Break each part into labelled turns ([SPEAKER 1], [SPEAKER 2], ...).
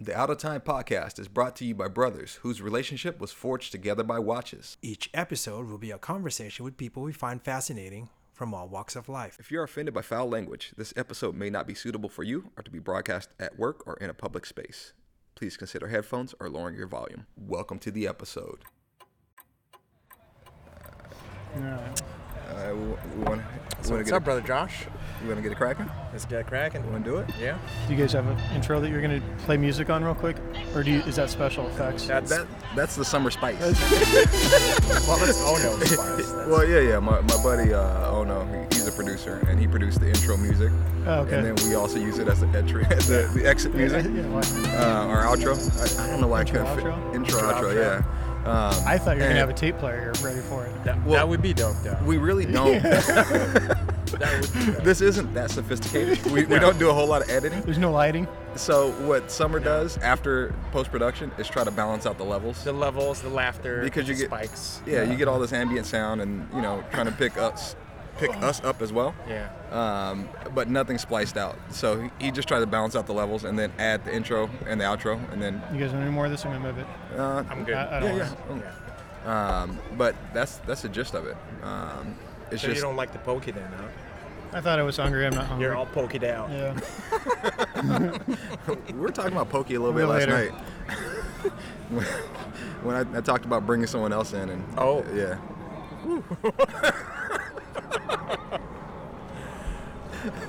[SPEAKER 1] The Out of Time podcast is brought to you by brothers whose relationship was forged together by watches.
[SPEAKER 2] Each episode will be a conversation with people we find fascinating from all walks of life.
[SPEAKER 1] If you're offended by foul language, this episode may not be suitable for you or to be broadcast at work or in a public space. Please consider headphones or lowering your volume. Welcome to the episode. Uh, we want
[SPEAKER 3] So what's up, brother Josh?
[SPEAKER 1] to get it cracking?
[SPEAKER 3] Let's get cracking.
[SPEAKER 1] Want to do it?
[SPEAKER 3] Yeah,
[SPEAKER 4] Do you guys have an intro that you're gonna play music on real quick, or do you, is that special effects?
[SPEAKER 3] that's
[SPEAKER 1] That, that's the summer spice.
[SPEAKER 3] well, that's oh no, it's fine. That's-
[SPEAKER 1] Well, yeah, yeah. My, my buddy, uh, oh no, he, he's a producer, and he produced the intro music.
[SPEAKER 4] Oh, okay.
[SPEAKER 1] And then we also use it as the entry, as the, the exit music,
[SPEAKER 4] Yeah, why-
[SPEAKER 1] uh, or outro. I, I don't know why
[SPEAKER 4] Intro,
[SPEAKER 1] I couldn't
[SPEAKER 4] outro?
[SPEAKER 1] fit intro,
[SPEAKER 3] Intro,
[SPEAKER 1] outro,
[SPEAKER 3] outro.
[SPEAKER 1] yeah. Um,
[SPEAKER 4] I thought you were
[SPEAKER 3] Eh.
[SPEAKER 1] and
[SPEAKER 4] gonna have a tape player ready for it.
[SPEAKER 3] that,
[SPEAKER 1] well-
[SPEAKER 3] that would be dope, though.
[SPEAKER 1] We really don't.
[SPEAKER 3] That would be dope.
[SPEAKER 1] this isn't that sophisticated. We, we don't do a whole lot of editing.
[SPEAKER 4] There's no lighting.
[SPEAKER 1] So what Summer does after post production is try to balance out the levels.
[SPEAKER 3] the levels, the laughter,
[SPEAKER 1] because you
[SPEAKER 3] the
[SPEAKER 1] get
[SPEAKER 3] spikes.
[SPEAKER 1] Yeah, you get all this ambient sound, and you know, trying to pick us, pick us up as well.
[SPEAKER 3] Yeah.
[SPEAKER 1] um, but nothing spliced out. So he- he just tried to balance out the levels and then add the intro and the outro, and then
[SPEAKER 4] You guys want any more of this? I'm gonna move it.
[SPEAKER 1] uh,
[SPEAKER 3] I'm good.
[SPEAKER 4] I, I
[SPEAKER 1] yeah,
[SPEAKER 4] don't
[SPEAKER 1] yeah.
[SPEAKER 4] want
[SPEAKER 3] Yeah.
[SPEAKER 1] Um, but that's that's the gist of it. Um, it's
[SPEAKER 3] So you
[SPEAKER 1] just
[SPEAKER 3] don't like the poke then, huh?
[SPEAKER 4] it. I thought I was hungry. I'm not hungry.
[SPEAKER 3] You're all poked out.
[SPEAKER 4] yeah.
[SPEAKER 1] we were talking about Pokey a little bit
[SPEAKER 4] We'll
[SPEAKER 1] last night
[SPEAKER 4] later.
[SPEAKER 1] when, when I, I talked about bringing someone else in, and
[SPEAKER 3] Oh.
[SPEAKER 1] yeah,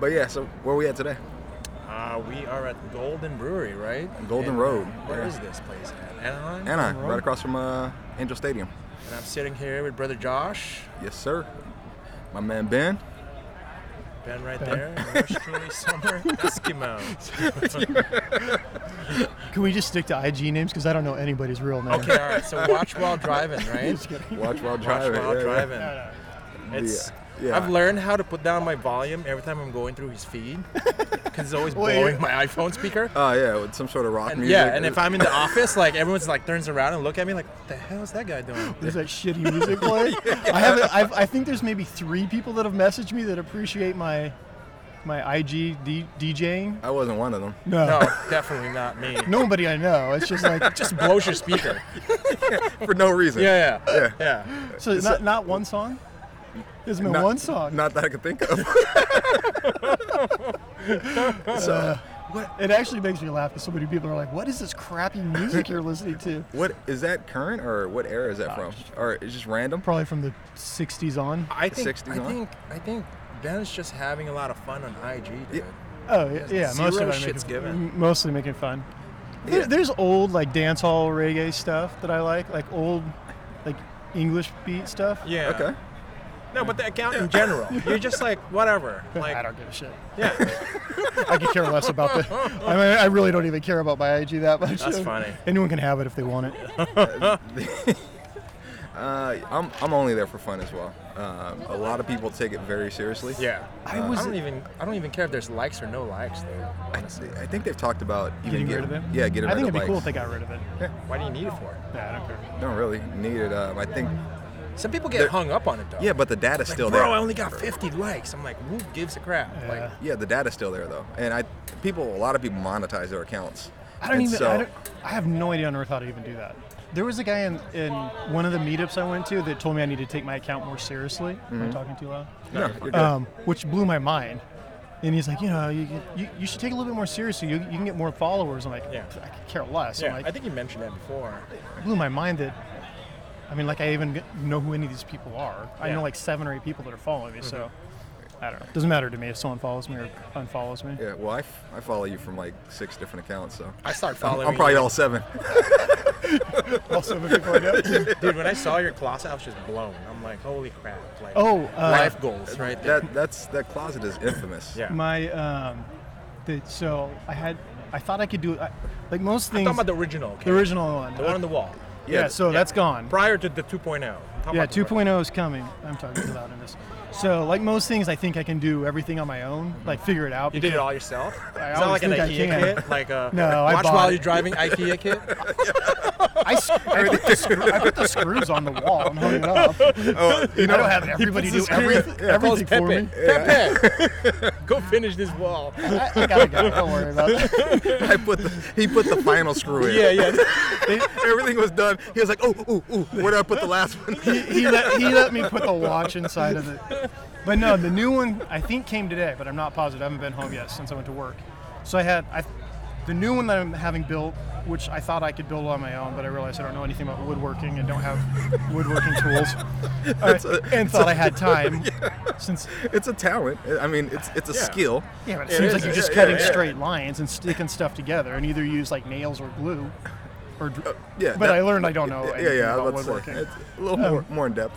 [SPEAKER 1] but yeah. So where we at today?
[SPEAKER 3] Uh, we are at Golden Brewery, right?
[SPEAKER 1] Golden
[SPEAKER 3] And,
[SPEAKER 1] Road,
[SPEAKER 3] Uh, where
[SPEAKER 1] yeah.
[SPEAKER 3] is this place at? Anaheim.
[SPEAKER 1] Anaheim, right across from uh, Angel Stadium.
[SPEAKER 3] And I'm sitting here with brother Josh,
[SPEAKER 1] Yes, sir. My man Ben.
[SPEAKER 3] Ben right there, and yours truly Summer Eskimo.
[SPEAKER 4] Can we just stick to IG names because I don't know anybody's real name.
[SPEAKER 3] Okay, all right. So watch while driving, right?
[SPEAKER 4] Just kidding.
[SPEAKER 1] Watch while
[SPEAKER 3] Watch
[SPEAKER 1] driving.
[SPEAKER 3] while
[SPEAKER 1] yeah, yeah.
[SPEAKER 3] driving.
[SPEAKER 4] No,
[SPEAKER 3] It's
[SPEAKER 1] Yeah.
[SPEAKER 3] I've learned how to put down my volume every time I'm going through his feed because it's always
[SPEAKER 4] Wait.
[SPEAKER 3] blowing my iPhone speaker.
[SPEAKER 1] Oh yeah, with some sort of rock
[SPEAKER 3] And
[SPEAKER 1] music.
[SPEAKER 3] yeah, and if I'm in the office, like everyone's like turns around and look at me like, what the hell is that guy doing?
[SPEAKER 4] There's that shitty music playing. I haven't. I've, I think there's maybe three people that have messaged me that appreciate my my IG D, DJing.
[SPEAKER 1] I wasn't one of them.
[SPEAKER 4] No.
[SPEAKER 3] No, definitely not me.
[SPEAKER 4] Nobody I know. It's just like
[SPEAKER 3] Just blows your speaker.
[SPEAKER 1] For no reason.
[SPEAKER 3] Yeah, yeah,
[SPEAKER 1] Yeah.
[SPEAKER 3] yeah.
[SPEAKER 4] So not, not one song? There's been
[SPEAKER 1] Not-
[SPEAKER 4] one song.
[SPEAKER 1] Not that I could think of. so
[SPEAKER 4] uh, it actually makes me laugh because so many people are like, "What is this crappy music you're listening to?"
[SPEAKER 1] what is that current or what era
[SPEAKER 4] Uh,
[SPEAKER 1] is that from? Or it's just random?
[SPEAKER 4] Probably from the '60s on.
[SPEAKER 3] I think
[SPEAKER 1] 60s
[SPEAKER 3] I
[SPEAKER 1] on?
[SPEAKER 3] think I think Ben's just having a lot of fun on IG, dude.
[SPEAKER 1] Yeah.
[SPEAKER 4] Oh y- yeah,
[SPEAKER 3] Zero
[SPEAKER 4] most of it
[SPEAKER 3] shit's
[SPEAKER 4] making,
[SPEAKER 3] given.
[SPEAKER 4] m- mostly making fun.
[SPEAKER 1] Yeah.
[SPEAKER 4] There, there's old like dance hall reggae stuff that I like, like old like English beat stuff.
[SPEAKER 3] Yeah.
[SPEAKER 1] Okay.
[SPEAKER 3] No, but the account in general, you're just like whatever. Like
[SPEAKER 4] I don't give a shit.
[SPEAKER 3] yeah.
[SPEAKER 4] I could care less about the. I mean, I really don't even care about my IG that much.
[SPEAKER 3] That's funny.
[SPEAKER 4] Anyone can have it if they want it.
[SPEAKER 1] Uh, I'm I'm only there for fun as well. Um, a lot of people take it very seriously.
[SPEAKER 3] Yeah.
[SPEAKER 4] I
[SPEAKER 3] I,
[SPEAKER 4] was-
[SPEAKER 3] don't even I don't even care if there's likes or no likes there.
[SPEAKER 1] I, I think they've talked about even
[SPEAKER 4] Getting rid of it.
[SPEAKER 1] Yeah, getting
[SPEAKER 4] I think
[SPEAKER 1] rid
[SPEAKER 4] it'd
[SPEAKER 1] of
[SPEAKER 4] be
[SPEAKER 1] likes.
[SPEAKER 4] cool if they got rid of it.
[SPEAKER 3] Why do you need it for?
[SPEAKER 4] Yeah, I don't care.
[SPEAKER 1] Don't really need it. Um, I think.
[SPEAKER 3] Some people get
[SPEAKER 1] They're-
[SPEAKER 3] hung up on it though.
[SPEAKER 1] Yeah, but the data's
[SPEAKER 3] Like,
[SPEAKER 1] still
[SPEAKER 3] bro,
[SPEAKER 1] there.
[SPEAKER 3] I only got 50 likes. I'm like, who gives a crap?
[SPEAKER 4] Yeah.
[SPEAKER 3] Like,
[SPEAKER 1] Yeah, the data's still there though, and I people a lot of people monetize their accounts.
[SPEAKER 4] I don't
[SPEAKER 1] And
[SPEAKER 4] even.
[SPEAKER 1] So,
[SPEAKER 4] I, don't, I have no idea on earth how to even do that. There was a guy in, in one of the meetups I went to that told me I need to take my account more seriously. Am
[SPEAKER 3] Mm-hmm.
[SPEAKER 4] I talking too loud?
[SPEAKER 1] no, you're good.
[SPEAKER 4] Um, which blew my mind. And he's like, you know, you, can- you, you should take it a little bit more seriously. You, you can get more followers. I'm like,
[SPEAKER 3] Yeah.
[SPEAKER 4] "Pff, I could care less.
[SPEAKER 3] yeah,
[SPEAKER 4] I'm
[SPEAKER 3] I
[SPEAKER 4] like,
[SPEAKER 3] think you mentioned that before.
[SPEAKER 4] it blew my mind that. I mean, like, I even g- know who any of these people are. I
[SPEAKER 3] Yeah. Mm-hmm.
[SPEAKER 4] know like seven or eight people that are following me. So, I don't know. Doesn't matter to me if someone follows me or unfollows me.
[SPEAKER 1] yeah, well, I, f- I follow you from like six different accounts, so
[SPEAKER 3] I started
[SPEAKER 1] I'm,
[SPEAKER 3] following
[SPEAKER 1] I'm probably all seven.
[SPEAKER 4] Also, the people I know.
[SPEAKER 3] you. Dude, when I saw your closet, I was just blown. I'm like, holy crap. Like,
[SPEAKER 4] Oh, uh,
[SPEAKER 3] life goals right there.
[SPEAKER 1] That that's that closet is infamous.
[SPEAKER 3] yeah. I'm
[SPEAKER 4] my um the, so i had i thought i could do I, like most things
[SPEAKER 3] talking about the original. okay?
[SPEAKER 4] the original one
[SPEAKER 3] The one on the wall.
[SPEAKER 4] yeah,
[SPEAKER 1] yeah,
[SPEAKER 4] so that's gone
[SPEAKER 3] Prior to the 2.0. Talk
[SPEAKER 4] yeah
[SPEAKER 3] about the original.
[SPEAKER 4] 2.0 is coming i'm talking too loud in this so like most things i think i can do everything on my own like figure it out
[SPEAKER 3] You did it
[SPEAKER 4] because-
[SPEAKER 3] all yourself? It's
[SPEAKER 4] I
[SPEAKER 3] not like
[SPEAKER 4] always
[SPEAKER 3] an
[SPEAKER 4] think I
[SPEAKER 3] IKEA
[SPEAKER 4] can.
[SPEAKER 3] kit? Like a
[SPEAKER 4] No, I
[SPEAKER 3] watch
[SPEAKER 4] bought
[SPEAKER 3] while
[SPEAKER 4] it.
[SPEAKER 3] you're driving IKEA kit?
[SPEAKER 4] I, sc- I, put the screw- I put the screws on the wall and hung it up.
[SPEAKER 1] Oh, you
[SPEAKER 4] I don't
[SPEAKER 1] know,
[SPEAKER 4] have everybody do
[SPEAKER 5] puts the screw-
[SPEAKER 4] everything,
[SPEAKER 3] Calls
[SPEAKER 4] everything for
[SPEAKER 3] Pepe.
[SPEAKER 4] me.
[SPEAKER 3] Pepe, go finish this wall.
[SPEAKER 4] I, I gotta go. Don't worry about it.
[SPEAKER 1] I put the, he put the final screw in.
[SPEAKER 3] Yeah, yeah.
[SPEAKER 1] Everything was done. He was like, oh, oh, oh, where did I put the last one?
[SPEAKER 4] He, he, let, he let me put the watch inside of it. But no, the new one I think came today, but I'm not positive. I haven't been home yet since I went to work. So I had I, the new one that I'm having built, which I thought I could build on my own, but I realized I don't know anything about woodworking and don't have woodworking tools. All right,
[SPEAKER 1] a-
[SPEAKER 4] and
[SPEAKER 1] it's
[SPEAKER 4] thought
[SPEAKER 1] a-
[SPEAKER 4] I had time since
[SPEAKER 1] It's a talent. I mean, it's it's a skill.
[SPEAKER 4] Yeah, but it
[SPEAKER 3] Yeah, it
[SPEAKER 4] seems
[SPEAKER 3] is.
[SPEAKER 4] like you're just
[SPEAKER 1] Yeah,
[SPEAKER 4] cutting
[SPEAKER 1] yeah, yeah.
[SPEAKER 4] straight lines and sticking stuff together, and either use like nails or glue, or dr-
[SPEAKER 1] yeah,
[SPEAKER 4] But
[SPEAKER 1] that-
[SPEAKER 4] I learned I don't know.
[SPEAKER 1] Yeah, yeah. I
[SPEAKER 4] anything
[SPEAKER 1] was
[SPEAKER 4] about
[SPEAKER 1] about to say,
[SPEAKER 4] woodworking. Um,
[SPEAKER 1] it's a little more, more in depth.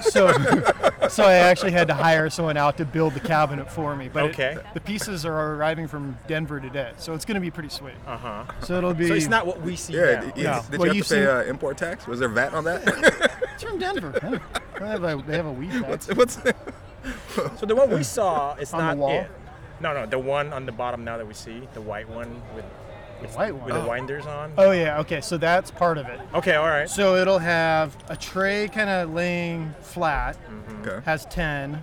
[SPEAKER 4] So, so I actually had to hire someone out to build the cabinet for me. But it-
[SPEAKER 5] Okay.
[SPEAKER 4] the pieces are arriving from Denver today, so it's going to be pretty sweet.
[SPEAKER 5] Uh huh.
[SPEAKER 4] So it'll be.
[SPEAKER 3] So it's not what we see
[SPEAKER 1] Yeah.
[SPEAKER 3] now.
[SPEAKER 1] d-
[SPEAKER 4] No.
[SPEAKER 1] Did
[SPEAKER 4] Well,
[SPEAKER 1] you
[SPEAKER 4] you've
[SPEAKER 1] have to pay
[SPEAKER 4] seen-
[SPEAKER 1] uh, import tax? Was there VAT on that?
[SPEAKER 4] It's from Denver. yeah. They have a, they have a weed tax.
[SPEAKER 1] What's
[SPEAKER 3] So the one we saw is
[SPEAKER 4] On the
[SPEAKER 3] not
[SPEAKER 4] wall?
[SPEAKER 3] it.
[SPEAKER 5] No, no, the one on the bottom now that we see, the white one with with,
[SPEAKER 4] white one?
[SPEAKER 5] with
[SPEAKER 4] Oh.
[SPEAKER 5] the winders on.
[SPEAKER 4] Oh yeah. Okay. So that's part of it.
[SPEAKER 5] Okay, all right.
[SPEAKER 4] So it'll have a tray kind of laying flat.
[SPEAKER 1] okay?
[SPEAKER 4] has 10,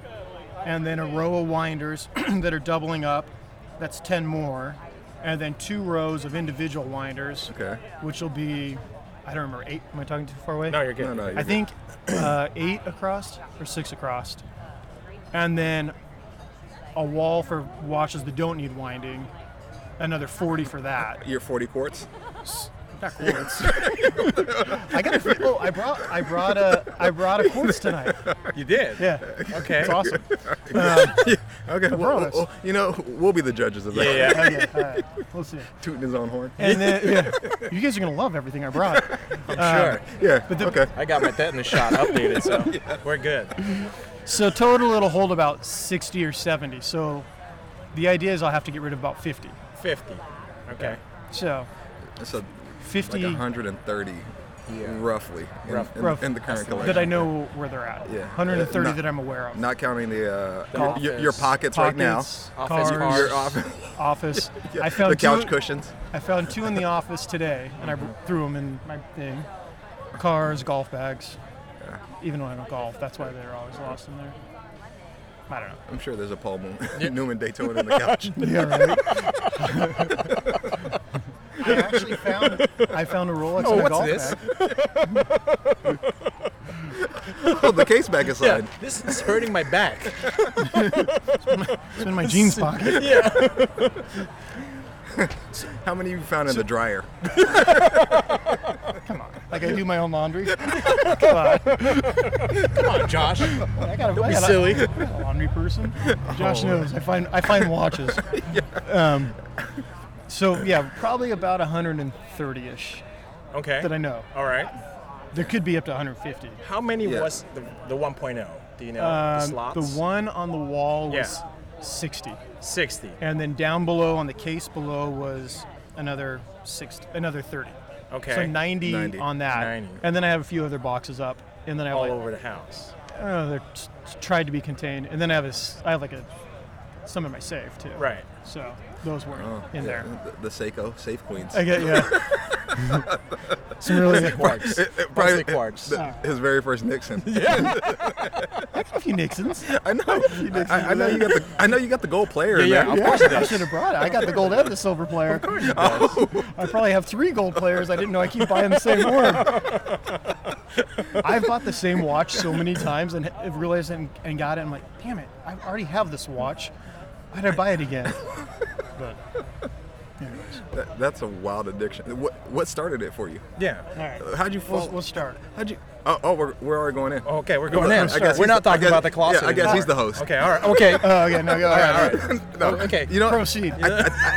[SPEAKER 4] and then a row of winders that are doubling up, that's 10 more, and then two rows of individual winders,
[SPEAKER 1] Okay.
[SPEAKER 4] which will be, I don't remember, eight? Am I talking too far away?
[SPEAKER 5] No, you're good.
[SPEAKER 1] No, no. you're
[SPEAKER 4] I
[SPEAKER 1] good.
[SPEAKER 4] think uh, eight across or six across, and then a wall for washes that don't need winding, another 40 for that.
[SPEAKER 1] You're 40 quarts.
[SPEAKER 4] Not quartz. I got. a few- Oh, I brought. I brought a. I brought a quartz tonight.
[SPEAKER 3] You did.
[SPEAKER 4] Yeah,
[SPEAKER 3] Okay.
[SPEAKER 4] it's awesome.
[SPEAKER 1] Okay. well,
[SPEAKER 4] promise.
[SPEAKER 1] well, you know, we'll be the judges of that.
[SPEAKER 5] Yeah, yeah.
[SPEAKER 4] Okay, all right. We'll see.
[SPEAKER 1] Tooting his own horn.
[SPEAKER 4] And then, yeah, you guys are gonna love everything I brought.
[SPEAKER 3] Sure.
[SPEAKER 1] Yeah.
[SPEAKER 4] But the-
[SPEAKER 1] okay.
[SPEAKER 3] I got my tetanus shot updated, so
[SPEAKER 5] We're good.
[SPEAKER 4] So total, it'll hold about 60 or 70. So the idea is I'll have to get rid of about 50.
[SPEAKER 5] 50. Okay.
[SPEAKER 4] So
[SPEAKER 1] So
[SPEAKER 4] 50
[SPEAKER 1] like 130, roughly, in,
[SPEAKER 3] Rough-
[SPEAKER 1] in,
[SPEAKER 4] rough
[SPEAKER 1] in the current collection.
[SPEAKER 4] that I know where they're at.
[SPEAKER 1] Yeah.
[SPEAKER 4] 130
[SPEAKER 1] Not-
[SPEAKER 4] that I'm aware of.
[SPEAKER 1] Not counting the uh,
[SPEAKER 3] The
[SPEAKER 1] your, your pockets, right now.
[SPEAKER 4] Pockets,
[SPEAKER 3] Office
[SPEAKER 4] cars,
[SPEAKER 3] cars.
[SPEAKER 1] Your office,
[SPEAKER 4] office. I found
[SPEAKER 1] the couch Mm-hmm.
[SPEAKER 4] two,
[SPEAKER 1] cushions.
[SPEAKER 4] I found two in the office today, and I threw them in my thing. Cars, golf bags. Even when I don't golf, that's why they're always lost in there. I don't know.
[SPEAKER 1] I'm sure there's a Paul Moon, Newman Daytona in the couch.
[SPEAKER 4] Yeah, right. I actually found I found a Rolex
[SPEAKER 3] Oh,
[SPEAKER 4] in a
[SPEAKER 3] what's
[SPEAKER 4] golf
[SPEAKER 3] this?
[SPEAKER 4] bag.
[SPEAKER 1] oh, the case back
[SPEAKER 3] yeah,
[SPEAKER 1] aside.
[SPEAKER 3] this is hurting my back.
[SPEAKER 4] It's in my jeans pocket.
[SPEAKER 3] yeah.
[SPEAKER 1] How many you found in the dryer?
[SPEAKER 4] Like I do my own laundry. Come on.
[SPEAKER 3] Come on, Josh. Don't
[SPEAKER 4] I got a,
[SPEAKER 3] be silly.
[SPEAKER 4] a laundry person. Josh
[SPEAKER 5] Oh.
[SPEAKER 4] knows. I find I find watches. Um, so yeah, probably about 130 ish
[SPEAKER 5] Okay.
[SPEAKER 4] that I know.
[SPEAKER 5] All right.
[SPEAKER 4] There could be up to 150.
[SPEAKER 5] How many
[SPEAKER 1] Yeah.
[SPEAKER 5] was the, the 1.0? Do you know the
[SPEAKER 4] Um,
[SPEAKER 5] slots?
[SPEAKER 4] the one on the wall was
[SPEAKER 5] Yeah.
[SPEAKER 4] 60,
[SPEAKER 5] 60.
[SPEAKER 4] and then down below on the case below was another 60, another 30.
[SPEAKER 5] Okay.
[SPEAKER 4] So 90,
[SPEAKER 1] 90.
[SPEAKER 4] on that.
[SPEAKER 5] 90.
[SPEAKER 4] And then I have a few other boxes up. And then I have
[SPEAKER 5] all
[SPEAKER 4] like,
[SPEAKER 5] over the house.
[SPEAKER 4] oh, they're t- t- tried to be contained. And then I have a, s- I have like a, some in my safe too.
[SPEAKER 5] Right.
[SPEAKER 4] So those weren't
[SPEAKER 1] Oh,
[SPEAKER 4] in
[SPEAKER 1] yeah,
[SPEAKER 4] there.
[SPEAKER 1] The, the Seiko Safe Queens.
[SPEAKER 4] I get, yeah. some really,
[SPEAKER 3] Quartz.
[SPEAKER 1] It- it
[SPEAKER 3] Mostly
[SPEAKER 1] probably-
[SPEAKER 3] quartz.
[SPEAKER 1] the- his very first Nixon.
[SPEAKER 4] a few Nixons.
[SPEAKER 1] I know. I, I know you got the. I know you got the gold player. in
[SPEAKER 3] yeah,
[SPEAKER 1] there.
[SPEAKER 3] of course it
[SPEAKER 4] I
[SPEAKER 3] does.
[SPEAKER 4] should have brought it. I got the gold and the silver player. Oh. I probably have three gold players. I didn't know I keep buying the same one. I've bought the same watch so many times and ha- realized and, and got it. I'm like, damn it, I already have this watch. Why did I buy it again? But, anyways,
[SPEAKER 1] That- that's a wild addiction. What what started it for you?
[SPEAKER 5] Yeah.
[SPEAKER 4] all right.
[SPEAKER 1] How'd you fall?
[SPEAKER 4] We'll, we'll start.
[SPEAKER 1] how'd you? Oh, oh we're, we're already going in.
[SPEAKER 5] Okay, we're
[SPEAKER 1] Well,
[SPEAKER 5] going in.
[SPEAKER 1] I guess
[SPEAKER 3] We're
[SPEAKER 1] he's
[SPEAKER 3] not
[SPEAKER 1] the- I
[SPEAKER 3] talking
[SPEAKER 1] guess-
[SPEAKER 3] about the Colossus
[SPEAKER 1] Yeah, I guess
[SPEAKER 3] anymore.
[SPEAKER 1] he's the host.
[SPEAKER 5] Okay, all right. Okay.
[SPEAKER 3] Okay.
[SPEAKER 4] Oh, yeah, no, yeah, all right.
[SPEAKER 3] all right.
[SPEAKER 1] No,
[SPEAKER 3] Okay.
[SPEAKER 1] You know,
[SPEAKER 4] Proceed.
[SPEAKER 1] I, I,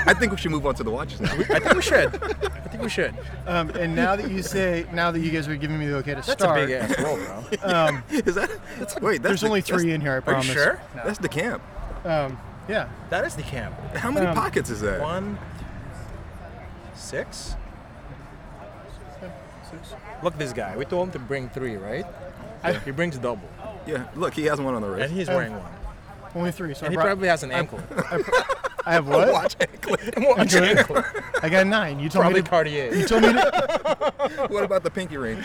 [SPEAKER 1] I think we should move on to the watches now.
[SPEAKER 3] I think we should. I think we should.
[SPEAKER 4] Um, and now that you say, now that you guys are giving me the okay to
[SPEAKER 3] That's
[SPEAKER 4] start,
[SPEAKER 3] a big ass roll, bro.
[SPEAKER 1] Is that? wait, that's
[SPEAKER 4] there's
[SPEAKER 1] the-
[SPEAKER 4] only three in here, I
[SPEAKER 3] Are
[SPEAKER 4] promise.
[SPEAKER 3] you sure?
[SPEAKER 1] That's, that's the camp.
[SPEAKER 4] Um, yeah.
[SPEAKER 3] That is the camp.
[SPEAKER 1] How
[SPEAKER 4] Um,
[SPEAKER 1] many pockets is that?
[SPEAKER 3] One, six. Look, this guy. We told him to bring three, right? He brings double,
[SPEAKER 1] Yeah. Look, he has one on the
[SPEAKER 5] And
[SPEAKER 1] wrist.
[SPEAKER 5] he's wearing one.
[SPEAKER 4] Only three. So I
[SPEAKER 3] and he
[SPEAKER 4] brought-
[SPEAKER 3] probably has an ankle.
[SPEAKER 4] I have what?
[SPEAKER 1] Watch and click.
[SPEAKER 3] Watch it.
[SPEAKER 4] I got nine. You told
[SPEAKER 3] Probably
[SPEAKER 4] me to,
[SPEAKER 3] Cartier.
[SPEAKER 4] you told me to,
[SPEAKER 1] What about the pinky ring?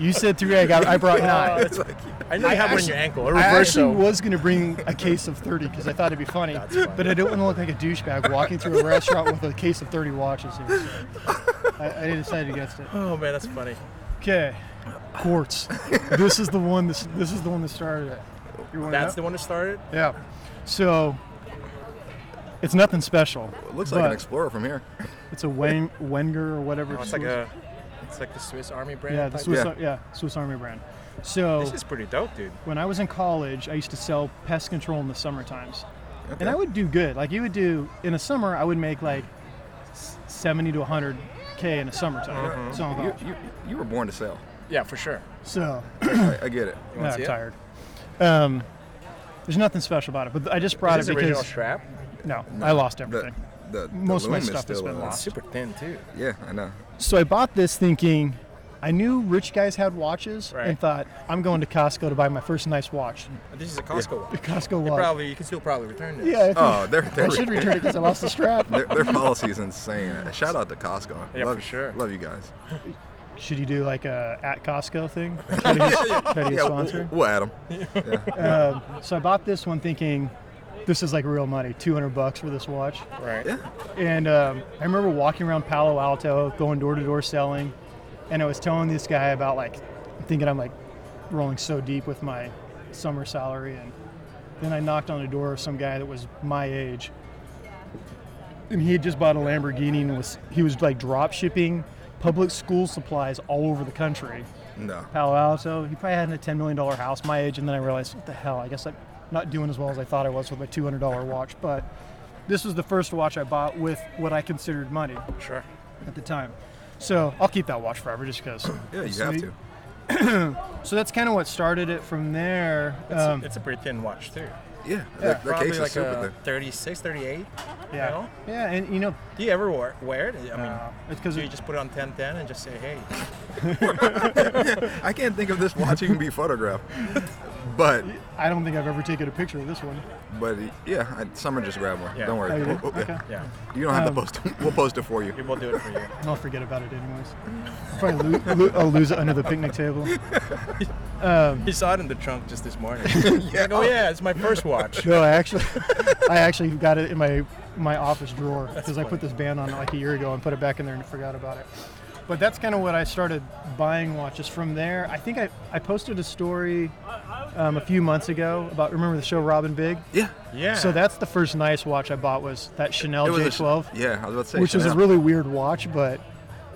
[SPEAKER 4] you said three. I got I brought nine.
[SPEAKER 1] It's like,
[SPEAKER 5] I know you have one in your ankle. A
[SPEAKER 4] I
[SPEAKER 5] reverso.
[SPEAKER 4] actually was going to bring a case of 30 because I thought it'd be funny, but I didn't want to look like a douchebag walking through a restaurant with a case of 30 watches here. So I, I decided against it.
[SPEAKER 5] oh man, that's funny.
[SPEAKER 4] Okay, quartz. This is the one. This this is the one that started it. You wanna
[SPEAKER 5] That's
[SPEAKER 4] know?
[SPEAKER 5] the one that started.
[SPEAKER 3] Oh,
[SPEAKER 4] yeah. So it's nothing special.
[SPEAKER 1] it looks like
[SPEAKER 4] but
[SPEAKER 1] an explorer from here.
[SPEAKER 4] it's a Wen- Wenger or whatever.
[SPEAKER 5] Oh, it's like a, it's like the Swiss Army brand.
[SPEAKER 4] yeah, the
[SPEAKER 5] type.
[SPEAKER 4] Swiss,
[SPEAKER 1] Yeah.
[SPEAKER 4] yeah. Swiss Army brand. So
[SPEAKER 5] This is pretty dope, dude.
[SPEAKER 4] when I was in college, I used to sell pest control in the summer times. And I would do good. Like you would do in the summer, I would make like s- 70 to 100 k in the summertime. So, I'm
[SPEAKER 1] You,
[SPEAKER 4] like,
[SPEAKER 1] you, you were born to sell.
[SPEAKER 3] Yeah, for sure.
[SPEAKER 4] so
[SPEAKER 1] I, I get it.
[SPEAKER 3] wanna
[SPEAKER 4] I'm
[SPEAKER 3] see it?
[SPEAKER 4] tired. Um, there's nothing special about it, but I just brought
[SPEAKER 3] Is
[SPEAKER 4] it
[SPEAKER 3] this original
[SPEAKER 4] because
[SPEAKER 3] strap?
[SPEAKER 4] no, I lost
[SPEAKER 1] The-
[SPEAKER 4] everything.
[SPEAKER 1] The, the
[SPEAKER 4] Most of my
[SPEAKER 1] loom is
[SPEAKER 4] stuff has
[SPEAKER 1] still
[SPEAKER 4] been
[SPEAKER 1] in.
[SPEAKER 4] lost.
[SPEAKER 3] Super thin too.
[SPEAKER 1] Yeah, I know.
[SPEAKER 4] So I bought this thinking I knew rich guys had watches
[SPEAKER 5] Right.
[SPEAKER 4] and thought I'm going to Costco to buy my first nice watch.
[SPEAKER 3] This is a Costco one.
[SPEAKER 4] The Costco
[SPEAKER 3] You
[SPEAKER 4] watch.
[SPEAKER 3] probably you can still probably return this.
[SPEAKER 4] yeah, I, think
[SPEAKER 1] Oh, they're,
[SPEAKER 4] I
[SPEAKER 1] they're,
[SPEAKER 4] should return it because I lost the strap.
[SPEAKER 1] their, their policy is insane. Shout out to Costco.
[SPEAKER 3] Yeah,
[SPEAKER 1] love,
[SPEAKER 3] for sure.
[SPEAKER 1] Love you guys.
[SPEAKER 4] Should you do like a at Costco thing? Try to get, try to get
[SPEAKER 1] Yeah, we'll,
[SPEAKER 4] sponsored.
[SPEAKER 1] we'll add 'em.
[SPEAKER 4] So I bought this one thinking this is like real money, 200 bucks for this watch.
[SPEAKER 3] Right.
[SPEAKER 4] And um, I remember walking around Palo Alto, going door to door selling, and I was telling this guy about like thinking I'm like rolling so deep with my summer salary, and then I knocked on the door of some guy that was my age, and he had just bought a Lamborghini and was he was like drop shipping public school supplies all over the country.
[SPEAKER 1] No.
[SPEAKER 4] Palo Alto. He probably had a ten million dollar house my age, and then I realized, what the hell? I guess I'm not doing as well as I thought I was with my two hundred dollar watch. But this was the first watch I bought with what I considered money
[SPEAKER 3] Sure.
[SPEAKER 4] at the time. So I'll keep that watch forever, just because.
[SPEAKER 1] Yeah, you have to.
[SPEAKER 4] So that's kind of what started it from there. Um,
[SPEAKER 3] It's a pretty thin watch too.
[SPEAKER 1] Yeah, that, that
[SPEAKER 3] Probably
[SPEAKER 1] case
[SPEAKER 3] like
[SPEAKER 1] is super
[SPEAKER 3] a
[SPEAKER 1] thin.
[SPEAKER 3] 36, 38.
[SPEAKER 4] yeah,
[SPEAKER 3] know?
[SPEAKER 4] yeah, and you know,
[SPEAKER 3] Do you ever wear, wear it? I mean,
[SPEAKER 4] uh, it's because
[SPEAKER 3] do you just put it on 1010 and just say, hey,
[SPEAKER 1] I can't think of this watch even be photographed. But
[SPEAKER 4] I don't think I've ever taken a picture of this one.
[SPEAKER 1] but yeah, I, Summer just grabbed one.
[SPEAKER 3] Yeah.
[SPEAKER 1] Don't worry.
[SPEAKER 4] Oh, you
[SPEAKER 1] We'll-
[SPEAKER 4] did?
[SPEAKER 1] we'll- yeah.
[SPEAKER 4] Okay.
[SPEAKER 3] yeah,
[SPEAKER 1] You don't have
[SPEAKER 4] Um,
[SPEAKER 1] to post it. We'll post it for you.
[SPEAKER 3] we'll do it for you.
[SPEAKER 4] I'll forget about it anyways. Probably lo- lo- I'll lose it under the picnic table.
[SPEAKER 3] He saw it in the trunk just this morning. yeah. Like, oh yeah, it's my first watch.
[SPEAKER 4] No, I actually, I actually got it in my my office drawer because I put this band on it like a year ago and put it back in there and forgot about it. But that's kind of what I started buying watches from there. I think I, I posted a story um, a few months ago about remember the show Robin Big.
[SPEAKER 1] Yeah.
[SPEAKER 3] Yeah.
[SPEAKER 4] So that's the first nice watch I bought was that Chanel
[SPEAKER 1] was a sh-
[SPEAKER 4] J12,
[SPEAKER 1] yeah, I was about to say.
[SPEAKER 4] which was a
[SPEAKER 1] Chanel.
[SPEAKER 4] really weird watch, but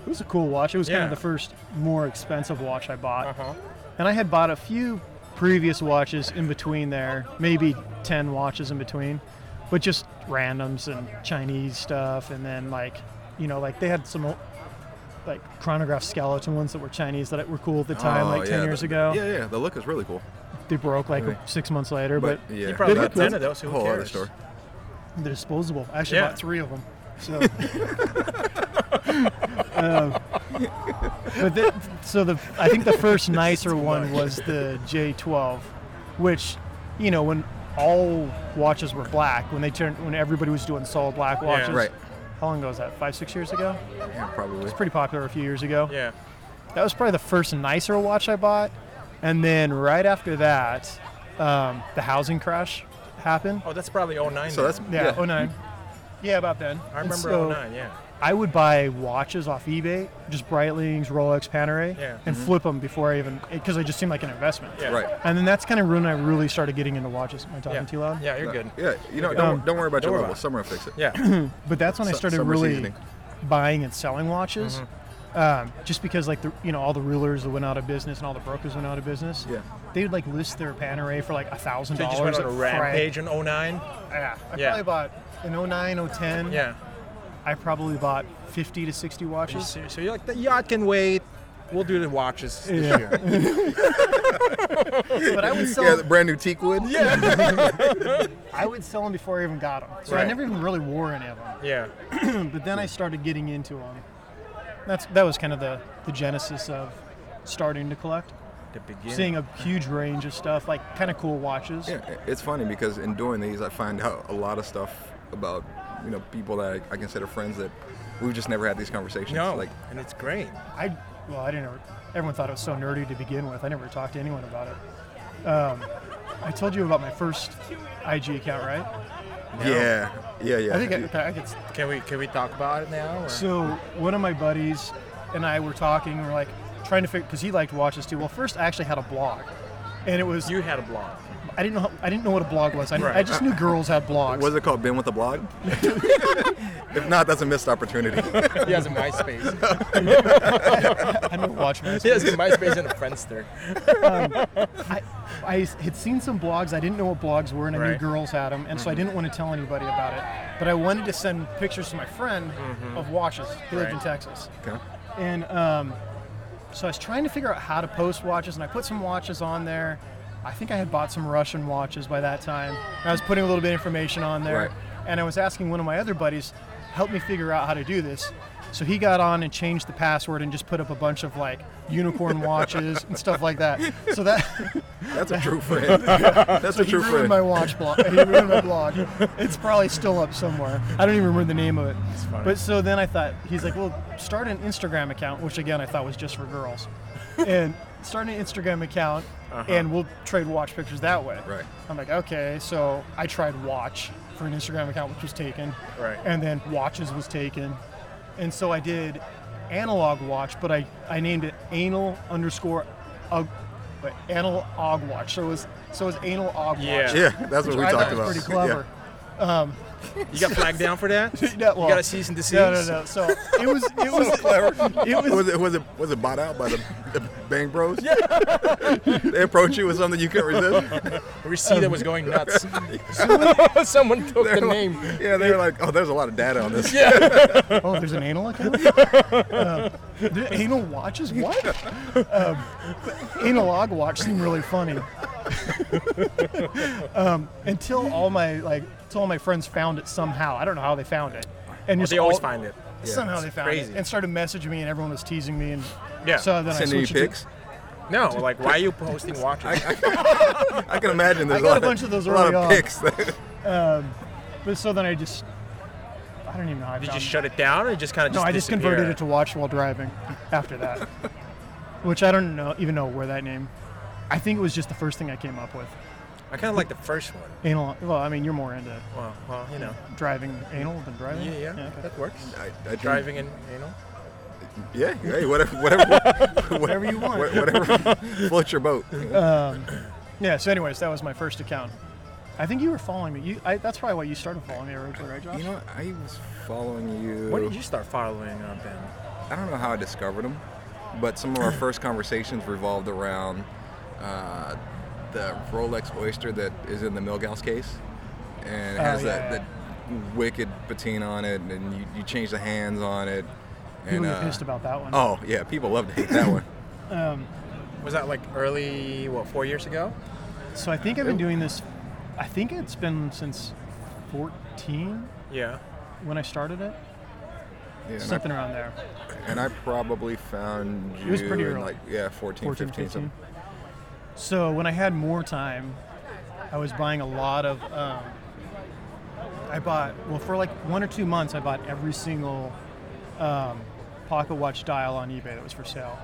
[SPEAKER 4] it was a cool watch. It was kind
[SPEAKER 3] Yeah.
[SPEAKER 4] of the first more expensive watch I bought.
[SPEAKER 3] Uh-huh.
[SPEAKER 4] And I had bought a few previous watches in between there, maybe 10 watches in between, but just randoms and Chinese stuff. And then, like, you know, like they had some like chronograph skeleton ones that were Chinese that were cool at the time,
[SPEAKER 1] Oh,
[SPEAKER 4] like 10
[SPEAKER 1] yeah,
[SPEAKER 4] years
[SPEAKER 1] the-
[SPEAKER 4] ago.
[SPEAKER 1] Yeah, yeah. The look is really cool.
[SPEAKER 4] They broke like
[SPEAKER 1] Okay.
[SPEAKER 4] six months later,
[SPEAKER 1] But,
[SPEAKER 4] but,
[SPEAKER 1] yeah,
[SPEAKER 3] You probably
[SPEAKER 1] that-
[SPEAKER 3] got 10
[SPEAKER 1] that's
[SPEAKER 3] of those, so
[SPEAKER 1] a
[SPEAKER 3] who
[SPEAKER 1] whole other
[SPEAKER 3] cares?
[SPEAKER 1] story.
[SPEAKER 4] they're disposable. I actually
[SPEAKER 3] Yeah.
[SPEAKER 4] bought three of them. So. Uh, but the, so the I think the first nicer one was the J12, which you know when all watches were black when they turned when everybody was doing solid black watches.
[SPEAKER 1] Right.
[SPEAKER 4] How long ago was that? Five six years ago.
[SPEAKER 1] Yeah, probably.
[SPEAKER 4] Pretty popular a few years ago.
[SPEAKER 3] yeah.
[SPEAKER 4] That was probably the first nicer watch I bought, and then right after that, um, the housing crash happened.
[SPEAKER 3] Oh, that's probably 09.
[SPEAKER 1] So that's
[SPEAKER 3] then.
[SPEAKER 4] Yeah,
[SPEAKER 1] yeah.
[SPEAKER 4] oh nine. Yeah, about then.
[SPEAKER 3] I remember 09, yeah.
[SPEAKER 4] I would buy watches off eBay, just Breitlings, Rolex, Panerai,
[SPEAKER 3] Yeah.
[SPEAKER 4] and flip them before I even, because they just seemed like an investment.
[SPEAKER 3] Yeah.
[SPEAKER 1] Right.
[SPEAKER 4] And then that's kind of when I really started getting into watches. Am I talking
[SPEAKER 3] Yeah.
[SPEAKER 4] too loud?
[SPEAKER 3] Yeah, you're good.
[SPEAKER 1] Yeah, you know, don't, don't worry about
[SPEAKER 3] don't
[SPEAKER 1] your
[SPEAKER 3] worry
[SPEAKER 1] level.
[SPEAKER 3] about it.
[SPEAKER 1] Summer will fix it.
[SPEAKER 3] Yeah.
[SPEAKER 4] But that's when I
[SPEAKER 1] Su-
[SPEAKER 4] started
[SPEAKER 1] summer
[SPEAKER 4] really
[SPEAKER 1] seasoning.
[SPEAKER 4] buying and selling watches,
[SPEAKER 3] Mm-hmm.
[SPEAKER 4] um, just because like the you know all the rulers that went out of business and all the brokers went out of business.
[SPEAKER 1] Yeah.
[SPEAKER 4] They would like list their Panerai for like a thousand
[SPEAKER 3] So you
[SPEAKER 4] dollars.
[SPEAKER 3] just went on a rampage in 09?
[SPEAKER 4] Yeah. I
[SPEAKER 3] Yeah.
[SPEAKER 4] probably bought oh an 09, 010.
[SPEAKER 3] Yeah.
[SPEAKER 4] I probably bought 50 to 60
[SPEAKER 3] You
[SPEAKER 4] watches.
[SPEAKER 3] serious? So you're like, the yacht can wait. We'll do the watches this
[SPEAKER 4] Yeah.
[SPEAKER 3] year.
[SPEAKER 4] But I would sell
[SPEAKER 1] Yeah, the brand new teak wood. Yeah.
[SPEAKER 4] I would sell them before I even got them. So
[SPEAKER 3] Right.
[SPEAKER 4] I never even really wore any of them.
[SPEAKER 3] Yeah.
[SPEAKER 4] But then I started getting into them. That's that was kind of the the genesis of starting to collect.
[SPEAKER 5] The beginning.
[SPEAKER 4] seeing a huge range of stuff, like kind of cool watches.
[SPEAKER 1] Yeah, it's funny because in doing these, I find out a lot of stuff about you know people that I, I consider friends that we've just never had these conversations.
[SPEAKER 5] no,
[SPEAKER 1] Like,
[SPEAKER 5] and it's great.
[SPEAKER 4] I well, I didn't. Ever, everyone thought it was so nerdy to begin with. I never talked to anyone about it. Um, I told you about my first IG account, right?
[SPEAKER 1] yeah, yeah, yeah.
[SPEAKER 4] I think I, okay, I could.
[SPEAKER 5] Can we can we talk about it now? or-
[SPEAKER 4] So one of my buddies and I were talking. We're like trying to figure because he liked watches too. Well, first I actually had a blog, and it was
[SPEAKER 5] you had a blog.
[SPEAKER 4] I didn't know how, I didn't know what a blog was. I, I
[SPEAKER 5] Right.
[SPEAKER 4] just knew girls had blogs.
[SPEAKER 1] was it called Ben with a blog? if not, that's a missed opportunity.
[SPEAKER 3] He has a MySpace.
[SPEAKER 4] I know watch MySpace.
[SPEAKER 3] he has a MySpace and a Friendster.
[SPEAKER 4] I, I had seen some blogs. I didn't know what blogs were, and I knew
[SPEAKER 5] Right. Mm-hmm.
[SPEAKER 4] girls had them, and so I didn't want to tell anybody about it. But I wanted to send pictures to my friend of watches. He lived in
[SPEAKER 5] Mm-hmm. Right.
[SPEAKER 4] Texas,
[SPEAKER 1] Okay.
[SPEAKER 4] and um, so I was trying to figure out how to post watches, and I put some watches on there. I think I had bought some Russian watches by that time. And I was putting a little bit of information on there,
[SPEAKER 1] Right.
[SPEAKER 4] and I was asking one of my other buddies, help me figure out how to do this. So he got on and changed the password and just put up a bunch of like unicorn watches and stuff like that. So that
[SPEAKER 1] That's a true friend. That's a
[SPEAKER 4] he
[SPEAKER 1] true
[SPEAKER 4] ruined
[SPEAKER 1] friend.
[SPEAKER 4] my watch blog. He ruined my blog. It's probably still up somewhere. I don't even remember the name of it.
[SPEAKER 5] funny.
[SPEAKER 4] But so then I thought he's like, well, start an Instagram account, which again I thought was just for girls, and start an Instagram account, and we'll trade watch pictures that way.
[SPEAKER 1] Uh-huh. Right.
[SPEAKER 4] I'm like, okay. So I tried watch for an Instagram account, which was taken.
[SPEAKER 5] Right.
[SPEAKER 4] And then watches was taken, and so I did analog watch, but I I named it anal underscore. Ug- but analog watch. So it was so it was anal og watch.
[SPEAKER 5] Yeah.
[SPEAKER 1] yeah, that's what
[SPEAKER 4] Which
[SPEAKER 1] we
[SPEAKER 4] I
[SPEAKER 1] talked
[SPEAKER 4] thought
[SPEAKER 1] about.
[SPEAKER 4] was pretty clever.
[SPEAKER 5] You got flagged down for that?
[SPEAKER 4] No, well,
[SPEAKER 3] you got a cease and desist.
[SPEAKER 4] No, no, no. So it was it was It
[SPEAKER 1] Yeah.
[SPEAKER 4] was
[SPEAKER 1] Was it was it was it bought out by the, the Bang Bros? Yeah. they approached you with something you couldn't resist.
[SPEAKER 3] Reseda was going nuts. Someone took the name.
[SPEAKER 1] Yeah, they were like, oh, there's a lot of data on this.
[SPEAKER 3] Yeah.
[SPEAKER 4] oh, there's an anal account. Um, the anal watches what? Um, but analog watch seemed really funny. um, until all my like, until all my friends found it somehow. I don't know how they found it. And just
[SPEAKER 5] They always
[SPEAKER 4] all-
[SPEAKER 5] find it.
[SPEAKER 4] Somehow they found
[SPEAKER 5] crazy.
[SPEAKER 4] it and started messaging me, and everyone was teasing me, and
[SPEAKER 5] Yeah.
[SPEAKER 4] so then I
[SPEAKER 1] Sending you
[SPEAKER 4] switched it to-
[SPEAKER 1] pics.
[SPEAKER 5] No, like why are you posting watches?
[SPEAKER 1] I can imagine there's
[SPEAKER 4] I got
[SPEAKER 1] lot
[SPEAKER 4] a bunch of those
[SPEAKER 1] a lot
[SPEAKER 4] early
[SPEAKER 1] of
[SPEAKER 4] on.
[SPEAKER 1] pics.
[SPEAKER 4] But so then I just, I don't even know. How I
[SPEAKER 5] Did you
[SPEAKER 4] found
[SPEAKER 5] shut it down or it just kind of
[SPEAKER 4] No,
[SPEAKER 5] just
[SPEAKER 4] I just
[SPEAKER 5] disappeared?
[SPEAKER 4] converted it to watch while driving. After that, which I don't know even know where that name. I think it was just the first thing I came up with.
[SPEAKER 5] I kind of like the first one.
[SPEAKER 4] Anal. Well, I mean, you're more into
[SPEAKER 5] Well, well, you know.
[SPEAKER 4] driving anal than driving.
[SPEAKER 5] Yeah, yeah,
[SPEAKER 4] okay.
[SPEAKER 5] that works.
[SPEAKER 1] I, I think-
[SPEAKER 5] Driving and you know.
[SPEAKER 1] Yeah, hey, whatever, whatever,
[SPEAKER 4] Whatever you want.
[SPEAKER 1] wha- whatever floats your boat.
[SPEAKER 4] Yeah. So, anyways, that was my first account. I think you were following me. You, I, that's probably why you started following me originally, right, Josh?
[SPEAKER 1] You know, I was following you.
[SPEAKER 5] When did you start following up then?
[SPEAKER 1] I don't know how I discovered him, but some of our first conversations revolved around uh, the Rolex Oyster that is in the Milgauss case, and it
[SPEAKER 4] Oh,
[SPEAKER 1] has
[SPEAKER 4] yeah,
[SPEAKER 1] that, that wicked patina on it, and you, you change the hands on it.
[SPEAKER 4] People
[SPEAKER 1] And,
[SPEAKER 4] get
[SPEAKER 1] uh,
[SPEAKER 4] pissed about that one.
[SPEAKER 1] Oh yeah, people love to hate that one.
[SPEAKER 5] Was that like early what four years ago?
[SPEAKER 4] So I think I've been doing this. I think it's been since 14
[SPEAKER 5] Yeah.
[SPEAKER 4] when I started it,
[SPEAKER 1] Yeah, and,
[SPEAKER 4] something
[SPEAKER 1] I,
[SPEAKER 4] around there.
[SPEAKER 1] and I probably found you
[SPEAKER 4] It was pretty
[SPEAKER 1] in
[SPEAKER 4] early.
[SPEAKER 1] like yeah 14,
[SPEAKER 4] 14,
[SPEAKER 1] 15, something.
[SPEAKER 4] 15. So when I had more time, I was buying a lot of. Um, I bought well for like one or two months. I bought every single um, pocket watch dial on eBay that was for sale,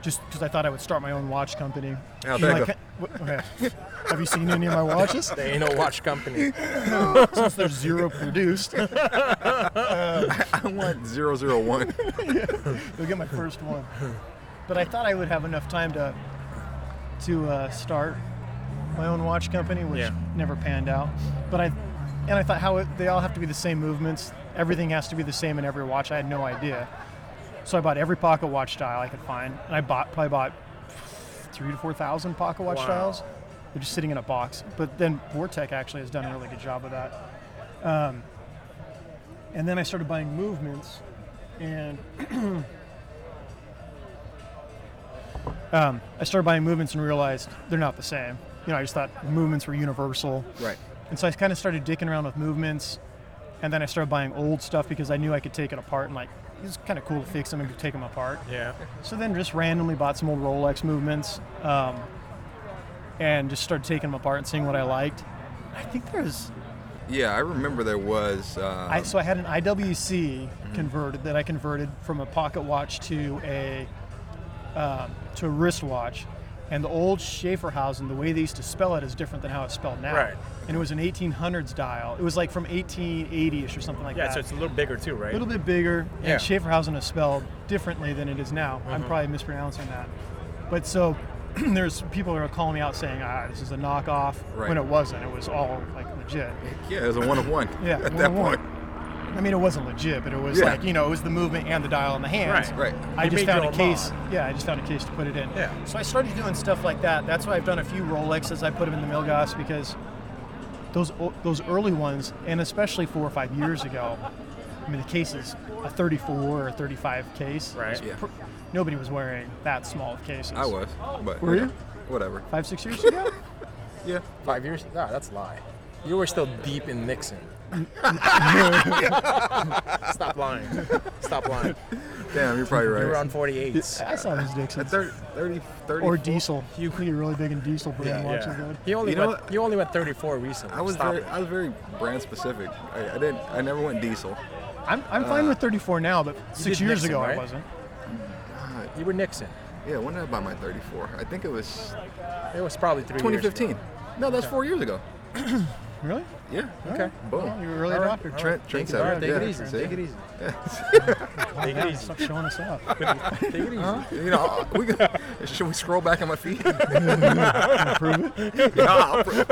[SPEAKER 4] just because I thought I would start my own watch company.
[SPEAKER 1] How'd
[SPEAKER 4] You
[SPEAKER 1] that
[SPEAKER 4] know, I
[SPEAKER 1] go?
[SPEAKER 4] ca- wh- okay. Have you seen any of my watches?
[SPEAKER 3] The anal watch company.
[SPEAKER 4] Since they're zero produced, you'll
[SPEAKER 1] I want 001.
[SPEAKER 4] get my first one. But I thought I would have enough time to to uh, start my own watch company, which
[SPEAKER 5] Yeah.
[SPEAKER 4] never panned out. But I and I thought how it, they all have to be the same movements. Everything has to be the same in every watch. I had no idea. So I bought every pocket watch dial I could find, and I bought probably bought three to four thousand pocket watch
[SPEAKER 5] Wow.
[SPEAKER 4] dials. They're just sitting in a box. But then Vortec actually has done a really good job of that. Um, and then I started buying movements, and um, I started buying movements and realized they're not the same. You know, I just thought movements were universal.
[SPEAKER 1] right.
[SPEAKER 4] And so I kind of started dicking around with movements. And then I started buying old stuff because I knew I could take it apart and like it was kind of cool to fix them and take them apart.
[SPEAKER 5] Yeah.
[SPEAKER 4] So then just randomly bought some old Rolex movements um, and just started taking them apart and seeing what I liked. I think there's
[SPEAKER 1] Yeah, I remember there was. Uh,
[SPEAKER 4] I, so I had an IWC converted that I converted from a pocket watch to a um, to a wristwatch, and the old Schaeferhausen, the way they used to spell it is different than how it's spelled now.
[SPEAKER 5] Right.
[SPEAKER 4] And it was an 1800s dial. It was like from 1880ish or something like
[SPEAKER 5] Yeah,
[SPEAKER 4] that.
[SPEAKER 5] so it's a little bigger too,
[SPEAKER 4] a
[SPEAKER 5] right?
[SPEAKER 4] little bit bigger,
[SPEAKER 3] Yeah.
[SPEAKER 4] and Schaeferhausen is spelled differently than it is now.
[SPEAKER 5] Mm-hmm.
[SPEAKER 4] I'm probably mispronouncing that, but so. There's people that are calling me out saying, ah, this is a knockoff,
[SPEAKER 1] Right.
[SPEAKER 4] when it wasn't. It was all like legit.
[SPEAKER 1] yeah, it was a one of one.
[SPEAKER 4] Yeah,
[SPEAKER 1] at
[SPEAKER 4] one
[SPEAKER 1] that
[SPEAKER 4] of one.
[SPEAKER 1] point.
[SPEAKER 4] I mean, it wasn't legit, but it was
[SPEAKER 1] Yeah.
[SPEAKER 4] like you know, it was the movement and the dial in the hands.
[SPEAKER 1] Right, right.
[SPEAKER 4] I
[SPEAKER 5] You
[SPEAKER 4] just
[SPEAKER 5] made your
[SPEAKER 4] found a
[SPEAKER 5] own
[SPEAKER 4] case. Yeah, I just found a case to put it in.
[SPEAKER 3] Yeah.
[SPEAKER 4] So I started doing stuff like that. That's why I've done a few Rolexes. I put them in the Milgas because those o- those early ones, and especially four or five years ago, I mean, the case is a 34 or 35 case.
[SPEAKER 5] Right.
[SPEAKER 1] Yeah,
[SPEAKER 4] Pr- Nobody was wearing that small of cases.
[SPEAKER 1] I was. But
[SPEAKER 4] Were you?
[SPEAKER 1] Whatever.
[SPEAKER 4] Five six years ago.
[SPEAKER 1] Yeah.
[SPEAKER 3] Five years? Nah, that's a lie. You were still deep in Nixon.
[SPEAKER 5] Stop lying.
[SPEAKER 3] Stop lying.
[SPEAKER 1] Damn, you're probably right.
[SPEAKER 3] You were on 48s.
[SPEAKER 4] I saw those
[SPEAKER 1] At
[SPEAKER 4] Dixons.
[SPEAKER 1] 30, 30, 30
[SPEAKER 4] Or diesel. You you're really big in diesel brand watches,
[SPEAKER 5] yeah.
[SPEAKER 4] dude.
[SPEAKER 3] He only
[SPEAKER 1] You know
[SPEAKER 3] went.
[SPEAKER 1] what?
[SPEAKER 3] You only went 34 recently.
[SPEAKER 1] I was
[SPEAKER 3] Stop
[SPEAKER 1] very,
[SPEAKER 3] it.
[SPEAKER 1] I was very brand specific. I, I didn't, I never went diesel.
[SPEAKER 4] I'm, I'm fine with 34 now, but six
[SPEAKER 3] did
[SPEAKER 4] years
[SPEAKER 3] Nixon,
[SPEAKER 4] ago I
[SPEAKER 3] right?
[SPEAKER 4] wasn't.
[SPEAKER 3] You were Nixon.
[SPEAKER 1] Yeah, when did I buy my 34? I think it was
[SPEAKER 3] It was probably three. years ago.
[SPEAKER 1] 2015. No, that's four years ago.
[SPEAKER 4] Really?
[SPEAKER 1] Yeah.
[SPEAKER 3] Okay.
[SPEAKER 1] Boom.
[SPEAKER 4] You were really
[SPEAKER 3] All right.
[SPEAKER 4] adopted.
[SPEAKER 1] Trent,
[SPEAKER 3] Take
[SPEAKER 1] Trent
[SPEAKER 3] it, all right,
[SPEAKER 1] said,
[SPEAKER 3] take
[SPEAKER 1] yeah,
[SPEAKER 3] it easy.
[SPEAKER 1] see?
[SPEAKER 3] Take it easy. Take it easy.
[SPEAKER 4] Stop showing us up.
[SPEAKER 3] Take it easy.
[SPEAKER 1] You know, we could, should we scroll back on my feet? Improve it? Yeah, I'll, pr-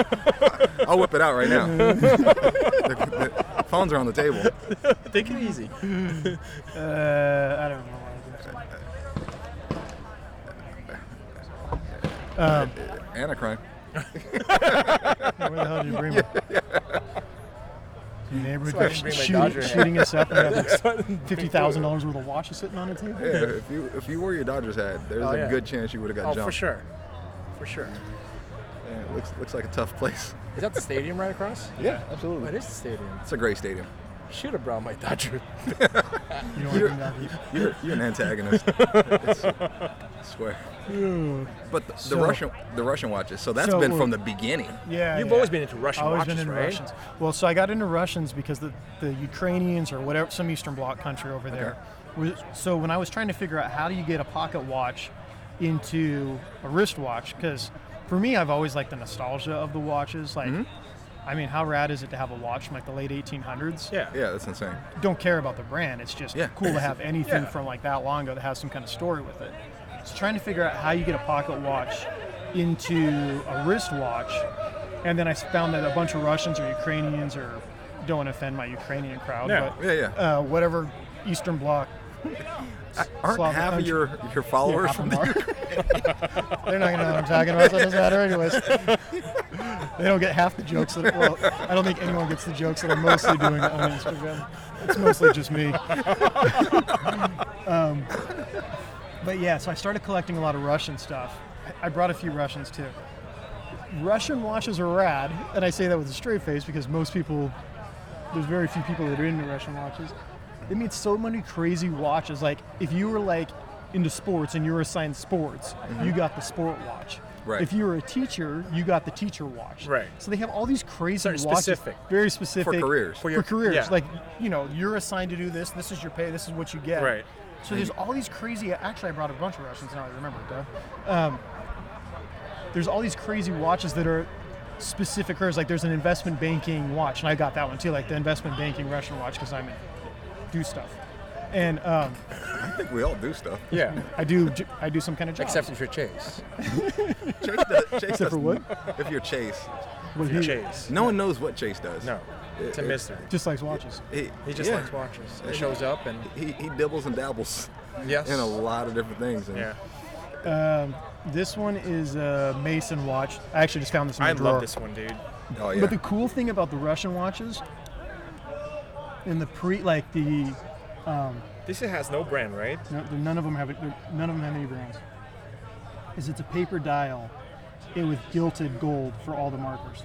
[SPEAKER 1] I'll whip it out right now. the, the phones are on the table.
[SPEAKER 3] Take it easy.
[SPEAKER 4] Uh, I don't know. what I was
[SPEAKER 1] Anacron.
[SPEAKER 4] gonna say. Where the hell did you bring me? Your neighborhood
[SPEAKER 3] why I
[SPEAKER 4] just
[SPEAKER 3] bring my Dodger
[SPEAKER 4] shooting,
[SPEAKER 3] hat.
[SPEAKER 4] shooting us up and we have like fifty thousand dollars worth of watches sitting on the table.
[SPEAKER 1] Yeah, if you if you wore your Dodgers hat, there's
[SPEAKER 3] Oh,
[SPEAKER 1] a
[SPEAKER 3] yeah.
[SPEAKER 1] good chance you would have got
[SPEAKER 3] Oh,
[SPEAKER 1] jumped.
[SPEAKER 3] for sure. For sure.
[SPEAKER 1] Yeah, it looks looks like a tough place.
[SPEAKER 3] Is that the stadium right across?
[SPEAKER 1] Yeah, absolutely.
[SPEAKER 3] Oh, it is the stadium.
[SPEAKER 1] It's a great stadium.
[SPEAKER 3] Should have brought my Dodger.
[SPEAKER 4] You don't want to bring Dodgers.
[SPEAKER 1] You're, you're an antagonist. It's- I swear. But the, the
[SPEAKER 4] So-
[SPEAKER 1] Russian the Russian watches. So that's
[SPEAKER 4] So
[SPEAKER 1] been
[SPEAKER 4] we're-
[SPEAKER 1] from the beginning.
[SPEAKER 4] Oh, Yeah,
[SPEAKER 3] You've
[SPEAKER 4] yeah.
[SPEAKER 3] always been into Russian
[SPEAKER 4] always
[SPEAKER 3] watches,
[SPEAKER 4] been into
[SPEAKER 3] right?
[SPEAKER 4] Russians. Well, so I got into Russians because the, the Ukrainians or whatever, some Eastern Bloc country over there. was- So when I was trying to figure out how do you get a pocket watch into a wristwatch, because for me, I've always liked the nostalgia of the watches. Like,
[SPEAKER 3] Mm-hmm.
[SPEAKER 4] I mean, how rad is it to have a watch from like the late 1800s?
[SPEAKER 3] Yeah.
[SPEAKER 1] Yeah, that's insane.
[SPEAKER 4] Don't care about the brand. It's just
[SPEAKER 1] Yeah.
[SPEAKER 4] cool to have anything
[SPEAKER 3] Yeah.
[SPEAKER 4] from like that long ago that has some kind of story with it. So trying to figure out how you get a pocket watch into a wristwatch, and then I found that a bunch of Russians or Ukrainians or don't want to offend my Ukrainian crowd,
[SPEAKER 3] No.
[SPEAKER 1] Yeah,
[SPEAKER 4] but
[SPEAKER 1] yeah.
[SPEAKER 4] uh, whatever Eastern Bloc.
[SPEAKER 1] Aren't
[SPEAKER 4] Slavic
[SPEAKER 1] half of
[SPEAKER 4] country.
[SPEAKER 1] your your followers
[SPEAKER 4] Yeah,
[SPEAKER 1] from
[SPEAKER 4] Apple Mark. They're not gonna know what I'm talking about, so it doesn't matter anyways. They don't get half the jokes that well, I don't think anyone gets the jokes that I'm mostly doing on Instagram. It's mostly just me. um, but yeah, so I started collecting a lot of Russian stuff. I I brought a few Russians too. Russian watches are rad, and I say that with a straight face because most people, there's very few people that are into Russian watches. They made so many crazy watches. Like if you were like into sports and you were assigned sports, you got the sport watch.
[SPEAKER 1] Right.
[SPEAKER 4] If you were a teacher, you got the teacher watch.
[SPEAKER 3] Right.
[SPEAKER 4] So they have all these crazy
[SPEAKER 3] Certain
[SPEAKER 4] watches,
[SPEAKER 3] specific.
[SPEAKER 4] very specific
[SPEAKER 1] For careers. For
[SPEAKER 3] your-
[SPEAKER 4] careers.
[SPEAKER 3] yeah.
[SPEAKER 4] Like you know, you're assigned to do this. This is your pay. This is what you get.
[SPEAKER 3] Right.
[SPEAKER 4] So there's all these crazy. Actually, I brought a bunch of Russians now. I remember. Duh. Um, there's all these crazy watches that are specific careers. Like there's an investment banking watch, and I got that one too. Like the investment banking Russian watch because I'm in do stuff, and um,
[SPEAKER 1] I think we all do stuff.
[SPEAKER 3] Yeah.
[SPEAKER 4] I do I do some kind of job.
[SPEAKER 3] Except if you're Chase.
[SPEAKER 1] Chase does, Chase does-
[SPEAKER 4] for what?
[SPEAKER 1] If you're Chase,
[SPEAKER 4] Well, he
[SPEAKER 3] Chase.
[SPEAKER 1] no one knows what Chase does.
[SPEAKER 3] No. It's a
[SPEAKER 1] It-
[SPEAKER 3] mystery.
[SPEAKER 4] just likes watches.
[SPEAKER 1] He,
[SPEAKER 3] He just
[SPEAKER 1] yeah.
[SPEAKER 3] likes watches. He shows up and
[SPEAKER 1] He, he dibbles and dabbles
[SPEAKER 3] yes.
[SPEAKER 1] in a lot of different things. And
[SPEAKER 5] Yeah.
[SPEAKER 4] This one is a Mason watch. I actually just found this in the
[SPEAKER 5] I
[SPEAKER 4] drawer.
[SPEAKER 5] love this one, dude.
[SPEAKER 1] Oh yeah.
[SPEAKER 4] But the cool thing about the Russian watches in the pre, like the
[SPEAKER 5] This has no brand, right?
[SPEAKER 4] no, they're- none of them have it. they're- None of them have any brands. Is it's a paper dial, it with gilded gold for all the markers.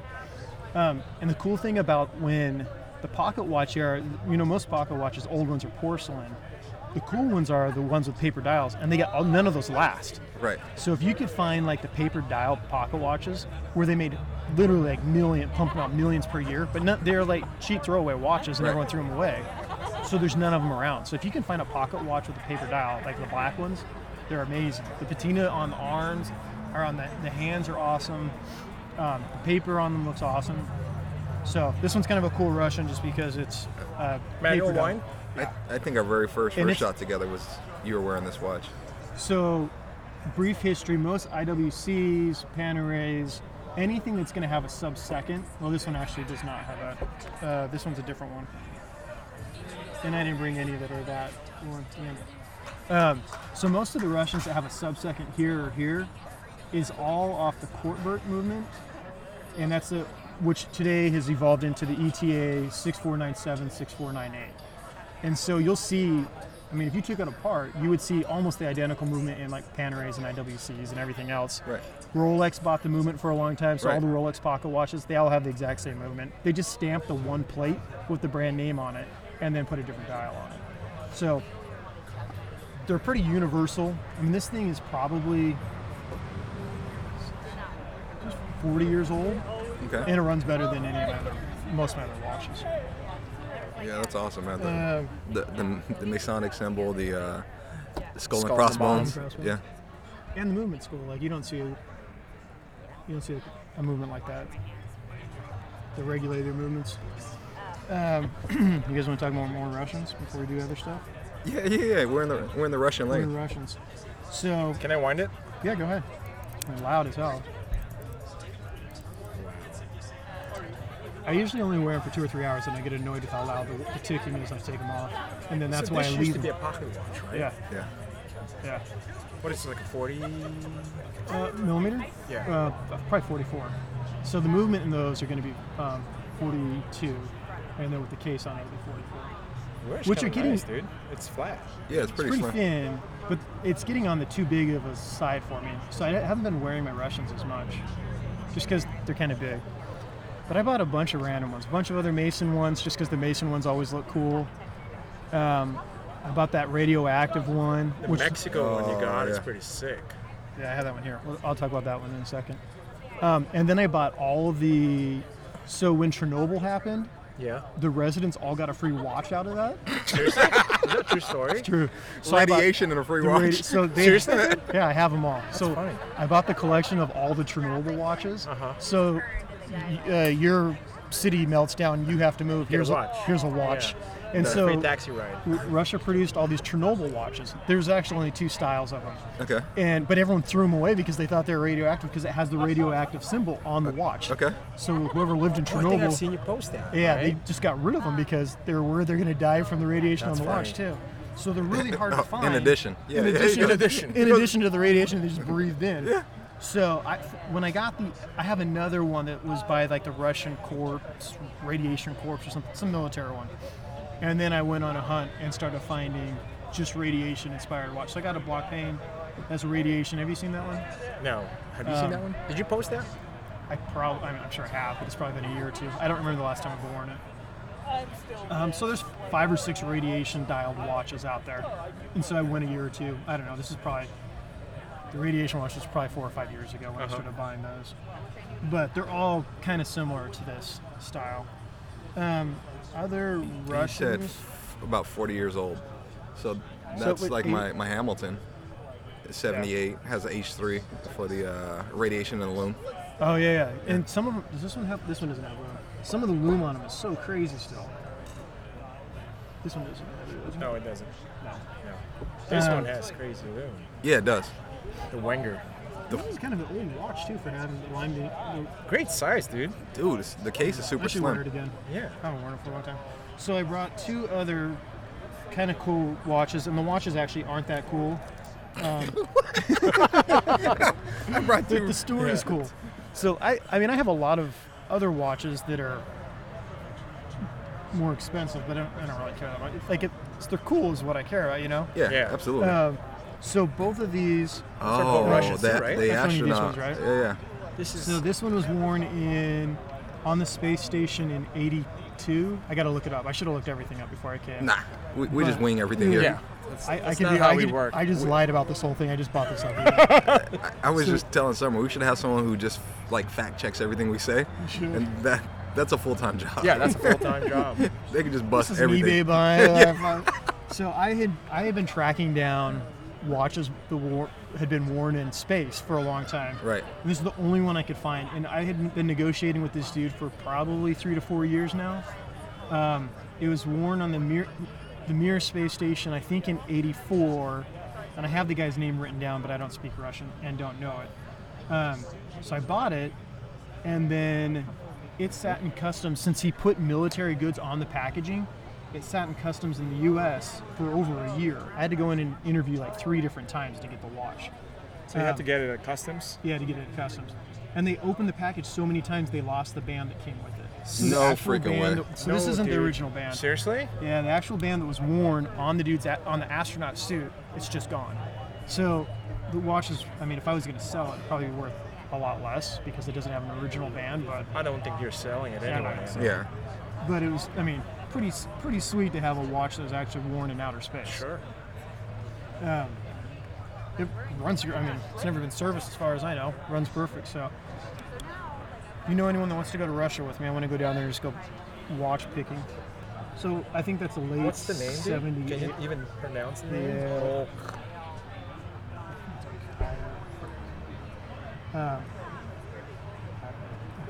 [SPEAKER 4] Um, and the cool thing about when The pocket watch era, you know, most pocket watches, old ones are porcelain. The cool ones are the ones with paper dials, and they got all, none of those last.
[SPEAKER 1] Right.
[SPEAKER 4] So if you could find like the paper dial pocket watches where they made literally like million pumping out millions per year, but not, they're like cheap throwaway watches and
[SPEAKER 1] Right.
[SPEAKER 4] everyone threw them away. So there's none of them around. So if you can find a pocket watch with a paper dial, like the black ones, they're amazing. The patina on the arms or on the, the hands are awesome. Um, the paper on them looks awesome. So this one's kind of a cool Russian just because it's uh,
[SPEAKER 3] Manual
[SPEAKER 4] paper dial.
[SPEAKER 3] wine?
[SPEAKER 1] I, I think our very first
[SPEAKER 4] And
[SPEAKER 1] first
[SPEAKER 4] it's-
[SPEAKER 1] shot together was you were wearing this watch.
[SPEAKER 4] So, brief history most IWCs, Panerays, anything that's going to have a sub second. Well, this one actually does not have a. Uh, this one's a different one. And I didn't bring any that are that one. Damn it. Um, so, most of the Russians that have a sub second here or here is all off the Kortberg movement. And that's the. Which today has evolved into the E ETA 6497, 6498. And so you'll see, I mean, if you took it apart, you would see almost the identical movement in like Panerays and IWCs and everything else.
[SPEAKER 1] Right.
[SPEAKER 4] Rolex bought the movement for a long time, so all
[SPEAKER 1] Right.
[SPEAKER 4] the Rolex pocket watches, they all have the exact same movement. They just stamped the one plate with the brand name on it and then put a different dial on it. So they're pretty universal. I mean, this thing is probably 40 years old
[SPEAKER 1] Okay.
[SPEAKER 4] and it runs better than any of my other, most of my other watches.
[SPEAKER 1] yeah, that's awesome, man. The,
[SPEAKER 4] Uh,
[SPEAKER 1] the, the, the Masonic symbol, the, uh, the skull, and
[SPEAKER 3] and
[SPEAKER 1] crossbones.
[SPEAKER 4] crossbones.
[SPEAKER 1] Yeah.
[SPEAKER 4] and the movement school. Like you don't see, you don't see a movement like that. The regulator movements. Um, you guys want to talk more more Russians before we do other stuff?
[SPEAKER 1] Yeah, yeah, yeah. We're in the we're in the Russian
[SPEAKER 4] More
[SPEAKER 1] lane.
[SPEAKER 4] Russians. So
[SPEAKER 3] Can I wind it?
[SPEAKER 4] yeah, go ahead. They're loud as hell. I usually only wear them for two or three hours, and I get annoyed with how loud the, the ticking is. I take them off, and then that's
[SPEAKER 3] so
[SPEAKER 4] why I
[SPEAKER 3] this
[SPEAKER 4] leave
[SPEAKER 3] used to be
[SPEAKER 4] them.
[SPEAKER 3] a pocket watch, right?
[SPEAKER 4] Yeah,
[SPEAKER 1] Yeah.
[SPEAKER 4] yeah.
[SPEAKER 3] What is it, like a 40?
[SPEAKER 4] Uh, millimeter?
[SPEAKER 3] Yeah.
[SPEAKER 4] Uh, probably 44. So the movement in those are going to be um, 42, and then with the case on it, it'll be 44.
[SPEAKER 3] Which
[SPEAKER 4] What you're getting-
[SPEAKER 3] nice, dude. It's flat.
[SPEAKER 1] Yeah, it's
[SPEAKER 4] It's
[SPEAKER 1] pretty,
[SPEAKER 4] pretty
[SPEAKER 1] slim.
[SPEAKER 4] thin, but it's getting on the too big of a side for me. So I haven't been wearing my Russians as much, just because they're kind of big. But I bought a bunch of random ones, a bunch of other Mason ones, just because the Mason ones always look cool. Um, I bought that radioactive one,
[SPEAKER 5] The
[SPEAKER 4] which
[SPEAKER 5] Mexico one
[SPEAKER 1] Oh,
[SPEAKER 5] you got is
[SPEAKER 1] yeah.
[SPEAKER 5] pretty sick.
[SPEAKER 4] Yeah, I have that one here. Well, I'll talk about that one in a second. Um, and then I bought all of the. So when Chernobyl happened,
[SPEAKER 5] Yeah.
[SPEAKER 4] the residents all got a free watch out of that.
[SPEAKER 5] Is that true story?
[SPEAKER 4] True. So I bought
[SPEAKER 1] Radiation and a free
[SPEAKER 4] the
[SPEAKER 1] watch.
[SPEAKER 4] radi- so they,
[SPEAKER 3] Seriously?
[SPEAKER 4] Yeah, I have them all. so
[SPEAKER 3] funny.
[SPEAKER 4] I bought the collection of all the Chernobyl watches.
[SPEAKER 5] Uh-huh.
[SPEAKER 4] So y- uh, your city melts down, you have to move.
[SPEAKER 5] Get a
[SPEAKER 4] Here's
[SPEAKER 5] watch.
[SPEAKER 4] here's a watch. And
[SPEAKER 5] It's a
[SPEAKER 4] so
[SPEAKER 5] free taxi ride.
[SPEAKER 4] R- Russia produced all these Chernobyl watches. There's actually only two styles of them.
[SPEAKER 1] Okay.
[SPEAKER 4] and but everyone threw them away because they thought they were radioactive because it has the radioactive symbol on the watch.
[SPEAKER 1] Okay.
[SPEAKER 4] So whoever lived in
[SPEAKER 3] Oh, I think I've
[SPEAKER 4] Chernobyl,
[SPEAKER 3] seen you post that.
[SPEAKER 4] yeah,
[SPEAKER 3] right?
[SPEAKER 4] they just got rid of them because they were worried they're going to die from the radiation
[SPEAKER 3] That's
[SPEAKER 4] on the Ah. watch too. So they're really hard to
[SPEAKER 1] Oh,
[SPEAKER 4] find.
[SPEAKER 1] in addition. Yeah,
[SPEAKER 4] in
[SPEAKER 1] yeah,
[SPEAKER 4] addition,
[SPEAKER 1] yeah.
[SPEAKER 3] In
[SPEAKER 4] in addition,
[SPEAKER 3] addition.
[SPEAKER 4] to the radiation they just breathed in. So I, when I got the, I have another one that was by like the Russian Corps, Radiation Corps or something, some military one. And then I went on a hunt and started finding just radiation inspired watch. So I got a block pane. That's radiation. Have you seen that one?
[SPEAKER 3] No. Have you
[SPEAKER 4] Um,
[SPEAKER 3] seen that one? Did you post that?
[SPEAKER 4] I probably, I mean, I'm sure I have, but it's probably been a year or two. I don't remember the last time I've worn it. Um, so there's five or six radiation dialed watches out there, and so I went a year or two. I don't know. This is probably the radiation watch was probably four or five years ago when I started buying those, but they're all kind of similar to this style. Um, other
[SPEAKER 1] You said
[SPEAKER 4] Russians.
[SPEAKER 1] f- about 40 years old. So that's
[SPEAKER 4] what,
[SPEAKER 1] like
[SPEAKER 4] eight-
[SPEAKER 1] my, my Hamilton. 78 has a H3 for the uh, radiation and the loom.
[SPEAKER 4] Oh yeah, yeah. And some of them. Does this one have? This one doesn't have loom. Some of the loom on them is so crazy still. This one doesn't. Have it, does it?
[SPEAKER 3] No, it doesn't.
[SPEAKER 4] No.
[SPEAKER 3] No. This
[SPEAKER 4] Um,
[SPEAKER 3] one has crazy room.
[SPEAKER 1] Yeah, it does.
[SPEAKER 3] The Wenger.
[SPEAKER 4] This is kind of an old watch too for having the lime date.
[SPEAKER 3] Great size, dude.
[SPEAKER 1] Dude, it's, the case is super
[SPEAKER 4] I should wear it
[SPEAKER 1] slim.
[SPEAKER 4] again.
[SPEAKER 3] Yeah.
[SPEAKER 4] I haven't worn it for a long time. So I brought two other kind of cool watches, and the watches actually aren't that cool. Um,
[SPEAKER 1] I brought
[SPEAKER 4] The, the story is cool. So I, I mean, I have a lot of other watches that are more expensive, but I don't, I don't really care that much. It's Like it, it's, they're cool is what I care about, you know.
[SPEAKER 1] Yeah,
[SPEAKER 3] Yeah.
[SPEAKER 1] absolutely.
[SPEAKER 4] Um, so both of these.
[SPEAKER 1] oh,
[SPEAKER 3] Russians too,
[SPEAKER 1] that,
[SPEAKER 3] right?
[SPEAKER 1] the
[SPEAKER 4] That's one of these
[SPEAKER 1] astronaut.
[SPEAKER 4] ones, right?
[SPEAKER 1] Yeah, yeah.
[SPEAKER 3] This is
[SPEAKER 4] So this one was worn in on the space station in '82. two. I gotta look it up. I should have looked everything up before I came.
[SPEAKER 1] Nah, we, we just
[SPEAKER 4] But-
[SPEAKER 1] wing everything here.
[SPEAKER 3] Yeah. That's,
[SPEAKER 4] I, I
[SPEAKER 3] that's
[SPEAKER 4] could
[SPEAKER 3] not
[SPEAKER 4] do,
[SPEAKER 3] how
[SPEAKER 4] I
[SPEAKER 3] we
[SPEAKER 4] could-
[SPEAKER 3] work.
[SPEAKER 4] I just lied about this whole thing. I just bought this on eBay.
[SPEAKER 1] I was just telling someone we should have someone who just like fact checks everything we say,
[SPEAKER 4] should.
[SPEAKER 1] and that that's a full time job.
[SPEAKER 3] yeah, that's a full time job.
[SPEAKER 1] they can just
[SPEAKER 4] this
[SPEAKER 1] bust
[SPEAKER 4] is an
[SPEAKER 1] everything.
[SPEAKER 4] eBay buy. So I had I had been tracking down watches the war had been worn in space for a long time.
[SPEAKER 1] Right.
[SPEAKER 4] And this is the only one I could find, and I had been negotiating with this dude for probably three to four years now. Um, it was worn on the Mir, the Mir space station, I think in '84, and I have the guy's name written down, but I don't speak Russian and don't know it. Um, so I bought it, and then it sat in customs since he put military goods on the packaging. It sat in customs in the U.S. for over a year. I had to go in and interview like three different times to get the watch.
[SPEAKER 3] So you have to get it at customs.
[SPEAKER 4] Yeah, to get it at customs. And they opened the package so many times they lost the band that came with it. So the
[SPEAKER 1] No
[SPEAKER 4] actual
[SPEAKER 1] freaking
[SPEAKER 4] band
[SPEAKER 1] way.
[SPEAKER 4] that- so this
[SPEAKER 3] No,
[SPEAKER 4] isn't the
[SPEAKER 3] dude.
[SPEAKER 4] original band.
[SPEAKER 3] Seriously?
[SPEAKER 4] Yeah, the actual band that was worn on the dude's a- on the astronaut suit, it's just gone. So the watch is. I mean, if I was going to sell it, it'd probably be worth a lot less because it doesn't have an original band. But
[SPEAKER 5] I don't think you're selling it
[SPEAKER 4] Yeah,
[SPEAKER 5] anyway.
[SPEAKER 4] no, it's-
[SPEAKER 1] Yeah.
[SPEAKER 4] but it was. I mean, pretty s- pretty sweet to have a watch that was actually worn in outer space.
[SPEAKER 5] Sure.
[SPEAKER 4] It runs. I mean, it's never been serviced as far as I know. Runs perfect. So, if you know anyone that wants to go to Russia with me, I want to go down there and just go watch picking. So I think that's a late
[SPEAKER 5] What's the name, dude? Can
[SPEAKER 4] 78.
[SPEAKER 5] you even pronounce the name?
[SPEAKER 4] Yeah.
[SPEAKER 5] Oh,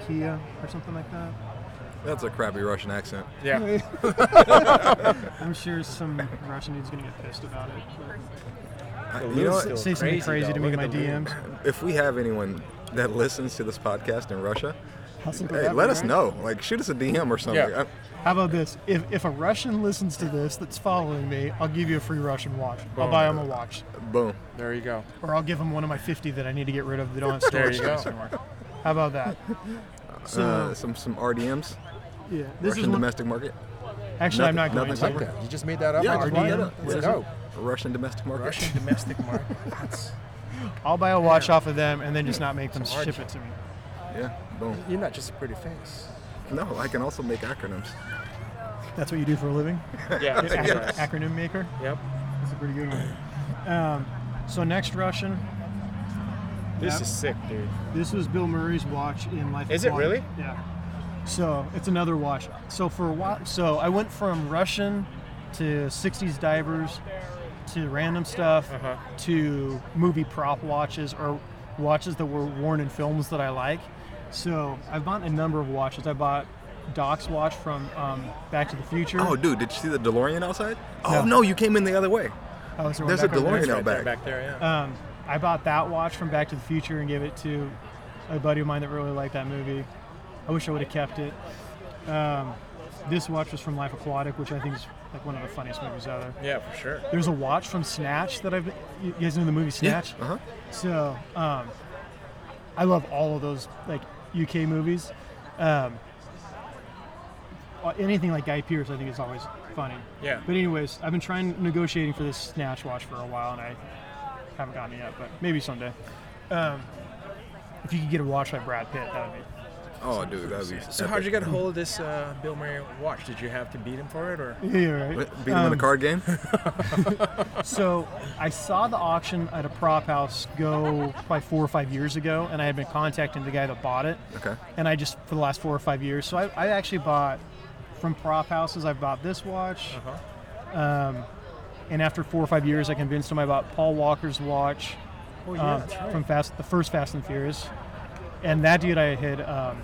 [SPEAKER 4] Kia or something like that.
[SPEAKER 1] That's a crappy Russian accent.
[SPEAKER 3] Yeah.
[SPEAKER 4] I'm sure some Russian dude's gonna get pissed about it.
[SPEAKER 1] I-
[SPEAKER 5] the
[SPEAKER 1] you know
[SPEAKER 5] loot's
[SPEAKER 1] what?
[SPEAKER 5] still
[SPEAKER 4] Say something crazy
[SPEAKER 5] though.
[SPEAKER 4] to me in
[SPEAKER 5] Look
[SPEAKER 4] my
[SPEAKER 5] at the loot.
[SPEAKER 4] DMs.
[SPEAKER 1] If we have anyone that listens to this podcast in Russia,
[SPEAKER 4] Hustle for
[SPEAKER 1] hey,
[SPEAKER 4] that
[SPEAKER 1] let
[SPEAKER 4] one,
[SPEAKER 1] us
[SPEAKER 4] right?
[SPEAKER 1] know. Like, shoot us a DM or something.
[SPEAKER 3] Yeah.
[SPEAKER 4] How about this? If, if a Russian listens to this that's following me, I'll give you a free Russian watch. I'll buy him a watch,
[SPEAKER 1] Uh, boom.
[SPEAKER 3] There you go.
[SPEAKER 4] or I'll give him one of my 50 that I need to get rid of that don't have storage
[SPEAKER 3] There you go.
[SPEAKER 4] space anymore. How about that? So
[SPEAKER 1] Uh, some some RDMs,
[SPEAKER 4] yeah, this
[SPEAKER 1] Russian
[SPEAKER 4] is one,
[SPEAKER 1] domestic market.
[SPEAKER 4] Actually, I'm not
[SPEAKER 1] Nothing-
[SPEAKER 4] going
[SPEAKER 1] nothing's
[SPEAKER 4] to.
[SPEAKER 1] like that.
[SPEAKER 3] You just made that up.
[SPEAKER 1] Yeah,
[SPEAKER 3] I just
[SPEAKER 4] RDM.
[SPEAKER 3] made that up.
[SPEAKER 4] What is
[SPEAKER 3] No.
[SPEAKER 1] Russian domestic market.
[SPEAKER 3] Russian domestic market. That's,
[SPEAKER 4] I'll buy a watch off of them and then just not make them ship it to me.
[SPEAKER 1] Yeah. Boom.
[SPEAKER 3] you're not just a pretty face.
[SPEAKER 1] No, I can also make acronyms.
[SPEAKER 4] That's what you do for a living?
[SPEAKER 5] Yeah. that's
[SPEAKER 4] Ac-
[SPEAKER 5] nice.
[SPEAKER 4] Acronym maker?
[SPEAKER 5] Yep.
[SPEAKER 4] That's a pretty good one. Um, so next Russian,
[SPEAKER 5] This
[SPEAKER 4] Yeah.
[SPEAKER 5] is sick, dude.
[SPEAKER 4] this was Bill Murray's watch in Life.
[SPEAKER 5] Is
[SPEAKER 4] of
[SPEAKER 5] it
[SPEAKER 4] Water.
[SPEAKER 5] really?
[SPEAKER 4] Yeah. So it's another watch. So for a while, so I went from Russian to '60s divers to random stuff
[SPEAKER 5] Uh-huh.
[SPEAKER 4] to movie prop watches or watches that were worn in films that I like. So I've bought a number of watches. I bought Doc's watch from um, Back to the Future.
[SPEAKER 1] Oh, dude, did you see the DeLorean outside? Oh
[SPEAKER 4] No.
[SPEAKER 1] no, you came in the other way.
[SPEAKER 4] Oh, so we're
[SPEAKER 1] there's
[SPEAKER 4] back
[SPEAKER 1] a
[SPEAKER 4] over there.
[SPEAKER 1] DeLorean out
[SPEAKER 5] Right there,
[SPEAKER 1] back.
[SPEAKER 5] back there, yeah.
[SPEAKER 4] Um, I bought that watch from Back to the Future and gave it to a buddy of mine that really liked that movie. I wish I would have kept it. Um, this watch was from Life Aquatic, which I think is like one of the funniest movies out there.
[SPEAKER 5] yeah, for sure.
[SPEAKER 4] There's a watch from Snatch that I've. You guys know the movie Snatch?
[SPEAKER 1] Uh-huh.
[SPEAKER 4] So um, I love all of those like UK movies. Um, uh, anything like Guy Pearce, I think is always funny.
[SPEAKER 5] Yeah.
[SPEAKER 4] But anyways, I've been trying negotiating for this snatch watch for a while, and I haven't gotten it yet, but maybe someday. Um, if you could get a watch by Brad Pitt, that would be.
[SPEAKER 1] Oh, dude, that'd be.
[SPEAKER 5] So how'd you get a hold of this uh, Bill Murray watch? Did you have to beat him for it, or
[SPEAKER 4] Yeah,
[SPEAKER 1] Beat
[SPEAKER 4] right.
[SPEAKER 1] him in a card game?
[SPEAKER 4] Um, So I saw the auction at a prop house go probably four or five years ago, and I had been contacting the guy that bought it.
[SPEAKER 1] Okay.
[SPEAKER 4] and I just for the last four or five years. So I, I actually bought from prop houses. I've bought this watch, um, and after four or five years, I convinced him I bought Paul Walker's watch
[SPEAKER 5] Oh,
[SPEAKER 4] um, from Fast, the first Fast and Furious, and that dude I had um,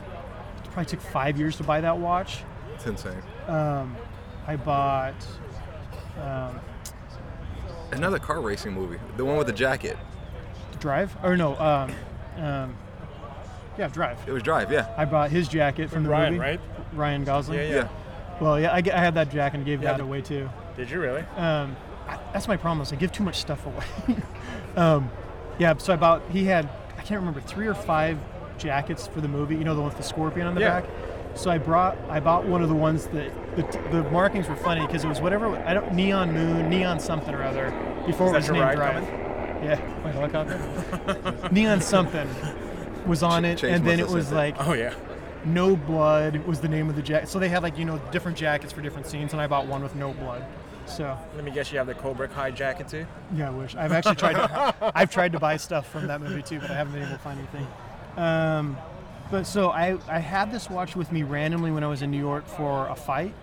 [SPEAKER 4] it probably took five years to buy that watch.
[SPEAKER 1] It's insane.
[SPEAKER 4] I bought
[SPEAKER 1] Another car racing movie. The one with the jacket.
[SPEAKER 4] Drive or no, um, um, yeah, Drive.
[SPEAKER 1] It was Drive, yeah.
[SPEAKER 4] I bought his jacket from the
[SPEAKER 5] Ryan,
[SPEAKER 4] movie,
[SPEAKER 5] right?
[SPEAKER 4] Ryan Gosling.
[SPEAKER 5] Yeah,
[SPEAKER 1] Yeah.
[SPEAKER 4] Well, yeah, I, g- I had that jacket and gave
[SPEAKER 5] Yeah,
[SPEAKER 4] that
[SPEAKER 5] the-
[SPEAKER 4] away too.
[SPEAKER 5] Did you really?
[SPEAKER 4] Um, I, that's my problem is I give too much stuff away. um, yeah, so about he had I can't remember three or five jackets for the movie. You know the one with the scorpion on the
[SPEAKER 5] Yeah.
[SPEAKER 4] back. So I brought I bought one of the ones that the, the markings were funny because it was whatever I don't neon moon neon something or other before it
[SPEAKER 5] that
[SPEAKER 4] was
[SPEAKER 5] your
[SPEAKER 4] named
[SPEAKER 5] ride
[SPEAKER 4] Drive. Yeah, my helicopter. neon something was on it,
[SPEAKER 1] Chase
[SPEAKER 4] and then it
[SPEAKER 1] must have
[SPEAKER 4] was
[SPEAKER 1] said
[SPEAKER 4] like
[SPEAKER 5] Oh yeah.
[SPEAKER 4] No Blood was the name of the jacket. So they had like you know different jackets for different scenes, and I bought one with No Blood. So
[SPEAKER 3] Let me guess, you have the Cobra Kai jacket too.
[SPEAKER 4] yeah, I wish. I've actually tried. To, I've tried to buy stuff from that movie too, but I haven't been able to find anything. Um, but so I, I had this watch with me randomly when I was in New York for a fight,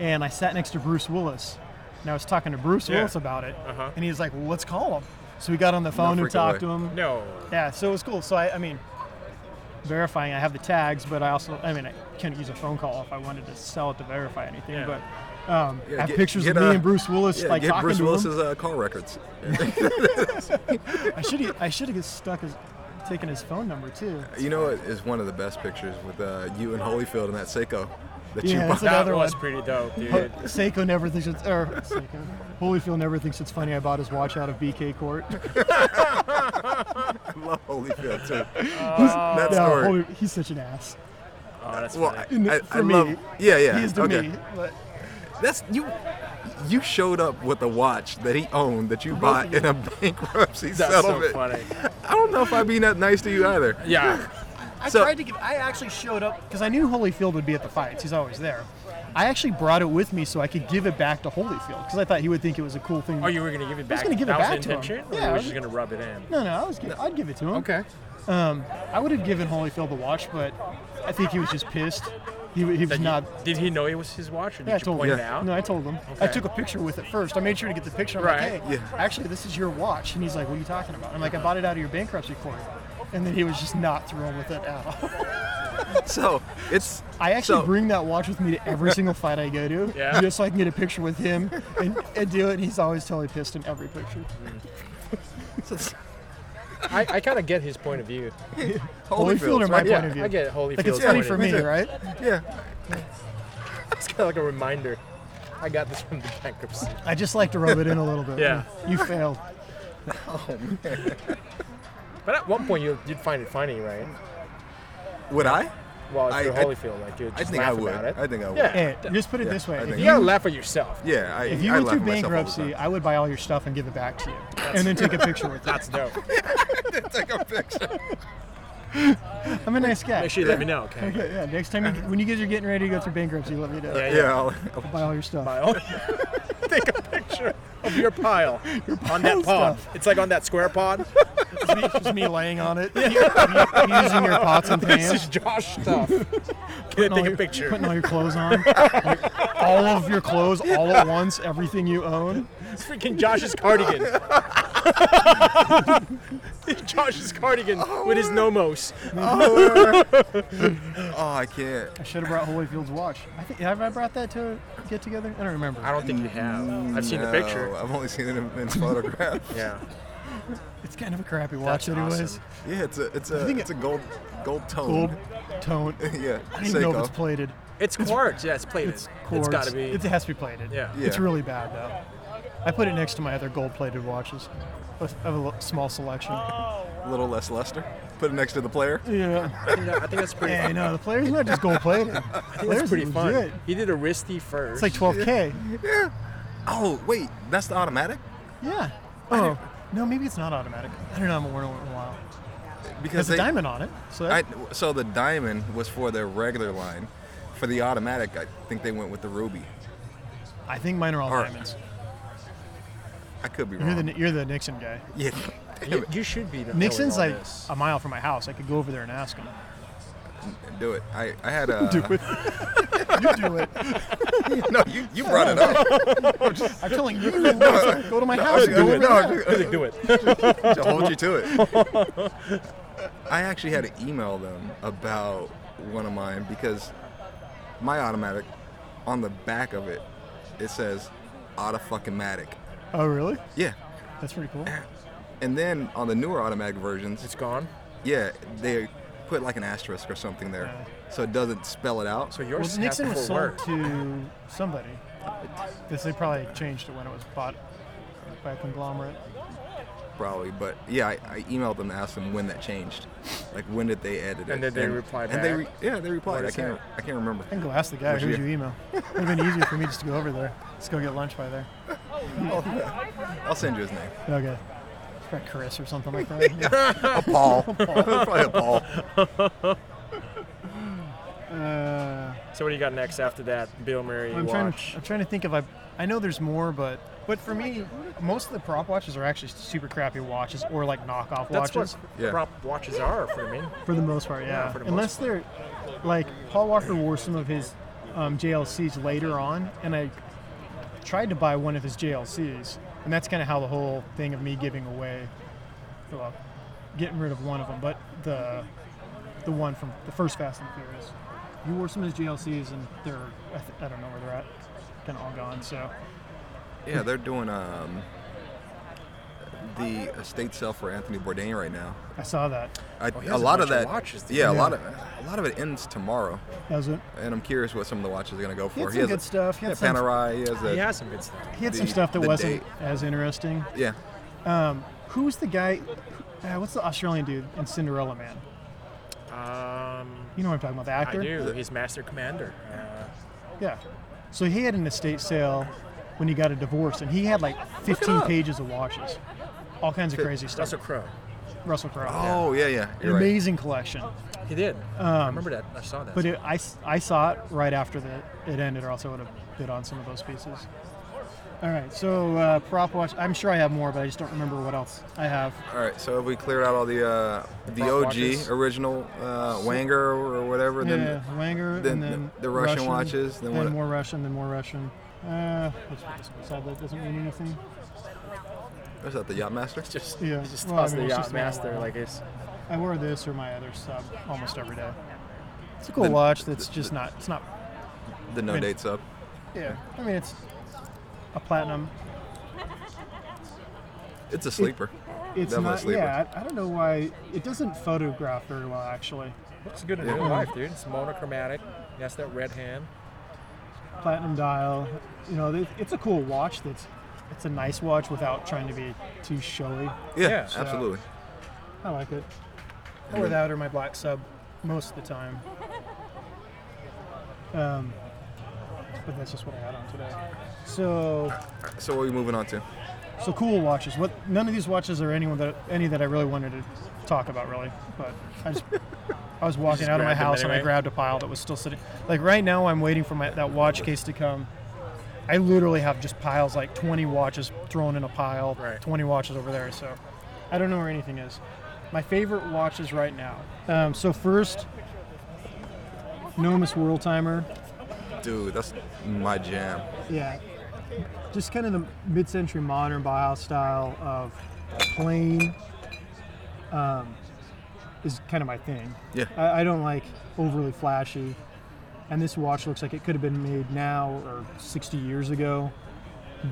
[SPEAKER 4] and I sat next to Bruce Willis, and I was talking to Bruce
[SPEAKER 3] Yeah.
[SPEAKER 4] Willis about it,
[SPEAKER 3] Uh-huh.
[SPEAKER 4] and he was like, well, "Let's call him." So we got on the phone and
[SPEAKER 1] freaking
[SPEAKER 4] talked
[SPEAKER 1] way.
[SPEAKER 4] to him.
[SPEAKER 3] No.
[SPEAKER 4] Yeah, so it was cool. So I, I mean, verifying I have the tags, but I also, I mean, I couldn't use a phone call if I wanted to sell it to verify anything.
[SPEAKER 3] Yeah.
[SPEAKER 4] But um,
[SPEAKER 1] Yeah,
[SPEAKER 4] I have
[SPEAKER 1] get-
[SPEAKER 4] pictures
[SPEAKER 1] get,
[SPEAKER 4] of me
[SPEAKER 1] uh,
[SPEAKER 4] and Bruce Willis
[SPEAKER 1] Yeah,
[SPEAKER 4] like
[SPEAKER 1] get
[SPEAKER 4] talking
[SPEAKER 1] Bruce
[SPEAKER 4] to him.
[SPEAKER 1] Willis's uh, car records.
[SPEAKER 4] I should I should have stuck his taken his phone number too.
[SPEAKER 1] You know, it is one of the best pictures with uh, you and Holyfield in that Seiko that
[SPEAKER 4] Yeah,
[SPEAKER 1] you
[SPEAKER 4] that's
[SPEAKER 1] bought.
[SPEAKER 4] The
[SPEAKER 3] That
[SPEAKER 4] other
[SPEAKER 3] was
[SPEAKER 4] one.
[SPEAKER 3] pretty dope,
[SPEAKER 4] Ho-
[SPEAKER 3] dude.
[SPEAKER 4] Uh, Seiko never thinks it's or Seiko. Holyfield never thinks it's funny I bought his watch out of BK Court.
[SPEAKER 1] I love Holyfield too.
[SPEAKER 4] He's-
[SPEAKER 1] That
[SPEAKER 4] no,
[SPEAKER 1] story.
[SPEAKER 4] Holy, he's such an ass.
[SPEAKER 3] Oh, that's
[SPEAKER 1] Well,
[SPEAKER 3] funny.
[SPEAKER 4] In-
[SPEAKER 1] I, I,
[SPEAKER 4] for
[SPEAKER 1] I love.
[SPEAKER 4] me,
[SPEAKER 1] Yeah, yeah.
[SPEAKER 4] He is to
[SPEAKER 1] okay.
[SPEAKER 4] me. but-
[SPEAKER 1] That's you. You showed up with a watch that he owned that you bought in a bankruptcy
[SPEAKER 3] That's so
[SPEAKER 1] settlement.
[SPEAKER 3] funny.
[SPEAKER 1] I don't know if I'd be that nice to you either.
[SPEAKER 3] Yeah.
[SPEAKER 4] I
[SPEAKER 1] So-
[SPEAKER 4] tried to give. I actually showed up because I knew Holyfield would be at the fights. He's always there. I actually brought it with me so I could give it back to Holyfield because I thought he would think it was a cool thing.
[SPEAKER 3] Oh, you were gonna give it back.
[SPEAKER 4] was gonna give it
[SPEAKER 3] that
[SPEAKER 4] back
[SPEAKER 3] was
[SPEAKER 4] to
[SPEAKER 3] the
[SPEAKER 4] him.
[SPEAKER 3] intention, or
[SPEAKER 4] Yeah,
[SPEAKER 3] you
[SPEAKER 4] I
[SPEAKER 3] were
[SPEAKER 4] was-
[SPEAKER 3] just gonna rub it in.
[SPEAKER 4] No, no, I was. Give, I'd give it to him. I would have given Holyfield the watch, but I think he was just pissed. He, he was
[SPEAKER 3] Did he,
[SPEAKER 4] not.
[SPEAKER 3] did he know it was his watch, or did
[SPEAKER 4] Yeah, I
[SPEAKER 3] you
[SPEAKER 4] told
[SPEAKER 3] point
[SPEAKER 4] him.
[SPEAKER 3] it out?
[SPEAKER 4] No, I told him. I
[SPEAKER 3] Okay.
[SPEAKER 4] took a picture with it first. I made sure to get the picture. I'm
[SPEAKER 3] Right.
[SPEAKER 4] like, hey,
[SPEAKER 1] Yeah.
[SPEAKER 4] actually, this is your watch. And he's like, what are you talking about? I'm like, I bought it out of your bankruptcy court. And then he was just not thrilled with it at all.
[SPEAKER 1] So it's.
[SPEAKER 4] I actually
[SPEAKER 1] so,
[SPEAKER 4] bring that watch with me to every single fight I go to,
[SPEAKER 3] Yeah.
[SPEAKER 4] just so I can get a picture with him and, and do it. And he's always totally pissed in every picture.
[SPEAKER 3] I, I kind of get his point of view.
[SPEAKER 4] Holyfield or
[SPEAKER 1] Holyfield's right?
[SPEAKER 4] my point
[SPEAKER 3] Yeah,
[SPEAKER 4] of view.
[SPEAKER 3] I get Holyfield's
[SPEAKER 4] Like it's funny
[SPEAKER 3] point
[SPEAKER 4] for
[SPEAKER 3] of
[SPEAKER 4] me,
[SPEAKER 3] view.
[SPEAKER 4] right?
[SPEAKER 1] Yeah.
[SPEAKER 3] It's kind of like a reminder. I got this from the bankruptcy.
[SPEAKER 4] I just like to rub it in a little bit.
[SPEAKER 3] Yeah.
[SPEAKER 4] you failed.
[SPEAKER 3] But at one point, you did find it funny, right?
[SPEAKER 1] Would I?
[SPEAKER 3] Well, if
[SPEAKER 1] I-
[SPEAKER 3] you're
[SPEAKER 1] I-
[SPEAKER 3] Holyfield, like you just
[SPEAKER 1] I think
[SPEAKER 3] laugh
[SPEAKER 1] I would.
[SPEAKER 3] about it.
[SPEAKER 1] I think I would.
[SPEAKER 3] Yeah.
[SPEAKER 4] Hey, just put it this way:
[SPEAKER 1] I
[SPEAKER 4] if
[SPEAKER 1] think-
[SPEAKER 3] you
[SPEAKER 4] you,
[SPEAKER 3] gotta laugh at yourself.
[SPEAKER 1] Yeah. I,
[SPEAKER 4] if you
[SPEAKER 1] I laugh at
[SPEAKER 4] went through
[SPEAKER 1] myself all the
[SPEAKER 4] bankruptcy, I would buy all your stuff and give it back to you, and then take a picture with it.
[SPEAKER 3] That's dope.
[SPEAKER 1] time. Take a picture.
[SPEAKER 4] I'm a nice guy.
[SPEAKER 3] Make sure you let me know, okay?
[SPEAKER 4] Yeah, yeah, next time you, when you guys are getting ready to go through bankruptcy, let me know.
[SPEAKER 3] Yeah,
[SPEAKER 1] Yeah. I'll,
[SPEAKER 4] I'll buy all your stuff.
[SPEAKER 3] Pile. Take a picture of your pile on that
[SPEAKER 4] pile
[SPEAKER 3] pod.
[SPEAKER 4] stuff.
[SPEAKER 3] It's like on that square pod.
[SPEAKER 4] It's me, it's me laying on it, using your pots and pans.
[SPEAKER 3] This is Josh stuff. Can I
[SPEAKER 4] all
[SPEAKER 3] take a
[SPEAKER 4] your-
[SPEAKER 3] picture?
[SPEAKER 4] Putting all your clothes on, like, all of your clothes all at once, everything you own.
[SPEAKER 3] It's freaking Josh's cardigan. Josh's cardigan with his nomos.
[SPEAKER 1] oh, I can't.
[SPEAKER 4] I should have brought Holyfield's watch. I think have I brought that to a get together? I don't remember.
[SPEAKER 3] I don't think you have. I've seen the
[SPEAKER 1] No,
[SPEAKER 3] picture.
[SPEAKER 1] I've only seen it in, in photograph.
[SPEAKER 3] Yeah.
[SPEAKER 4] It's kind of a crappy watch,
[SPEAKER 3] That's
[SPEAKER 4] anyways.
[SPEAKER 3] awesome.
[SPEAKER 1] yeah, it's a it's a
[SPEAKER 4] think
[SPEAKER 1] it's a gold gold tone.
[SPEAKER 4] Gold tone.
[SPEAKER 1] yeah.
[SPEAKER 4] I don't even know if it's
[SPEAKER 1] Seiko.
[SPEAKER 4] plated.
[SPEAKER 3] It's quartz. Yeah, it's plated.
[SPEAKER 4] It's
[SPEAKER 3] it's
[SPEAKER 4] quartz.
[SPEAKER 3] got to be.
[SPEAKER 4] It has to be plated.
[SPEAKER 3] Yeah.
[SPEAKER 1] Yeah.
[SPEAKER 4] It's really bad though. I put it next to my other gold-plated watches. I have a lo- small selection.
[SPEAKER 1] a little less luster. Put it next to the player.
[SPEAKER 4] Yeah.
[SPEAKER 3] I, think that- I think that's pretty.
[SPEAKER 4] Hey,
[SPEAKER 3] fun.
[SPEAKER 4] no, the player's not just gold-plated.
[SPEAKER 3] I think that's pretty fun.
[SPEAKER 4] legit.
[SPEAKER 3] He did a wristy first.
[SPEAKER 4] It's like 12k.
[SPEAKER 1] Oh wait, that's the automatic.
[SPEAKER 4] Yeah. Oh. No, maybe it's not automatic. I don't know. I haven't worn it in a while.
[SPEAKER 1] Because
[SPEAKER 4] There's a
[SPEAKER 1] they,
[SPEAKER 4] diamond on it. So
[SPEAKER 1] I,
[SPEAKER 4] that,
[SPEAKER 1] so the diamond was for their regular line. For the automatic, I think they went with the ruby.
[SPEAKER 4] I, think mine are all
[SPEAKER 1] All right.
[SPEAKER 4] diamonds.
[SPEAKER 1] I could be
[SPEAKER 4] You're
[SPEAKER 1] wrong.
[SPEAKER 4] the, you're the Nixon guy.
[SPEAKER 1] yeah.
[SPEAKER 3] you, you should be. the-
[SPEAKER 4] Nixon's
[SPEAKER 3] knowing
[SPEAKER 4] like
[SPEAKER 3] all this.
[SPEAKER 4] a mile from my house. I could go over there and ask him.
[SPEAKER 1] Do it. I, I had a.
[SPEAKER 4] Do it. you do it.
[SPEAKER 1] No, you, you brought it up.
[SPEAKER 4] I'm telling you. Go to my house. and Go over there.
[SPEAKER 1] no,
[SPEAKER 3] do it.
[SPEAKER 1] I'll hold you to it. I actually had to email them about one of mine because my automatic on the back of it it says auto fucking matic.
[SPEAKER 4] Oh, really?
[SPEAKER 1] Yeah.
[SPEAKER 4] That's pretty cool.
[SPEAKER 1] And then on the newer automatic versions,
[SPEAKER 3] It's gone.
[SPEAKER 1] yeah, they put like an asterisk or something there. So it doesn't spell it out.
[SPEAKER 3] So yours
[SPEAKER 4] Well,
[SPEAKER 3] has
[SPEAKER 4] Nixon was
[SPEAKER 3] four
[SPEAKER 4] sold
[SPEAKER 3] words.
[SPEAKER 4] to somebody. This they probably changed it when it was bought by a conglomerate.
[SPEAKER 1] Probably, but yeah, I, I emailed them to ask them when that changed. Like when did they edit it?
[SPEAKER 3] And did they reply
[SPEAKER 1] And they re-
[SPEAKER 3] back?
[SPEAKER 1] yeah, they replied.
[SPEAKER 3] What
[SPEAKER 1] I
[SPEAKER 3] is
[SPEAKER 1] can't
[SPEAKER 3] that?
[SPEAKER 1] I can't remember.
[SPEAKER 4] I can go ask the guy
[SPEAKER 1] Would
[SPEAKER 4] who'd
[SPEAKER 1] you?
[SPEAKER 4] you email. It would have been easier for me just to go over there. Let's go get lunch by there.
[SPEAKER 1] I'll send you his name.
[SPEAKER 4] Okay. It's probably Chris or something like that.
[SPEAKER 1] Paul. Probably a Paul.
[SPEAKER 4] Uh,
[SPEAKER 5] So what do you got next after that? Bill Murray
[SPEAKER 4] I'm trying.
[SPEAKER 5] watch.
[SPEAKER 4] To, I'm trying to think if I. I know there's more, but but for me, most of the prop watches are actually super crappy watches or like knockoff
[SPEAKER 5] That's
[SPEAKER 4] watches.
[SPEAKER 5] what
[SPEAKER 1] Yeah.
[SPEAKER 5] prop watches are for me.
[SPEAKER 4] For the most part, yeah.
[SPEAKER 5] for the most
[SPEAKER 4] Unless they're like Paul Walker wore some of his um, JLCs later on, and I tried to buy one of his JLCs, and that's kind of how the whole thing of me giving away, well, getting rid of one of them, but the the one from the first Fast and Furious. You wore some of his JLCs, and they're I, th- I don't know where they're at, kind of all gone. So
[SPEAKER 1] Yeah, they're doing um, the estate sale for Anthony Bourdain right now.
[SPEAKER 4] I saw that.
[SPEAKER 1] I,
[SPEAKER 3] he
[SPEAKER 1] a
[SPEAKER 3] has a
[SPEAKER 1] lot
[SPEAKER 3] bunch
[SPEAKER 1] of
[SPEAKER 3] of
[SPEAKER 1] that.
[SPEAKER 3] watches, dude.
[SPEAKER 1] yeah, a
[SPEAKER 4] Yeah.
[SPEAKER 1] lot of a lot of it ends tomorrow,
[SPEAKER 4] That was it.
[SPEAKER 1] and I'm curious what some of the watches are gonna go
[SPEAKER 4] He
[SPEAKER 1] for.
[SPEAKER 4] had some good stuff. He
[SPEAKER 1] Yeah,
[SPEAKER 4] had, some,
[SPEAKER 1] Panerai. He has a
[SPEAKER 5] He has some good stuff.
[SPEAKER 4] he had some
[SPEAKER 1] the-
[SPEAKER 4] stuff that
[SPEAKER 1] the
[SPEAKER 4] wasn't
[SPEAKER 1] date.
[SPEAKER 4] as interesting.
[SPEAKER 1] yeah.
[SPEAKER 4] Who's the guy? Uh, what's the Australian dude in Cinderella Man?
[SPEAKER 5] Um,
[SPEAKER 4] You know what I'm talking about, the
[SPEAKER 5] I
[SPEAKER 4] actor.
[SPEAKER 5] do. He's Master Commander. Uh,
[SPEAKER 4] Yeah. So he had an estate sale when he got a divorce, and he had like 15
[SPEAKER 1] up.
[SPEAKER 4] pages of watches, all kinds of crazy stuff.
[SPEAKER 5] Russell Crowe.
[SPEAKER 4] Russell Crowe.
[SPEAKER 1] Oh yeah, yeah.
[SPEAKER 4] An
[SPEAKER 1] You're right.
[SPEAKER 4] amazing collection.
[SPEAKER 5] He did. I remember that. I saw that.
[SPEAKER 4] But it, I, s- I saw it right after the, it ended, or else I would have bid on some of those pieces. All right, so uh, prop watch. I'm sure I have more, but I just don't remember what else I have.
[SPEAKER 1] All right, so have we cleared out all the uh, the
[SPEAKER 5] prop
[SPEAKER 1] OG
[SPEAKER 5] watches?
[SPEAKER 1] original uh, Wanger or whatever?
[SPEAKER 4] yeah, Wanger,
[SPEAKER 1] then
[SPEAKER 4] and then
[SPEAKER 1] the Russian watches, then
[SPEAKER 4] then,
[SPEAKER 1] what- e-
[SPEAKER 4] more Russian, then more Russian. Uh, let's put this one aside. That doesn't mean anything.
[SPEAKER 1] Is that the Yachtmaster?
[SPEAKER 5] just,
[SPEAKER 4] Yeah.
[SPEAKER 5] he just
[SPEAKER 4] Well, I
[SPEAKER 5] tossed
[SPEAKER 4] mean,
[SPEAKER 5] the
[SPEAKER 4] it's
[SPEAKER 5] yacht
[SPEAKER 4] just not
[SPEAKER 5] master
[SPEAKER 4] allowed.
[SPEAKER 5] like it's.
[SPEAKER 4] I wear this or my other sub almost every day. It's a cool
[SPEAKER 1] Then-
[SPEAKER 4] watch that's just not, it's not,
[SPEAKER 1] The no
[SPEAKER 4] Wait.
[SPEAKER 1] date sub.
[SPEAKER 4] yeah. I mean, it's a platinum.
[SPEAKER 1] It's a sleeper.
[SPEAKER 4] It's
[SPEAKER 1] Definitely
[SPEAKER 4] not,
[SPEAKER 1] sleeper.
[SPEAKER 4] yeah, I, I don't know why, it doesn't photograph very well, actually.
[SPEAKER 5] Looks good in real life, dude. It's monochromatic. That's that red hand.
[SPEAKER 4] Platinum dial, you know, it- it's a cool watch that's, it's a nice watch without trying to be too showy.
[SPEAKER 1] Yeah,
[SPEAKER 5] Yeah, so-
[SPEAKER 1] absolutely.
[SPEAKER 4] I like it. I wear that or my black sub most of the time. Um, but that's just what I had on today. So
[SPEAKER 1] So what are we moving on to?
[SPEAKER 4] So cool watches. What? None of these watches are anyone that any that I really wanted to talk about really. But I just I was walking out of my
[SPEAKER 5] grabbed them
[SPEAKER 4] house and I
[SPEAKER 5] anyway?
[SPEAKER 4] grabbed a pile that was still sitting. Like right now, I'm waiting for my, that watch case to come. I literally have just piles like 20 watches thrown in a pile.
[SPEAKER 5] Right.
[SPEAKER 4] 20 watches over there. So I don't know where anything is. My favorite watches right now. Um, so first, Nomus World Timer.
[SPEAKER 1] Dude, that's my jam.
[SPEAKER 4] Yeah. Just kind of the mid century modern Bauhaus style of plain um, is kind of my thing.
[SPEAKER 1] Yeah.
[SPEAKER 4] I, I don't like overly flashy. And this watch looks like it could have been made now or 60 years ago.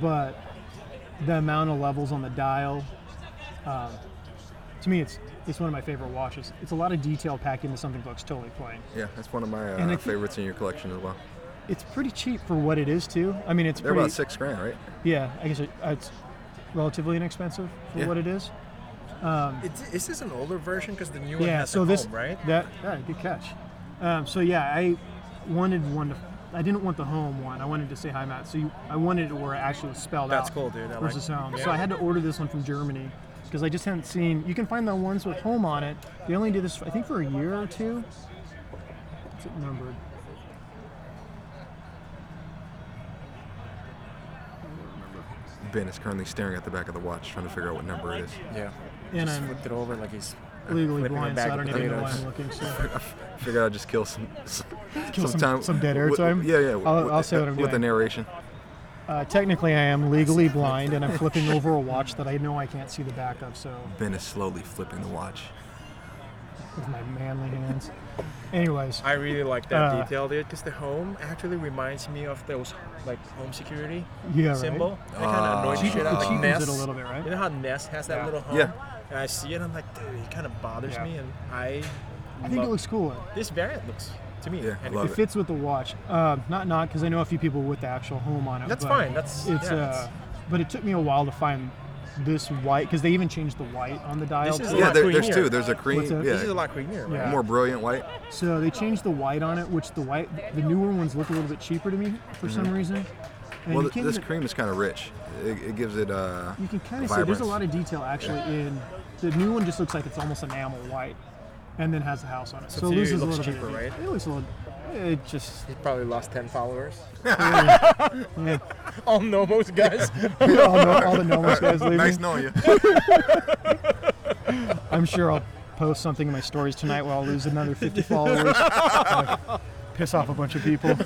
[SPEAKER 4] But the amount of levels on the dial, um, to me, it's, it's one of my favorite watches. It's a lot of detail packed into something that looks totally plain.
[SPEAKER 1] Yeah, that's one of my uh,
[SPEAKER 4] And I think-
[SPEAKER 1] favorites in your collection as well.
[SPEAKER 4] It's pretty cheap for what it is, too. I mean, it's
[SPEAKER 1] They're
[SPEAKER 4] pretty,
[SPEAKER 1] about six grand, right?
[SPEAKER 4] Yeah, I guess it, uh, it's relatively inexpensive for
[SPEAKER 1] Yeah.
[SPEAKER 4] what it is.
[SPEAKER 3] It's, is this an older version? Because the new one
[SPEAKER 4] yeah,
[SPEAKER 3] has
[SPEAKER 4] so
[SPEAKER 3] a
[SPEAKER 4] this
[SPEAKER 3] home, right?
[SPEAKER 4] that yeah, good catch. Um, so yeah, I wanted one to. I didn't want the home one. I wanted to say hi, Matt. So you, I wanted it where it actually was spelled
[SPEAKER 3] That's
[SPEAKER 4] out.
[SPEAKER 3] cool, dude. I like-
[SPEAKER 4] versus home. So I had to order this one from Germany because I just hadn't seen. You can find the ones with home on it. They only do this, I think, for a year or two. What's it numbered?
[SPEAKER 1] Ben is currently staring at the back of the watch, trying to figure out what number it is.
[SPEAKER 3] Yeah.
[SPEAKER 4] And
[SPEAKER 3] Just
[SPEAKER 4] I'm
[SPEAKER 3] flipped it over like he's
[SPEAKER 4] legally
[SPEAKER 3] flipping a
[SPEAKER 4] blind, so
[SPEAKER 3] bag
[SPEAKER 4] I
[SPEAKER 3] of
[SPEAKER 4] don't even know why
[SPEAKER 3] potatoes.
[SPEAKER 4] I'm looking. So.
[SPEAKER 1] Figure out just kill some, some
[SPEAKER 4] Kill some-
[SPEAKER 1] time-
[SPEAKER 4] some dead air
[SPEAKER 1] with-
[SPEAKER 4] time?
[SPEAKER 1] Yeah, yeah.
[SPEAKER 4] I'll- I'll say what I'm
[SPEAKER 1] with the
[SPEAKER 4] doing.
[SPEAKER 1] narration.
[SPEAKER 4] Uh, technically, I am legally blind, and I'm flipping over a watch that I know I can't see the back of. So
[SPEAKER 1] Ben is slowly flipping the watch.
[SPEAKER 4] with my manly hands. Anyways,
[SPEAKER 5] I really like that
[SPEAKER 4] Uh,
[SPEAKER 5] detail, dude, because the home actually reminds me of those like home security
[SPEAKER 4] yeah, right.
[SPEAKER 5] symbol. That kind
[SPEAKER 1] Ah.
[SPEAKER 5] of annoys the shit out
[SPEAKER 4] It
[SPEAKER 5] of like
[SPEAKER 4] cheapens
[SPEAKER 5] Nest.
[SPEAKER 4] it a little bit, right?
[SPEAKER 5] You know how Nest has that
[SPEAKER 4] Yeah.
[SPEAKER 5] little home?
[SPEAKER 1] Yeah.
[SPEAKER 5] And I see it, I'm like, dude, it kind of bothers
[SPEAKER 4] Yeah.
[SPEAKER 5] me, and I.
[SPEAKER 4] I think it
[SPEAKER 5] love-
[SPEAKER 4] looks cooler.
[SPEAKER 5] This variant looks to me.
[SPEAKER 1] Yeah,
[SPEAKER 5] and
[SPEAKER 1] love
[SPEAKER 4] It
[SPEAKER 1] it.
[SPEAKER 4] fits with the watch. Uh, not not because I know a few people with the actual home on it.
[SPEAKER 5] That's
[SPEAKER 4] but
[SPEAKER 5] fine. That's
[SPEAKER 4] It's
[SPEAKER 5] yeah,
[SPEAKER 4] uh, but it took me a while to find this white because they even changed the white on the dial.
[SPEAKER 5] This is
[SPEAKER 4] too.
[SPEAKER 5] a
[SPEAKER 1] Yeah,
[SPEAKER 5] lot
[SPEAKER 1] there, there's
[SPEAKER 5] creamier.
[SPEAKER 1] two. There's a cream.
[SPEAKER 4] What's that?
[SPEAKER 1] Yeah,
[SPEAKER 5] This is a lot creamier, right?
[SPEAKER 4] Yeah.
[SPEAKER 1] more brilliant white.
[SPEAKER 4] So they changed the white on it, which the white the newer ones look a little bit cheaper to me for
[SPEAKER 5] Mm-hmm.
[SPEAKER 4] some reason. And
[SPEAKER 1] Well,
[SPEAKER 4] you
[SPEAKER 1] th-
[SPEAKER 4] can't
[SPEAKER 1] this
[SPEAKER 4] even-
[SPEAKER 1] cream is kind of rich. It, it gives it uh,
[SPEAKER 4] You can kind of see
[SPEAKER 1] vibrance.
[SPEAKER 4] there's a lot of detail actually in the new one. Just looks like it's almost enamel white, and then has the house on it, so,
[SPEAKER 5] to
[SPEAKER 4] it
[SPEAKER 5] you,
[SPEAKER 4] loses
[SPEAKER 5] it
[SPEAKER 4] a
[SPEAKER 5] looks
[SPEAKER 4] little
[SPEAKER 5] cheaper,
[SPEAKER 4] bit. of-
[SPEAKER 5] right?
[SPEAKER 4] It looks a little. It just
[SPEAKER 3] He's probably lost 10 followers. All nomos, guys.
[SPEAKER 4] all, the- all the normal guys leaving.
[SPEAKER 1] nice knowing you.
[SPEAKER 4] I'm sure I'll post something in my stories tonight where I'll lose another 50 followers. Uh, piss off a bunch of people.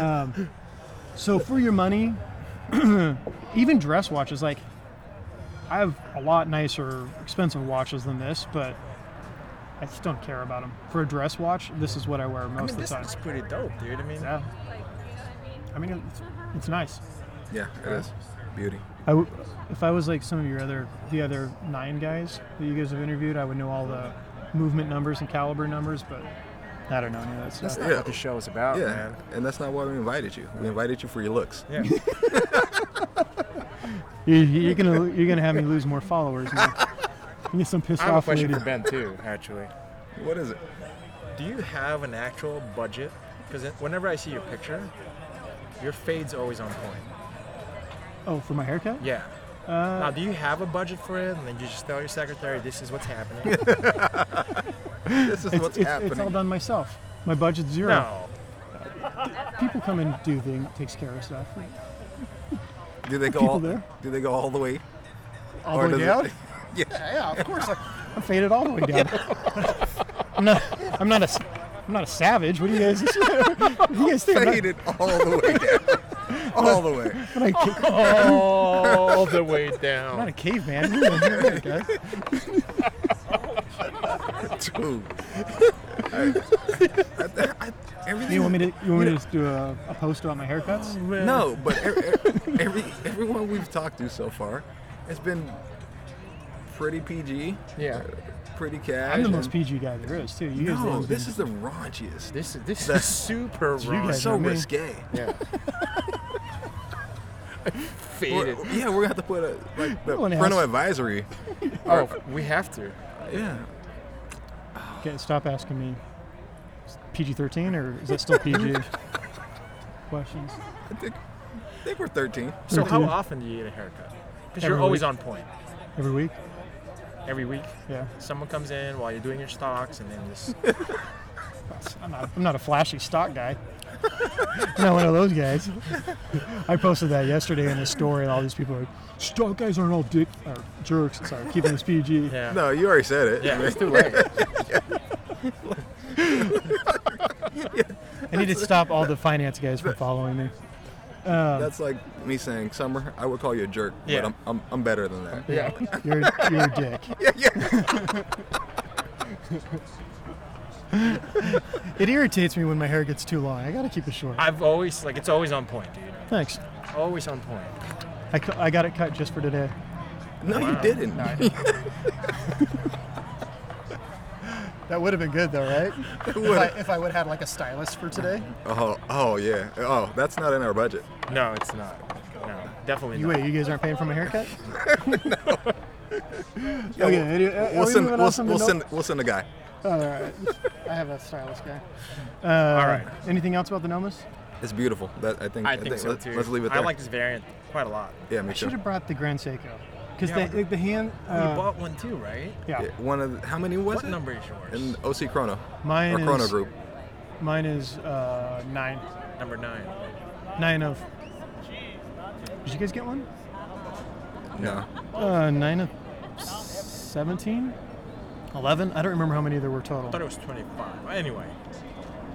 [SPEAKER 4] Um, so for your money, even dress watches, like I have a lot nicer, expensive watches than this, but I just don't care about them. For a dress watch, this is what I wear
[SPEAKER 3] I
[SPEAKER 4] most
[SPEAKER 3] mean,
[SPEAKER 4] of
[SPEAKER 3] this
[SPEAKER 4] the time.
[SPEAKER 3] is pretty dope, dude. I mean,
[SPEAKER 4] Yeah. I mean, it's, it's nice.
[SPEAKER 1] Yeah, it is. Beauty.
[SPEAKER 4] I w- if I was like some of your other the other nine guys that you guys have interviewed, I would know all the movement numbers and caliber numbers, but I don't know any of that stuff.
[SPEAKER 3] that's not
[SPEAKER 1] Yeah.
[SPEAKER 3] what the show is about,
[SPEAKER 1] yeah,
[SPEAKER 3] man.
[SPEAKER 1] and that's not why we invited you. We invited you for your looks.
[SPEAKER 3] Yeah.
[SPEAKER 4] You, you're gonna you're gonna have me lose more followers. Man. You get some pissed
[SPEAKER 3] I have a
[SPEAKER 4] off
[SPEAKER 3] question
[SPEAKER 4] lady.
[SPEAKER 3] for Ben, too, actually.
[SPEAKER 1] What is it?
[SPEAKER 3] Do you have an actual budget? Because whenever I see your picture, your fade's always on point. Uh,
[SPEAKER 4] Oh, for my haircut?
[SPEAKER 3] Yeah. now, do you have a budget for it? And then you just tell your secretary, this is what's happening.
[SPEAKER 1] This is
[SPEAKER 4] It's,
[SPEAKER 1] what's
[SPEAKER 4] it's,
[SPEAKER 1] happening.
[SPEAKER 4] it's all done myself. My budget's zero.
[SPEAKER 3] no.
[SPEAKER 4] People come and do things, takes care of stuff.
[SPEAKER 1] do they go
[SPEAKER 4] people
[SPEAKER 1] all?
[SPEAKER 4] there.
[SPEAKER 1] Do they go all the way?
[SPEAKER 4] All
[SPEAKER 1] Or
[SPEAKER 4] the
[SPEAKER 1] does it-
[SPEAKER 4] way down?
[SPEAKER 1] yeah.
[SPEAKER 4] Yeah, of course. I, I'm faded all the way down. I'm not. I'm not a. s- I'm not a savage. What do you guys? what do you guys think? I'm not-
[SPEAKER 1] Faded all the way down. all the way.
[SPEAKER 4] I'm not a ca-
[SPEAKER 3] All the way
[SPEAKER 4] I'm not
[SPEAKER 3] down.
[SPEAKER 4] a caveman. You're a man, guys.
[SPEAKER 1] Dude. I, I, I, everything.
[SPEAKER 4] You want me to? You want me to just do a, a post about my haircuts?
[SPEAKER 1] No, but every, every everyone we've talked to so far, it's been pretty PG,
[SPEAKER 3] Yeah.
[SPEAKER 1] pretty cash.
[SPEAKER 4] I'm the most
[SPEAKER 1] and-
[SPEAKER 4] PG guy there is too. You guys
[SPEAKER 1] No,
[SPEAKER 4] always
[SPEAKER 1] this
[SPEAKER 4] been-
[SPEAKER 1] is the raunchiest.
[SPEAKER 3] This is this is super
[SPEAKER 4] you
[SPEAKER 3] wrong.
[SPEAKER 4] guys
[SPEAKER 1] So
[SPEAKER 4] are me.
[SPEAKER 1] risque.
[SPEAKER 3] yeah.
[SPEAKER 1] We're-
[SPEAKER 3] Faded.
[SPEAKER 1] yeah, we're gonna have to put a like the
[SPEAKER 4] No one has-
[SPEAKER 1] parental advisory.
[SPEAKER 3] Oh, we have to.
[SPEAKER 1] Yeah,
[SPEAKER 4] Okay, stop asking me. PG-13 or is that still PG? Questions.
[SPEAKER 1] I think I think we're 13.
[SPEAKER 3] So how
[SPEAKER 4] Thirteen.
[SPEAKER 3] often do you get a haircut? Because
[SPEAKER 4] Every
[SPEAKER 3] you're always
[SPEAKER 4] week.
[SPEAKER 3] on point.
[SPEAKER 4] Every week.
[SPEAKER 3] Every week,
[SPEAKER 4] Yeah.
[SPEAKER 3] someone comes in while you're doing your stocks, and then just
[SPEAKER 4] I'm not, I'm not a flashy stock guy. I'm not one of those guys. I posted that yesterday in a story, and all these people are like, stock guys aren't all dick or jerks. Sorry, keeping this PG.
[SPEAKER 3] yeah.
[SPEAKER 1] No, you already said it.
[SPEAKER 3] Yeah, it's too late.
[SPEAKER 4] I need to stop all the finance guys from following me.
[SPEAKER 1] That's like me saying, Summer, I would call you a jerk,
[SPEAKER 3] Yeah.
[SPEAKER 1] but I'm, I'm, I'm better than that.
[SPEAKER 3] Yeah.
[SPEAKER 4] You're, you're a dick.
[SPEAKER 1] Yeah, yeah.
[SPEAKER 4] It irritates me when my hair gets too long. I gotta keep it short.
[SPEAKER 3] I've always like it's always on point, dude.
[SPEAKER 4] Thanks.
[SPEAKER 3] Always on point.
[SPEAKER 4] I, cu- I got it cut just for today.
[SPEAKER 1] No, you didn't.
[SPEAKER 4] That would have been good though, right?
[SPEAKER 1] What a-
[SPEAKER 4] if I would have had like a stylist for today,
[SPEAKER 1] oh, oh yeah. Oh, that's not in our budget.
[SPEAKER 3] No, it's not. No, definitely
[SPEAKER 4] you
[SPEAKER 3] not.
[SPEAKER 4] wait, you guys aren't paying for my haircut?
[SPEAKER 1] Yeah,
[SPEAKER 4] Okay,
[SPEAKER 1] we'll-
[SPEAKER 4] any- uh, are
[SPEAKER 1] we'll
[SPEAKER 4] we
[SPEAKER 1] send
[SPEAKER 4] moving on
[SPEAKER 1] we'll,
[SPEAKER 4] from the
[SPEAKER 1] we'll
[SPEAKER 4] note?
[SPEAKER 1] send we'll send a guy.
[SPEAKER 4] all right. I have a stylist guy. Uh,
[SPEAKER 3] All right.
[SPEAKER 4] Anything else about the Nomas?
[SPEAKER 1] It's beautiful. That I think.
[SPEAKER 3] I think so
[SPEAKER 1] let,
[SPEAKER 3] too.
[SPEAKER 1] Let's leave it
[SPEAKER 3] I
[SPEAKER 1] there.
[SPEAKER 3] like this variant quite a lot.
[SPEAKER 1] yeah, me
[SPEAKER 4] I should
[SPEAKER 1] too.
[SPEAKER 4] have brought the Grand Seiko because
[SPEAKER 3] Yeah.
[SPEAKER 4] the, the hand.
[SPEAKER 3] You
[SPEAKER 4] Uh,
[SPEAKER 3] bought one too, right?
[SPEAKER 4] yeah,
[SPEAKER 1] Yeah, One of the, how many was
[SPEAKER 3] What
[SPEAKER 1] it?
[SPEAKER 3] number is yours?
[SPEAKER 1] In OC Chrono
[SPEAKER 4] mine
[SPEAKER 1] or
[SPEAKER 4] is
[SPEAKER 1] Chrono Group.
[SPEAKER 4] mine is uh, nine,
[SPEAKER 3] Number nine.
[SPEAKER 4] nine of. Did you guys get one?
[SPEAKER 1] No.
[SPEAKER 4] Uh, nine of seventeen. Eleven. I don't remember how many there were total.
[SPEAKER 3] I thought it was 25. Anyway,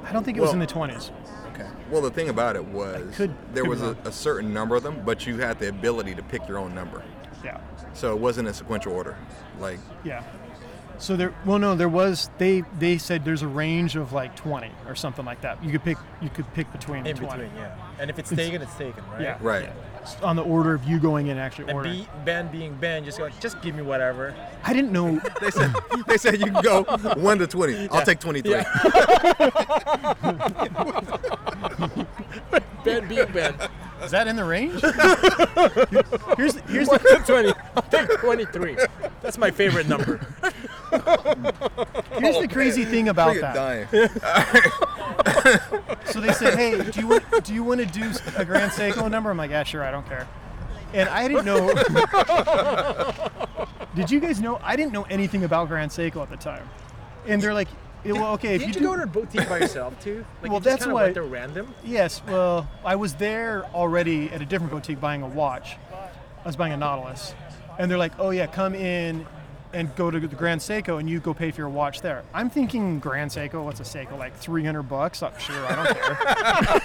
[SPEAKER 4] I don't think it was
[SPEAKER 1] Well-
[SPEAKER 4] in the twenties.
[SPEAKER 1] Okay. Well, the thing about it was
[SPEAKER 4] could-
[SPEAKER 1] there
[SPEAKER 4] could
[SPEAKER 1] was
[SPEAKER 4] be
[SPEAKER 1] a,
[SPEAKER 4] wrong.
[SPEAKER 1] a certain number of them, but you had the ability to pick your own number,
[SPEAKER 4] Yeah.
[SPEAKER 1] so it wasn't in sequential order. Like
[SPEAKER 4] Yeah. So there, well, no, there was. They they said there's a range of like 20 or something like that. You could pick. You could pick between
[SPEAKER 3] in
[SPEAKER 4] 20.
[SPEAKER 3] between, yeah. And if it's taken, it's taken, right?
[SPEAKER 4] Yeah.
[SPEAKER 1] right.
[SPEAKER 4] S- On the order of you going in and actually
[SPEAKER 3] And
[SPEAKER 4] ordering.
[SPEAKER 3] be, Ben being Ben, just like just give me whatever.
[SPEAKER 4] I didn't know.
[SPEAKER 1] They said they said you can go one to twenty. I'll take twenty three.
[SPEAKER 3] Ben being Ben.
[SPEAKER 4] Is that in the range? here's here's
[SPEAKER 3] One
[SPEAKER 4] the,
[SPEAKER 3] to 20. I'll take 23. That's my favorite number.
[SPEAKER 4] here's the crazy thing about that.
[SPEAKER 1] dying.
[SPEAKER 4] So they said, "Hey, do you want, do you want to do a Grand Seiko number?" I'm like, "Yeah, sure, I don't care." And I didn't know. Did you guys know? I didn't know anything about Grand Seiko at the time, and they're like, Yeah, well, okay, if
[SPEAKER 3] Did
[SPEAKER 4] you,
[SPEAKER 3] you,
[SPEAKER 4] do,
[SPEAKER 3] go to a boutique by yourself too? Like
[SPEAKER 4] Well,
[SPEAKER 3] you just
[SPEAKER 4] that's
[SPEAKER 3] kinda
[SPEAKER 4] why-
[SPEAKER 3] went there random.
[SPEAKER 4] yes, well, I was there already at a different boutique buying a watch. I was buying a Nautilus, and they're like, "Oh yeah, come in and go to the Grand Seiko, and you go pay for your watch there." I'm thinking Grand Seiko. What's a Seiko? Like 300 bucks? Oh, sure, I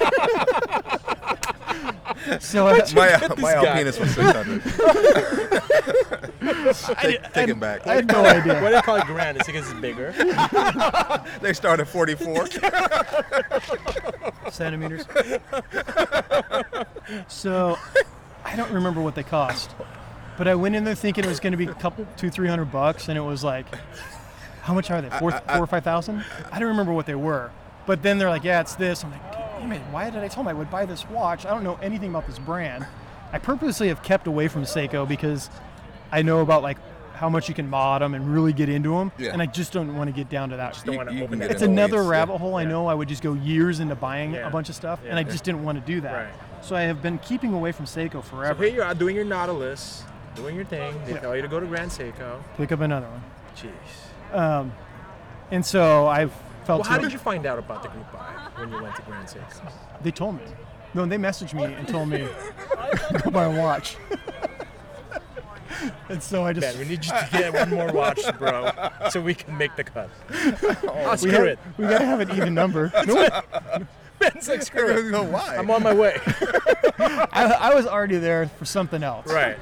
[SPEAKER 4] don't care. so I,
[SPEAKER 1] My, uh, my alpinus was 600. take take it back.
[SPEAKER 4] I had no idea.
[SPEAKER 5] Why do they call it grand? It's because it's bigger.
[SPEAKER 1] they start at 44.
[SPEAKER 4] centimeters. so I don't remember what they cost, but I went in there thinking it was going to be a couple, two, three hundred bucks, and it was like, how much are they? Four, four or five thousand? I don't remember what they were. But then they're like, yeah, it's this. I'm like, damn it, why did I tell them I would buy this watch? I don't know anything about this brand. I purposely have kept away from Seiko because I know about like how much you can mod them and really get into them,
[SPEAKER 1] Yeah.
[SPEAKER 4] and I just don't want to get down to that
[SPEAKER 3] Don't wanna open
[SPEAKER 1] get
[SPEAKER 3] that.
[SPEAKER 1] in
[SPEAKER 4] it's
[SPEAKER 1] the
[SPEAKER 4] another
[SPEAKER 1] weeds, yeah.
[SPEAKER 4] rabbit hole. I know I would just go years into buying
[SPEAKER 3] Yeah.
[SPEAKER 4] a bunch of stuff, and
[SPEAKER 3] Yeah.
[SPEAKER 4] I just didn't want to do that.
[SPEAKER 3] Right.
[SPEAKER 4] So I have been keeping away from Seiko
[SPEAKER 3] So
[SPEAKER 4] forever.
[SPEAKER 3] here you are doing your Nautilus, doing your thing. They
[SPEAKER 4] Yeah.
[SPEAKER 3] tell you to go to Grand Seiko.
[SPEAKER 4] Pick up another one.
[SPEAKER 3] Jeez.
[SPEAKER 4] And so I felt
[SPEAKER 3] Well, how
[SPEAKER 4] too-
[SPEAKER 3] did you find out about the group buy when you went to Grand Seiko?
[SPEAKER 4] they told me. No, they messaged me and told me go buy a watch. and so I just
[SPEAKER 5] Man, we need you to get one more watch, bro, so we can make the cut. Oh,
[SPEAKER 4] we,
[SPEAKER 5] screw
[SPEAKER 4] have-
[SPEAKER 5] it.
[SPEAKER 4] we gotta have an even number. No,
[SPEAKER 3] Ben's like, screw it.
[SPEAKER 1] no, why?
[SPEAKER 3] I'm on my way.
[SPEAKER 4] I, I was already there for something else.
[SPEAKER 3] right.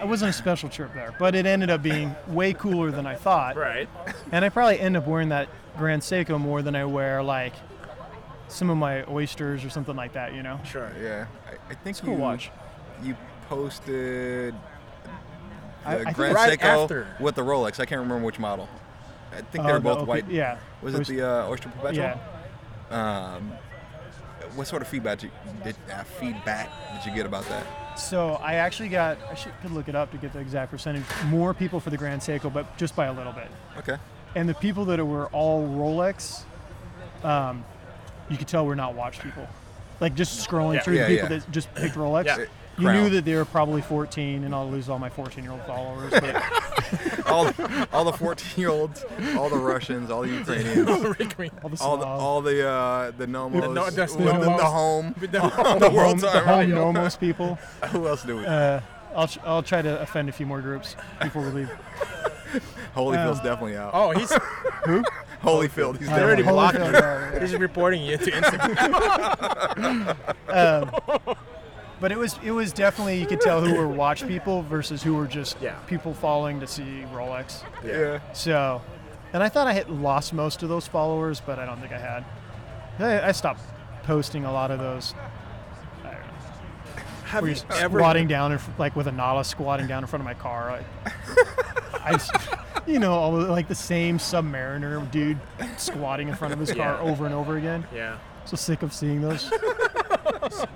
[SPEAKER 4] It wasn't a special trip there, but it ended up being way cooler than I thought.
[SPEAKER 3] Right.
[SPEAKER 4] And I probably end up wearing that Grand Seiko more than I wear like some of my oysters or something like that, you know?
[SPEAKER 3] Sure.
[SPEAKER 1] yeah. I, I think
[SPEAKER 4] cool
[SPEAKER 1] you,
[SPEAKER 4] watch.
[SPEAKER 1] you posted
[SPEAKER 4] I- I
[SPEAKER 1] the
[SPEAKER 4] think
[SPEAKER 1] Grand
[SPEAKER 3] right
[SPEAKER 1] Seiko
[SPEAKER 3] after.
[SPEAKER 1] with the Rolex. I can't remember which model. I think
[SPEAKER 4] Uh,
[SPEAKER 1] they were
[SPEAKER 4] the
[SPEAKER 1] both
[SPEAKER 4] OP
[SPEAKER 1] white.
[SPEAKER 4] Yeah.
[SPEAKER 1] Was it the uh, Oyster Perpetual?
[SPEAKER 4] Yeah.
[SPEAKER 1] What sort of feedback did, did uh, feedback did you get about that?
[SPEAKER 4] So I actually got, I should, could look it up to get the exact percentage, more people for the Grand Seiko, but just by a little bit.
[SPEAKER 1] Okay.
[SPEAKER 4] And the people that were all Rolex, um, you could tell were not watch people. Like just scrolling
[SPEAKER 3] Yeah.
[SPEAKER 4] through
[SPEAKER 1] Yeah,
[SPEAKER 4] the people
[SPEAKER 1] yeah.
[SPEAKER 4] that just picked Rolex.
[SPEAKER 3] Yeah.
[SPEAKER 4] You knew
[SPEAKER 1] Crown.
[SPEAKER 4] that they were probably 14, and I'll lose all my 14 year old followers. But
[SPEAKER 1] All all the 14 year olds, all the Russians, all the Ukrainians,
[SPEAKER 3] Rick Green.
[SPEAKER 4] all the,
[SPEAKER 1] all the all the uh, the gnomos,
[SPEAKER 3] The no- that's
[SPEAKER 1] the, the,
[SPEAKER 3] gnomos.
[SPEAKER 1] home,
[SPEAKER 3] But Oh,
[SPEAKER 1] the
[SPEAKER 3] no.
[SPEAKER 1] world
[SPEAKER 4] the
[SPEAKER 1] time.
[SPEAKER 4] home Nomos people.
[SPEAKER 1] Who else do we?
[SPEAKER 4] Uh, I'll, tr- I'll try to offend a few more groups before we leave.
[SPEAKER 1] Holyfield's definitely out.
[SPEAKER 3] Oh, he's
[SPEAKER 1] Holyfield, he's
[SPEAKER 4] I don't
[SPEAKER 1] already
[SPEAKER 4] know.
[SPEAKER 1] blocked.
[SPEAKER 4] Holyfield, yeah, yeah.
[SPEAKER 3] he's reporting you to Instagram.
[SPEAKER 4] But it was it was definitely you could tell who were watch people versus who were just
[SPEAKER 3] Yeah.
[SPEAKER 4] people following to see Rolex.
[SPEAKER 1] Yeah.
[SPEAKER 4] So, and I thought I had lost most of those followers, but I don't think I had. I, I stopped posting a lot of those.
[SPEAKER 3] Have
[SPEAKER 4] Were
[SPEAKER 3] you
[SPEAKER 4] you
[SPEAKER 3] ever?
[SPEAKER 4] squatting down, in, fr- like with a Nautilus squatting down in front of my car? Like, I, s- you know, all the- like the same Submariner dude squatting in front of his car
[SPEAKER 3] Yeah.
[SPEAKER 4] over and over again.
[SPEAKER 3] Yeah.
[SPEAKER 4] So sick of seeing those.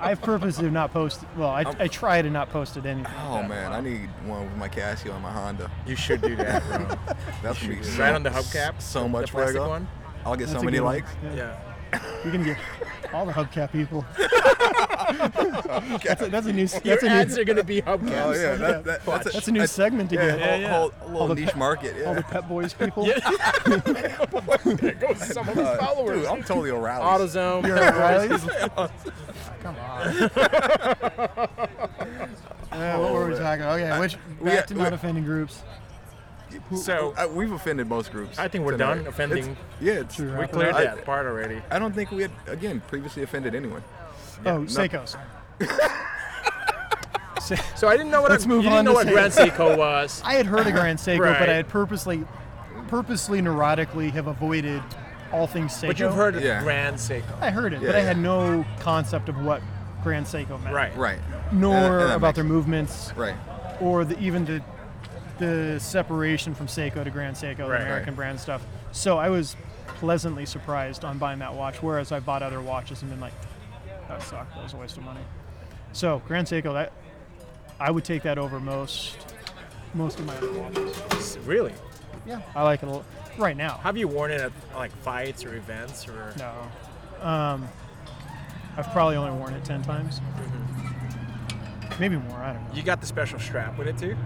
[SPEAKER 4] I've purposely not posted. Well, I, I try to not post it anything.
[SPEAKER 1] Oh man, I need one with my Casio and my Honda.
[SPEAKER 3] You should do that, bro.
[SPEAKER 1] That's gonna be so,
[SPEAKER 3] Right on the hubcap,
[SPEAKER 1] So
[SPEAKER 3] the
[SPEAKER 1] much
[SPEAKER 3] plastic
[SPEAKER 1] rego.
[SPEAKER 3] one.
[SPEAKER 1] I'll get
[SPEAKER 4] That's
[SPEAKER 1] so
[SPEAKER 4] a
[SPEAKER 1] many
[SPEAKER 4] good one.
[SPEAKER 1] likes.
[SPEAKER 4] Yeah.
[SPEAKER 3] Yeah.
[SPEAKER 4] You can get all the hubcap people. that's, a, that's a new. s-
[SPEAKER 3] Your
[SPEAKER 4] That's a
[SPEAKER 3] ads
[SPEAKER 4] new.
[SPEAKER 3] are gonna be hubcaps.
[SPEAKER 1] Oh yeah, that, that, that's,
[SPEAKER 4] That's a new segment to
[SPEAKER 1] yeah,
[SPEAKER 4] get.
[SPEAKER 1] whole-
[SPEAKER 3] yeah.
[SPEAKER 1] whole- little
[SPEAKER 4] the
[SPEAKER 1] niche market. Yeah.
[SPEAKER 4] All the Pep Boys people.
[SPEAKER 3] There goes some of his
[SPEAKER 1] Uh,
[SPEAKER 3] followers.
[SPEAKER 1] Dude, I'm totally O'Reilly.
[SPEAKER 3] AutoZone.
[SPEAKER 4] You're right. Come on. Uh, what were we talking? Okay, which
[SPEAKER 1] we
[SPEAKER 4] back
[SPEAKER 1] got-
[SPEAKER 4] to
[SPEAKER 1] we-
[SPEAKER 4] not offending groups.
[SPEAKER 3] So
[SPEAKER 1] Uh, we've offended most groups.
[SPEAKER 3] I think we're
[SPEAKER 1] tonight.
[SPEAKER 3] done offending.
[SPEAKER 1] It's- yeah, it's,
[SPEAKER 4] Sure.
[SPEAKER 3] we cleared
[SPEAKER 1] I-
[SPEAKER 3] that part already.
[SPEAKER 1] I don't think we had again previously offended anyone.
[SPEAKER 4] oh, Seikos. Se-
[SPEAKER 3] So I didn't know what
[SPEAKER 4] Let's
[SPEAKER 3] I,
[SPEAKER 4] move
[SPEAKER 3] you didn't
[SPEAKER 4] on
[SPEAKER 3] know
[SPEAKER 4] to
[SPEAKER 3] what Grand Seiko was.
[SPEAKER 4] I had heard of Grand Seiko,
[SPEAKER 3] Right.
[SPEAKER 4] but I had purposely, purposely neurotically have avoided all things Seiko.
[SPEAKER 3] But you've heard of
[SPEAKER 1] Yeah.
[SPEAKER 3] Grand Seiko.
[SPEAKER 4] I heard it,
[SPEAKER 1] Yeah,
[SPEAKER 4] but I
[SPEAKER 1] yeah.
[SPEAKER 4] had no concept of what Grand Seiko meant.
[SPEAKER 3] Right.
[SPEAKER 1] Right.
[SPEAKER 4] Nor
[SPEAKER 1] Yeah, that
[SPEAKER 4] about
[SPEAKER 1] makes
[SPEAKER 4] their
[SPEAKER 1] sense.
[SPEAKER 4] movements,
[SPEAKER 1] Right.
[SPEAKER 4] or the, even the the separation from Seiko to Grand Seiko, the
[SPEAKER 3] Right.
[SPEAKER 4] American
[SPEAKER 1] Right.
[SPEAKER 4] brand stuff. So I was pleasantly surprised on buying that watch, whereas I bought other watches and been like, that sucked. That was a waste of money. So Grand Seiko, that I would take that over most most of my other watches.
[SPEAKER 3] Really?
[SPEAKER 4] Yeah, I like it a lot. Right now,
[SPEAKER 3] Have you worn it at like fights or events or?
[SPEAKER 4] no. Um, I've probably only worn it ten times,
[SPEAKER 1] Mm-hmm.
[SPEAKER 4] maybe more. I don't know.
[SPEAKER 3] You got the special strap with it too.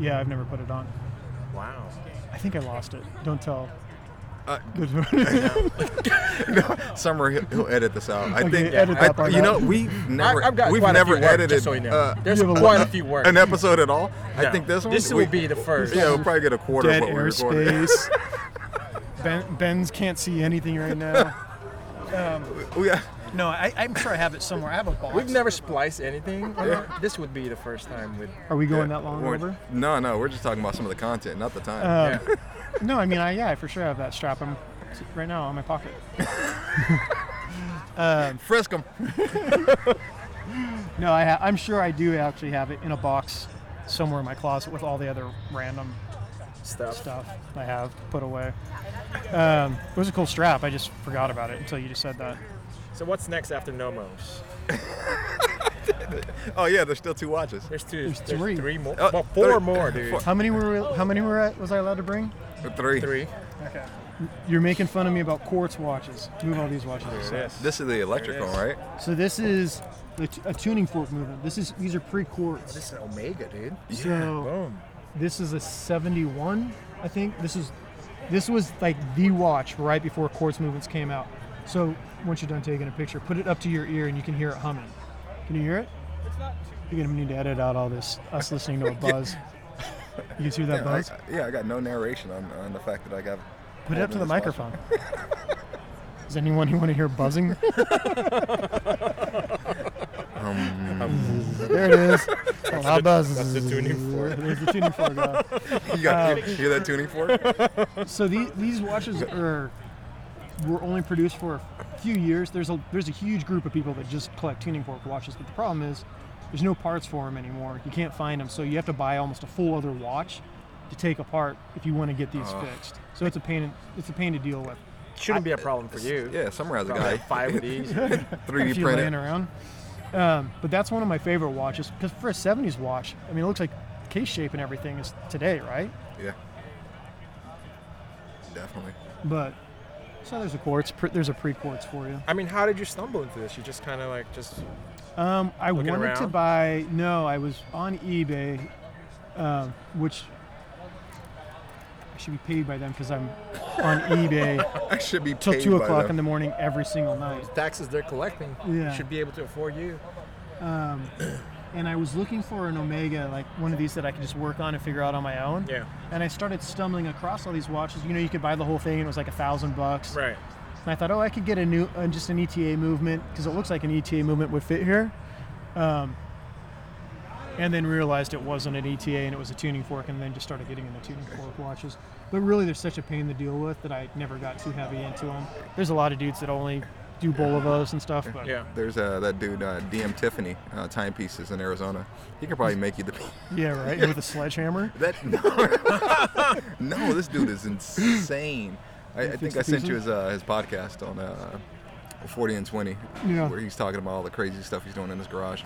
[SPEAKER 4] Yeah, I've never put it on.
[SPEAKER 3] Wow.
[SPEAKER 4] I think I lost it. Don't tell
[SPEAKER 1] Summer, he'll, he'll edit this out. I think.
[SPEAKER 4] edit
[SPEAKER 1] I-
[SPEAKER 4] that part
[SPEAKER 1] you know,
[SPEAKER 4] out.
[SPEAKER 1] we never.
[SPEAKER 3] I've got
[SPEAKER 1] we've
[SPEAKER 3] quite a
[SPEAKER 1] never
[SPEAKER 3] few words, just
[SPEAKER 1] edited
[SPEAKER 3] so you know.
[SPEAKER 1] uh,
[SPEAKER 3] There's
[SPEAKER 4] You have a
[SPEAKER 3] quite
[SPEAKER 4] lot.
[SPEAKER 3] a few words.
[SPEAKER 1] an episode at all. I
[SPEAKER 3] No.
[SPEAKER 1] think this one.
[SPEAKER 3] This
[SPEAKER 1] we-
[SPEAKER 3] will be the first.
[SPEAKER 1] Yeah, we'll probably get a quarter
[SPEAKER 4] Dead
[SPEAKER 1] of what we recorded.
[SPEAKER 4] airspace. ben, Ben's can't see anything right now.
[SPEAKER 1] We,
[SPEAKER 4] No, I, I'm sure I have it somewhere. I have a box.
[SPEAKER 3] We've never spliced anything. This would be the first time with.
[SPEAKER 4] Are we going that long
[SPEAKER 1] we're-
[SPEAKER 4] over?
[SPEAKER 1] no, no, we're just talking about some of the content, not the time.
[SPEAKER 3] Yeah.
[SPEAKER 4] No, I mean, I, yeah, I for sure have that strap. I'm right now on my pocket. Uh,
[SPEAKER 1] Frisk 'em.
[SPEAKER 4] No, I ha- I'm sure I do actually have it in a box somewhere in my closet with all the other random
[SPEAKER 3] Stuff.
[SPEAKER 4] stuff I have put away. Um, it was a cool strap. I just forgot about it until you just said that.
[SPEAKER 3] So what's next after Nomos?
[SPEAKER 1] Oh yeah, there's still two watches.
[SPEAKER 3] There's two. There's,
[SPEAKER 4] three.
[SPEAKER 3] three. more.
[SPEAKER 1] Oh,
[SPEAKER 3] well, four
[SPEAKER 1] three-
[SPEAKER 3] more, dude.
[SPEAKER 1] four.
[SPEAKER 4] How many were how many were I, was I allowed to bring?
[SPEAKER 1] Three.
[SPEAKER 3] Three.
[SPEAKER 4] Okay. You're making fun of me about quartz watches. Move all these watches. aside.
[SPEAKER 3] Yes.
[SPEAKER 1] This is the electric
[SPEAKER 3] There it
[SPEAKER 1] one,
[SPEAKER 3] is.
[SPEAKER 1] right?
[SPEAKER 4] So this is the t- a tuning fork movement. This is these are pre-quartz.
[SPEAKER 3] This is an Omega, dude.
[SPEAKER 4] So
[SPEAKER 3] Boom.
[SPEAKER 4] this is a 71, I think. This is this was like the watch right before quartz movements came out. So once you're done taking a picture, put it up to your ear and you can hear it humming. Can you hear it? You're gonna need to edit out all this us listening to a buzz. You guys hear that
[SPEAKER 1] I,
[SPEAKER 4] buzz?
[SPEAKER 1] yeah, I got no narration on, on the fact that I got.
[SPEAKER 4] Put it up to the
[SPEAKER 1] this watch.
[SPEAKER 4] microphone. Is anyone who want to hear buzzing?
[SPEAKER 1] Mm.
[SPEAKER 3] Um,
[SPEAKER 4] there it is. It's a loud buzz.
[SPEAKER 3] that's the tuning fork.
[SPEAKER 4] There's the tuning fork. yeah.
[SPEAKER 1] You
[SPEAKER 4] Uh,
[SPEAKER 1] got you hear that tuning fork?
[SPEAKER 4] So the, these watches are were only produced for a few years. There's a there's a huge group of people that just collect tuning fork watches, but the problem is there's no parts for them anymore. You can't find them, so you have to buy almost a full other watch to take apart if you want to get these fixed. So it's a pain. in- It's a pain to deal with.
[SPEAKER 3] Shouldn't be a problem for you.
[SPEAKER 1] Yeah, Summer has a
[SPEAKER 3] Probably
[SPEAKER 1] guy.
[SPEAKER 3] like five of these.
[SPEAKER 4] if
[SPEAKER 1] 3D
[SPEAKER 4] you laying
[SPEAKER 1] printed.
[SPEAKER 4] around. Um, but that's one of my favorite watches because for a '70s watch, I mean, it looks like case shape and everything is today, right?
[SPEAKER 1] Yeah. Definitely.
[SPEAKER 4] But so there's a quartz. Pre, there's a pre-quartz for you.
[SPEAKER 3] I mean, how did you stumble into this? You just kind of like just.
[SPEAKER 4] Um, I
[SPEAKER 3] Looking
[SPEAKER 4] wanted to
[SPEAKER 3] around?
[SPEAKER 4] buy. No, I was on eBay, um, which I should be paid by them because I'm on eBay
[SPEAKER 1] I should be
[SPEAKER 4] till
[SPEAKER 1] paid
[SPEAKER 4] two
[SPEAKER 1] by
[SPEAKER 4] o'clock
[SPEAKER 1] them.
[SPEAKER 4] in the morning every single night.
[SPEAKER 3] Taxes they're collecting
[SPEAKER 4] Yeah.
[SPEAKER 3] should be able to afford you.
[SPEAKER 4] And I was looking for an Omega, like one of these that I could just work on and figure out on my own.
[SPEAKER 3] Yeah.
[SPEAKER 4] And I started stumbling across all these watches. You know, you could buy the whole thing, and it was like a thousand bucks.
[SPEAKER 3] Right.
[SPEAKER 4] And I thought, oh, I could get a new, uh, just an ETA movement because it looks like an ETA movement would fit here. Um, and then realized it wasn't an ETA and it was a tuning fork, and then just started getting into tuning fork watches. But really, they're such a pain to deal with that I never got too heavy into them. There's a lot of dudes that only do Bolivos and stuff, but
[SPEAKER 3] Yeah.
[SPEAKER 1] There's uh, that dude, uh, DM Tiffany, uh, timepieces in Arizona. He could probably make you the.
[SPEAKER 4] yeah, right, with a sledgehammer.
[SPEAKER 1] That no, no, this dude is insane. I, I think I sent you his uh, his podcast on uh, 40 and 20,
[SPEAKER 4] Yeah.
[SPEAKER 1] where he's talking about all the crazy stuff he's doing in his garage.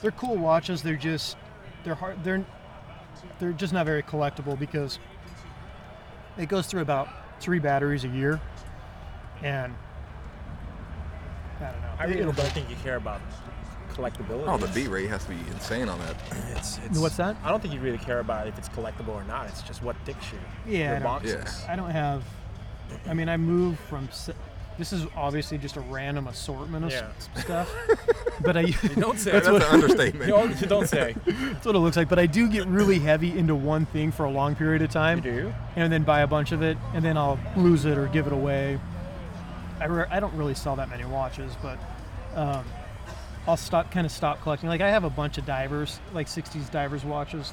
[SPEAKER 4] They're cool watches. They're just they're hard. They're they're just not very collectible because it goes through about three batteries a year, and I don't know.
[SPEAKER 3] I really don't think you care about collectability.
[SPEAKER 1] Oh, the B rate has to be insane on that.
[SPEAKER 3] It's, it's,
[SPEAKER 4] What's that?
[SPEAKER 3] I don't think you really care about if it's collectible or not. It's just what dicks you.
[SPEAKER 4] Yeah, I
[SPEAKER 3] Your
[SPEAKER 4] don't-
[SPEAKER 3] boxes.
[SPEAKER 1] Yeah.
[SPEAKER 4] I don't have. I mean, I moved from. s- This is obviously just a random assortment of s-
[SPEAKER 3] Yeah.
[SPEAKER 4] stuff, but I
[SPEAKER 3] Don't say.
[SPEAKER 1] That's,
[SPEAKER 3] that.
[SPEAKER 1] an understatement.
[SPEAKER 3] Don't- you don't say.
[SPEAKER 4] that's what it looks like. But I do get really heavy into one thing for a long period of time.
[SPEAKER 3] You do.
[SPEAKER 4] and then buy a bunch of it, and then I'll lose it or give it away. I, re- I don't really sell that many watches, but um, I'll stop kind of stop collecting. Like I have a bunch of divers, like '60s divers watches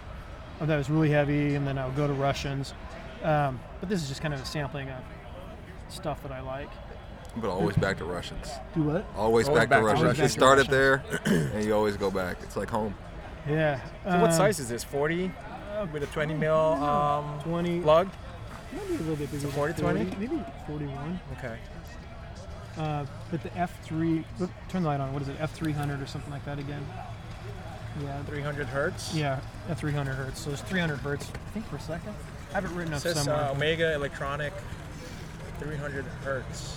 [SPEAKER 4] uh, that was really heavy, and then I'll go to Russians. Um, but this is just kind of a sampling of stuff that I like.
[SPEAKER 1] But always back to Russians.
[SPEAKER 4] Do what?
[SPEAKER 1] Always,
[SPEAKER 3] Always
[SPEAKER 1] back,
[SPEAKER 3] back
[SPEAKER 1] to
[SPEAKER 3] to
[SPEAKER 1] Russians.
[SPEAKER 4] Russians.
[SPEAKER 1] You start it there, and you always go back. It's like home.
[SPEAKER 4] Yeah.
[SPEAKER 3] So what
[SPEAKER 4] Um,
[SPEAKER 3] size is this? 40
[SPEAKER 4] uh,
[SPEAKER 3] with a 20 mil um,
[SPEAKER 4] 20.
[SPEAKER 3] plug.
[SPEAKER 4] Maybe a little bit bigger. than
[SPEAKER 3] 40, 20?
[SPEAKER 4] Maybe 41.
[SPEAKER 3] Okay.
[SPEAKER 4] Uh, but the F3, look, turn the light on. What is it? F300 or something like that again? Yeah,
[SPEAKER 3] 300 hertz.
[SPEAKER 4] Yeah, at 300 hertz. So it's 300 hertz, I think, per second. I have it written up
[SPEAKER 3] It says
[SPEAKER 4] somewhere.
[SPEAKER 3] uh, Omega Electronic 300 hertz.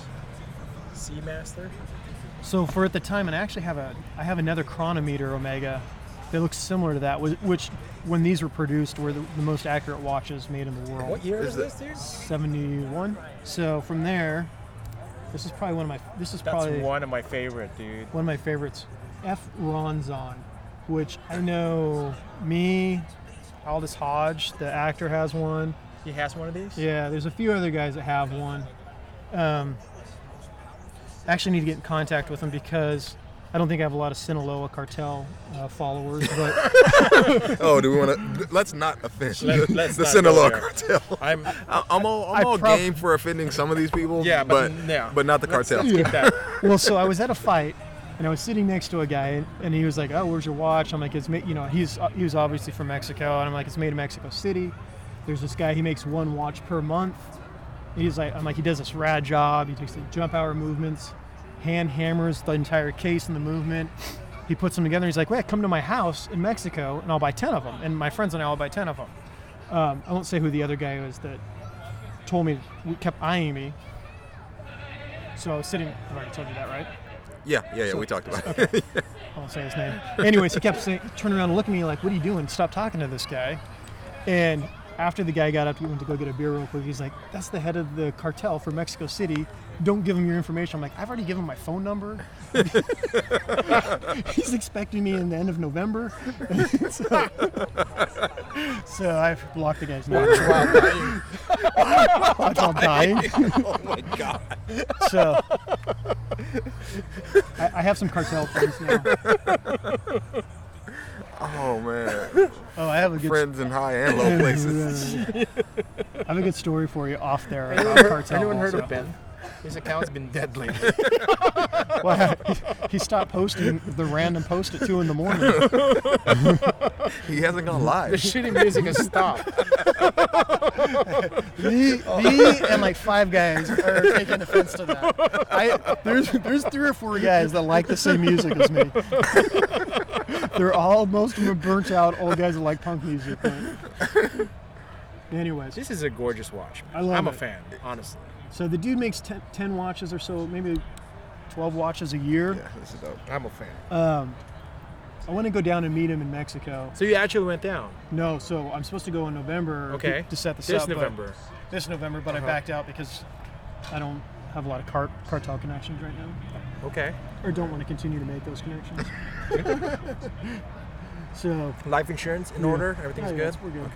[SPEAKER 3] Seamaster.
[SPEAKER 4] so for at the time, and I actually have a, I have another chronometer Omega They look similar to that, wh- which when these were produced were the, the most accurate watches made in the world.
[SPEAKER 3] What year
[SPEAKER 1] Is that-
[SPEAKER 3] is, this, dude?
[SPEAKER 4] 71. So from there, this is probably one of my this is
[SPEAKER 3] That's
[SPEAKER 4] probably
[SPEAKER 3] one of my favorite, dude.
[SPEAKER 4] one of my favorites, F. Ronzon, which I know me, Aldous Hodge, the actor, has one.
[SPEAKER 3] He has one of these.
[SPEAKER 4] Yeah, there's a few other guys that have one. Um, I actually need to get in contact with them because I don't think I have a lot of Sinaloa cartel uh, followers, but
[SPEAKER 1] Oh, do we want to? Let's not offend
[SPEAKER 3] Let-
[SPEAKER 1] the,
[SPEAKER 3] let's
[SPEAKER 1] the
[SPEAKER 3] not go
[SPEAKER 1] Sinaloa
[SPEAKER 3] there.
[SPEAKER 1] cartel.
[SPEAKER 3] I'm
[SPEAKER 1] I- I'm all,
[SPEAKER 4] I
[SPEAKER 1] I'm all
[SPEAKER 4] prob-
[SPEAKER 1] game for offending some of these people.
[SPEAKER 3] Yeah, but
[SPEAKER 1] but
[SPEAKER 3] yeah.
[SPEAKER 1] but not the cartel.
[SPEAKER 3] skip that.
[SPEAKER 4] well, so I was at a fight, and I was sitting next to a guy, and, and he was like, "Oh, where's your watch?" I'm like, "It's made, you know, he's uh, he was obviously from Mexico," and I'm like, "It's made in Mexico City." There's this guy, he makes one watch per month. And He's like, I'm like, he does this rad job. He takes the jump hour movements, hand hammers the entire case in the movement. He puts them together. He's like, wait, come to my house in Mexico, and I'll buy ten of them. And my friends and I will buy ten of them. Um, I won't say who the other guy was that told me, kept eyeing me. So I was sitting. I've already told you that, right?
[SPEAKER 1] Yeah, yeah, yeah. we talked about it.
[SPEAKER 4] I won't say his name. Anyways, he kept saying, turning around and looking at me like, "What are you doing? Stop talking to this guy." And after the guy got up, he went to go get a beer real quick. He's like, "That's the head of the cartel for Mexico City. Don't give him your information." I'm like, "I've already given him my phone number." He's expecting me in the end of November. so, so I've blocked the guy's name. Watch while dying.
[SPEAKER 1] oh my god.
[SPEAKER 4] So I, I have some cartel friends now.
[SPEAKER 1] Oh man.
[SPEAKER 4] Oh, I have a good
[SPEAKER 1] Friends in high and low places.
[SPEAKER 4] I have a good story for you off there. About cartel
[SPEAKER 3] Anyone heard
[SPEAKER 4] also.
[SPEAKER 3] of Ben? His account's been dead lately.
[SPEAKER 4] Well, he, he stopped posting the random post at two in the morning.
[SPEAKER 1] He hasn't gone
[SPEAKER 3] the
[SPEAKER 1] live.
[SPEAKER 3] shitty music has stopped.
[SPEAKER 4] Me, me and like five guys are taking offense to that. I, there's there's three or four guys that like the same music as me. They're all most of them are burnt out old guys that like punk music. but- Anyways,
[SPEAKER 3] This is a gorgeous watch. Man.
[SPEAKER 4] I love
[SPEAKER 3] I'm a
[SPEAKER 4] it.
[SPEAKER 3] fan, honestly.
[SPEAKER 4] so the dude makes ten, 10 watches or so, maybe twelve watches a year.
[SPEAKER 1] Yeah, this is dope.
[SPEAKER 3] I'm a fan.
[SPEAKER 4] I want to go down and meet him in Mexico.
[SPEAKER 3] so you actually went down.
[SPEAKER 4] No, so I'm supposed to go in November.
[SPEAKER 3] Okay.
[SPEAKER 4] To set this,
[SPEAKER 3] this
[SPEAKER 4] up. but-
[SPEAKER 3] November. Uh-huh.
[SPEAKER 4] this November, but I backed out because I don't have a lot of car- cartel connections right now,
[SPEAKER 3] Okay.
[SPEAKER 4] or don't want to continue to make those connections. so,
[SPEAKER 3] Life insurance in
[SPEAKER 4] Yeah.
[SPEAKER 3] order. Everything's
[SPEAKER 4] Oh, yeah,
[SPEAKER 3] good.
[SPEAKER 4] we're good.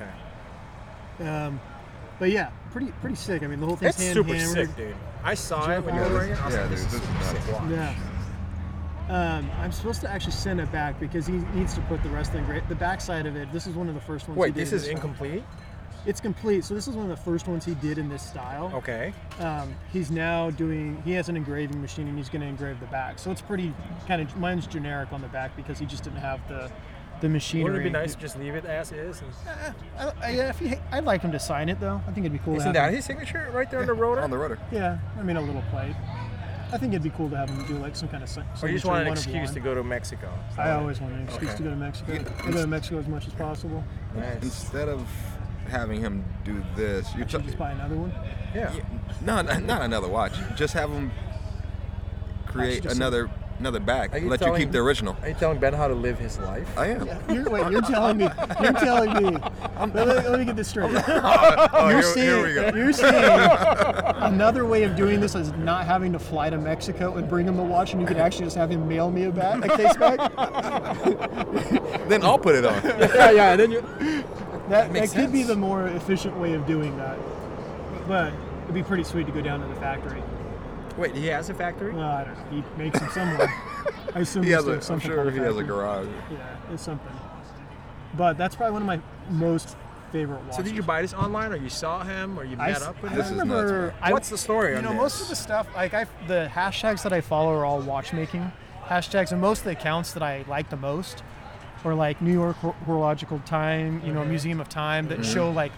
[SPEAKER 3] Okay.
[SPEAKER 4] um, but yeah, pretty pretty sick. I mean, the whole thing's
[SPEAKER 3] It's
[SPEAKER 4] hand
[SPEAKER 3] super
[SPEAKER 4] hammered.
[SPEAKER 3] sick, dude. I saw it when you
[SPEAKER 4] Yeah,
[SPEAKER 3] were
[SPEAKER 1] this-
[SPEAKER 3] wearing it. I was
[SPEAKER 1] yeah,
[SPEAKER 3] like, this
[SPEAKER 1] dude,
[SPEAKER 3] is
[SPEAKER 1] this
[SPEAKER 3] super
[SPEAKER 1] is
[SPEAKER 3] sick watch.
[SPEAKER 4] Yeah. Um, I'm supposed to actually send it back because he needs to put the rest of the gra- the backside of it. This is one of the first ones. he
[SPEAKER 3] Wait,
[SPEAKER 4] did
[SPEAKER 3] this
[SPEAKER 4] in
[SPEAKER 3] is
[SPEAKER 4] style.
[SPEAKER 3] incomplete.
[SPEAKER 4] It's complete. So this is one of the first ones he did in this style.
[SPEAKER 3] Okay.
[SPEAKER 4] um, he's now doing he has an engraving machine and he's going to engrave the back so it's pretty kind of mine's generic on the back because he just didn't have the the machinery
[SPEAKER 3] Wouldn't it be nice to just leave it as is? and-
[SPEAKER 4] I, I, yeah, if he, i'd like him to sign it though i think it'd be cool
[SPEAKER 3] Isn't
[SPEAKER 4] to have
[SPEAKER 3] that his signature right there on the rotor?
[SPEAKER 1] On the rudder.
[SPEAKER 4] him, yeah i mean a little plate i think it'd be cool to have him do like some kind of si-
[SPEAKER 3] or you just
[SPEAKER 4] signature
[SPEAKER 3] want an
[SPEAKER 4] one of
[SPEAKER 3] excuse
[SPEAKER 4] one.
[SPEAKER 3] to go to Mexico. Is that
[SPEAKER 4] i
[SPEAKER 3] it?
[SPEAKER 4] always want an excuse to go to mexico i go to mexico as much as possible
[SPEAKER 3] Nice.
[SPEAKER 1] Instead of having him do this, you're
[SPEAKER 4] i should
[SPEAKER 1] t-
[SPEAKER 4] just buy another one
[SPEAKER 3] Yeah.
[SPEAKER 1] no, n- not another watch. Just have him create
[SPEAKER 4] just-
[SPEAKER 1] another another bag.
[SPEAKER 3] Are you
[SPEAKER 1] Let you
[SPEAKER 3] telling-
[SPEAKER 1] keep the original.
[SPEAKER 3] Are you telling Ben how to live his life?
[SPEAKER 1] I am.
[SPEAKER 4] you're, wait, you're telling me you're telling me let, me- let me get this straight
[SPEAKER 1] Oh,
[SPEAKER 4] You're
[SPEAKER 1] here,
[SPEAKER 4] saying,
[SPEAKER 1] here we go.
[SPEAKER 4] you're saying another way of doing this is not having to fly to Mexico and bring him the watch, and you could actually just have him mail me a bag, a case back.
[SPEAKER 1] Then I'll put it on.
[SPEAKER 3] yeah, yeah. And then you.
[SPEAKER 4] That, that
[SPEAKER 3] makes
[SPEAKER 4] could be
[SPEAKER 3] sense.
[SPEAKER 4] the more efficient way of doing that. But it'd be pretty sweet to go down to the factory.
[SPEAKER 3] Wait, he has a factory.
[SPEAKER 4] Well, I don't know. He makes them somewhere. I assume
[SPEAKER 1] He
[SPEAKER 4] he's
[SPEAKER 1] has
[SPEAKER 4] doing
[SPEAKER 1] a, I'm
[SPEAKER 4] something
[SPEAKER 1] sure
[SPEAKER 4] for the
[SPEAKER 1] he has a
[SPEAKER 4] factory.
[SPEAKER 1] garage.
[SPEAKER 4] Yeah, it's something. But that's probably one of my most favorite watches.
[SPEAKER 3] So did you buy this online, or you saw him, or you
[SPEAKER 4] I,
[SPEAKER 3] met
[SPEAKER 4] s-
[SPEAKER 3] up with
[SPEAKER 4] I
[SPEAKER 3] him?
[SPEAKER 1] This is nuts,
[SPEAKER 4] remember.
[SPEAKER 1] man.
[SPEAKER 4] I-
[SPEAKER 3] What's the story
[SPEAKER 4] You
[SPEAKER 3] on
[SPEAKER 4] know,
[SPEAKER 3] this?
[SPEAKER 4] most of the stuff, like I, the hashtags that I follow are all watchmaking hashtags, and most of the accounts that I like the most are like New York Hor- Horological Time, you know, Museum of Time
[SPEAKER 3] Mm-hmm.
[SPEAKER 4] that show like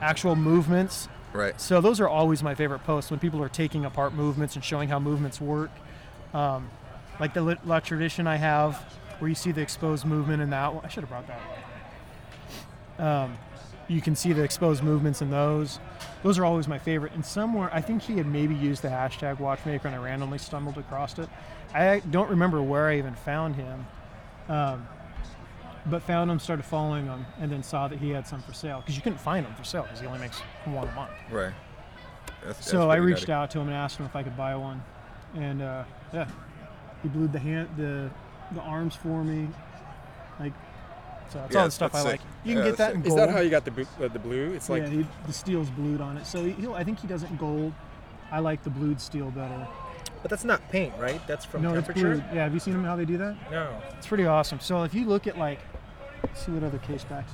[SPEAKER 4] actual movements.
[SPEAKER 1] Right.
[SPEAKER 4] So those are always my favorite posts when people are taking apart movements and showing how movements work. Um, like the lit- La Tradition I have, where you see the exposed movement in that one. I should have brought that. Um, you can see the exposed movements in those. Those are always my favorite. And somewhere, I think he had maybe used the hashtag watchmaker and I randomly stumbled across it. I don't remember where I even found him. Um, but found him, started following him, and then saw that he had some for sale because you couldn't find them for sale because he only makes one a month.
[SPEAKER 1] Right. That's,
[SPEAKER 4] So I reached out to him and asked him if I could buy one, and uh, yeah, he blew the hand, the the arms for me, like so. It's
[SPEAKER 1] Yeah,
[SPEAKER 4] all the stuff I
[SPEAKER 1] that's
[SPEAKER 4] like.
[SPEAKER 1] sick.
[SPEAKER 6] You can
[SPEAKER 1] Yeah,
[SPEAKER 6] get that
[SPEAKER 1] that's
[SPEAKER 6] in
[SPEAKER 3] Is
[SPEAKER 6] gold.
[SPEAKER 3] that how you got the, bu- uh, the blue? It's like
[SPEAKER 4] yeah, he, the steel's blued on it, so he, he'll- I think he doesn't gold. I like the blued steel better.
[SPEAKER 3] But that's not paint, right? That's from
[SPEAKER 4] no, it's
[SPEAKER 3] temperature.
[SPEAKER 4] blued. Yeah, have you seen him how they do that?
[SPEAKER 3] No.
[SPEAKER 4] It's pretty awesome. So if you look at like, let's see what other case backs.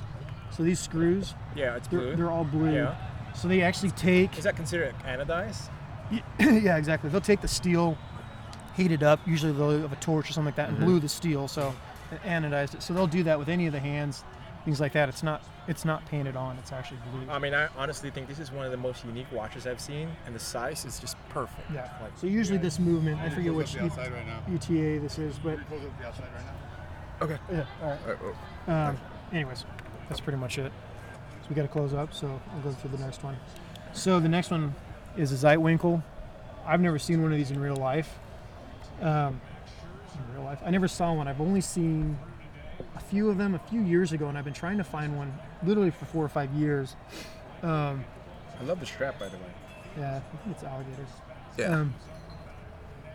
[SPEAKER 4] So these screws,
[SPEAKER 3] Yeah, it's
[SPEAKER 4] they're,
[SPEAKER 3] blue.
[SPEAKER 4] they're all blue.
[SPEAKER 3] Yeah.
[SPEAKER 4] So they actually take
[SPEAKER 3] Is that considered anodized?
[SPEAKER 4] yeah, exactly. They'll take the steel, heat it up, usually they'll of a torch or something like that, and
[SPEAKER 7] Mm-hmm.
[SPEAKER 4] blew the steel, so and anodized it. So they'll do that with any of the hands, things like that. It's not it's not painted on. It's actually blue.
[SPEAKER 7] Uh,
[SPEAKER 3] I mean, I honestly think this is one of the most unique watches I've seen, and the size is just perfect.
[SPEAKER 4] yeah.
[SPEAKER 3] Like,
[SPEAKER 4] So usually this movement, I forget which
[SPEAKER 7] the outside right now.
[SPEAKER 4] UTA this is, but
[SPEAKER 7] Close up the outside right now.
[SPEAKER 4] yeah. All right.
[SPEAKER 1] All right, well,
[SPEAKER 4] Um, anyways, that's pretty much it. So we got to close up, so I'll go through the next one. So the next one is a Zeitwinkel. I've never seen one of these in real life. Um, in real life, I never saw one. I've only seen a few of them a few years ago, and I've been trying to find one literally for four or five years. Um,
[SPEAKER 3] I love the strap, by the way.
[SPEAKER 4] yeah, I think it's alligators.
[SPEAKER 1] Yeah.
[SPEAKER 4] Um,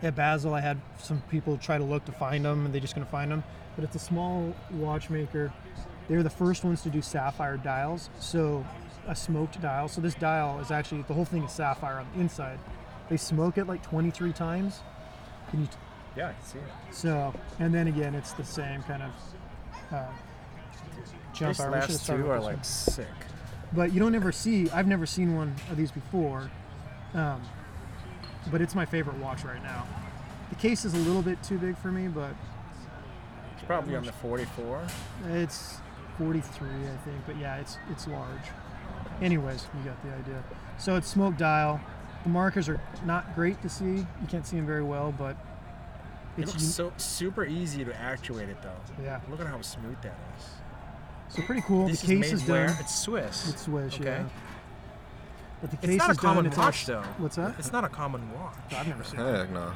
[SPEAKER 4] yeah, Basil. I had some people try to look to find them, and they just couldn't find them. But it's a small watchmaker. They were the first ones to do sapphire dials, so a smoked dial. So this dial is actually the whole thing is sapphire on the inside. They smoke it like 23 times. Can you? T-
[SPEAKER 3] Yeah, I can see it.
[SPEAKER 4] so, and then again, it's the same kind of. Uh, jump
[SPEAKER 3] These
[SPEAKER 4] I should've
[SPEAKER 3] last
[SPEAKER 4] started
[SPEAKER 3] two
[SPEAKER 4] with
[SPEAKER 3] are
[SPEAKER 4] this one
[SPEAKER 3] like sick.
[SPEAKER 4] but you don't ever see i've never seen one of these before um, but it's my favorite watch right now the case is a little bit too big for me but
[SPEAKER 3] It's probably on the 44.
[SPEAKER 4] it's 43 i think but yeah it's it's large anyways you got the idea so it's smoke dial the markers are not great to see you can't see them very well but
[SPEAKER 3] It
[SPEAKER 4] it's
[SPEAKER 3] looks so super easy to actuate it though.
[SPEAKER 4] yeah
[SPEAKER 3] Look at how smooth that is.
[SPEAKER 4] so pretty cool
[SPEAKER 3] this
[SPEAKER 4] the case
[SPEAKER 3] is
[SPEAKER 4] is,
[SPEAKER 3] made where?
[SPEAKER 4] done
[SPEAKER 3] It's Swiss.
[SPEAKER 4] it's swish
[SPEAKER 3] Okay.
[SPEAKER 4] yeah but the
[SPEAKER 3] It's
[SPEAKER 4] case
[SPEAKER 3] not a
[SPEAKER 4] is
[SPEAKER 3] common
[SPEAKER 4] done it's
[SPEAKER 3] watch,
[SPEAKER 4] all,
[SPEAKER 3] though.
[SPEAKER 4] what's that
[SPEAKER 3] It's not a common watch.
[SPEAKER 4] i've never seen
[SPEAKER 1] oh, heck no.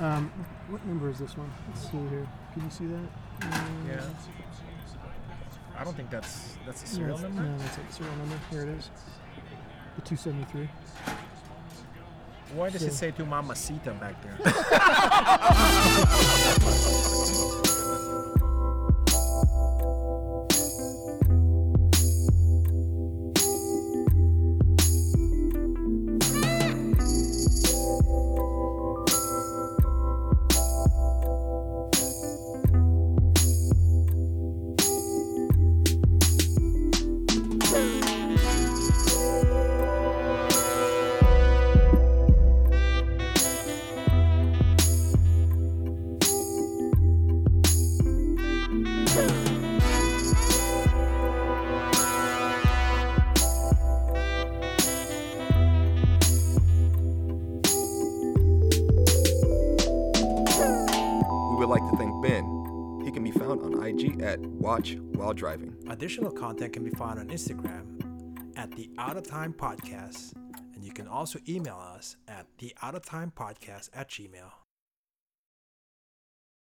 [SPEAKER 4] Um, what number is this one? Let's see here. Can you see that?
[SPEAKER 3] Yeah. I don't think that's that's a
[SPEAKER 4] No,
[SPEAKER 3] serial
[SPEAKER 4] that's-
[SPEAKER 3] number.
[SPEAKER 4] No, that's it. Serial number. Here it is. The 273.
[SPEAKER 3] Why does it
[SPEAKER 4] So-
[SPEAKER 3] say to Mamacita back there?
[SPEAKER 1] We would like to thank Ben. He can be found on IG at Watch While Driving.
[SPEAKER 8] Additional content can be found on Instagram at the Out of Time Podcast, and you can also email us at the Out of Time Podcast at Gmail.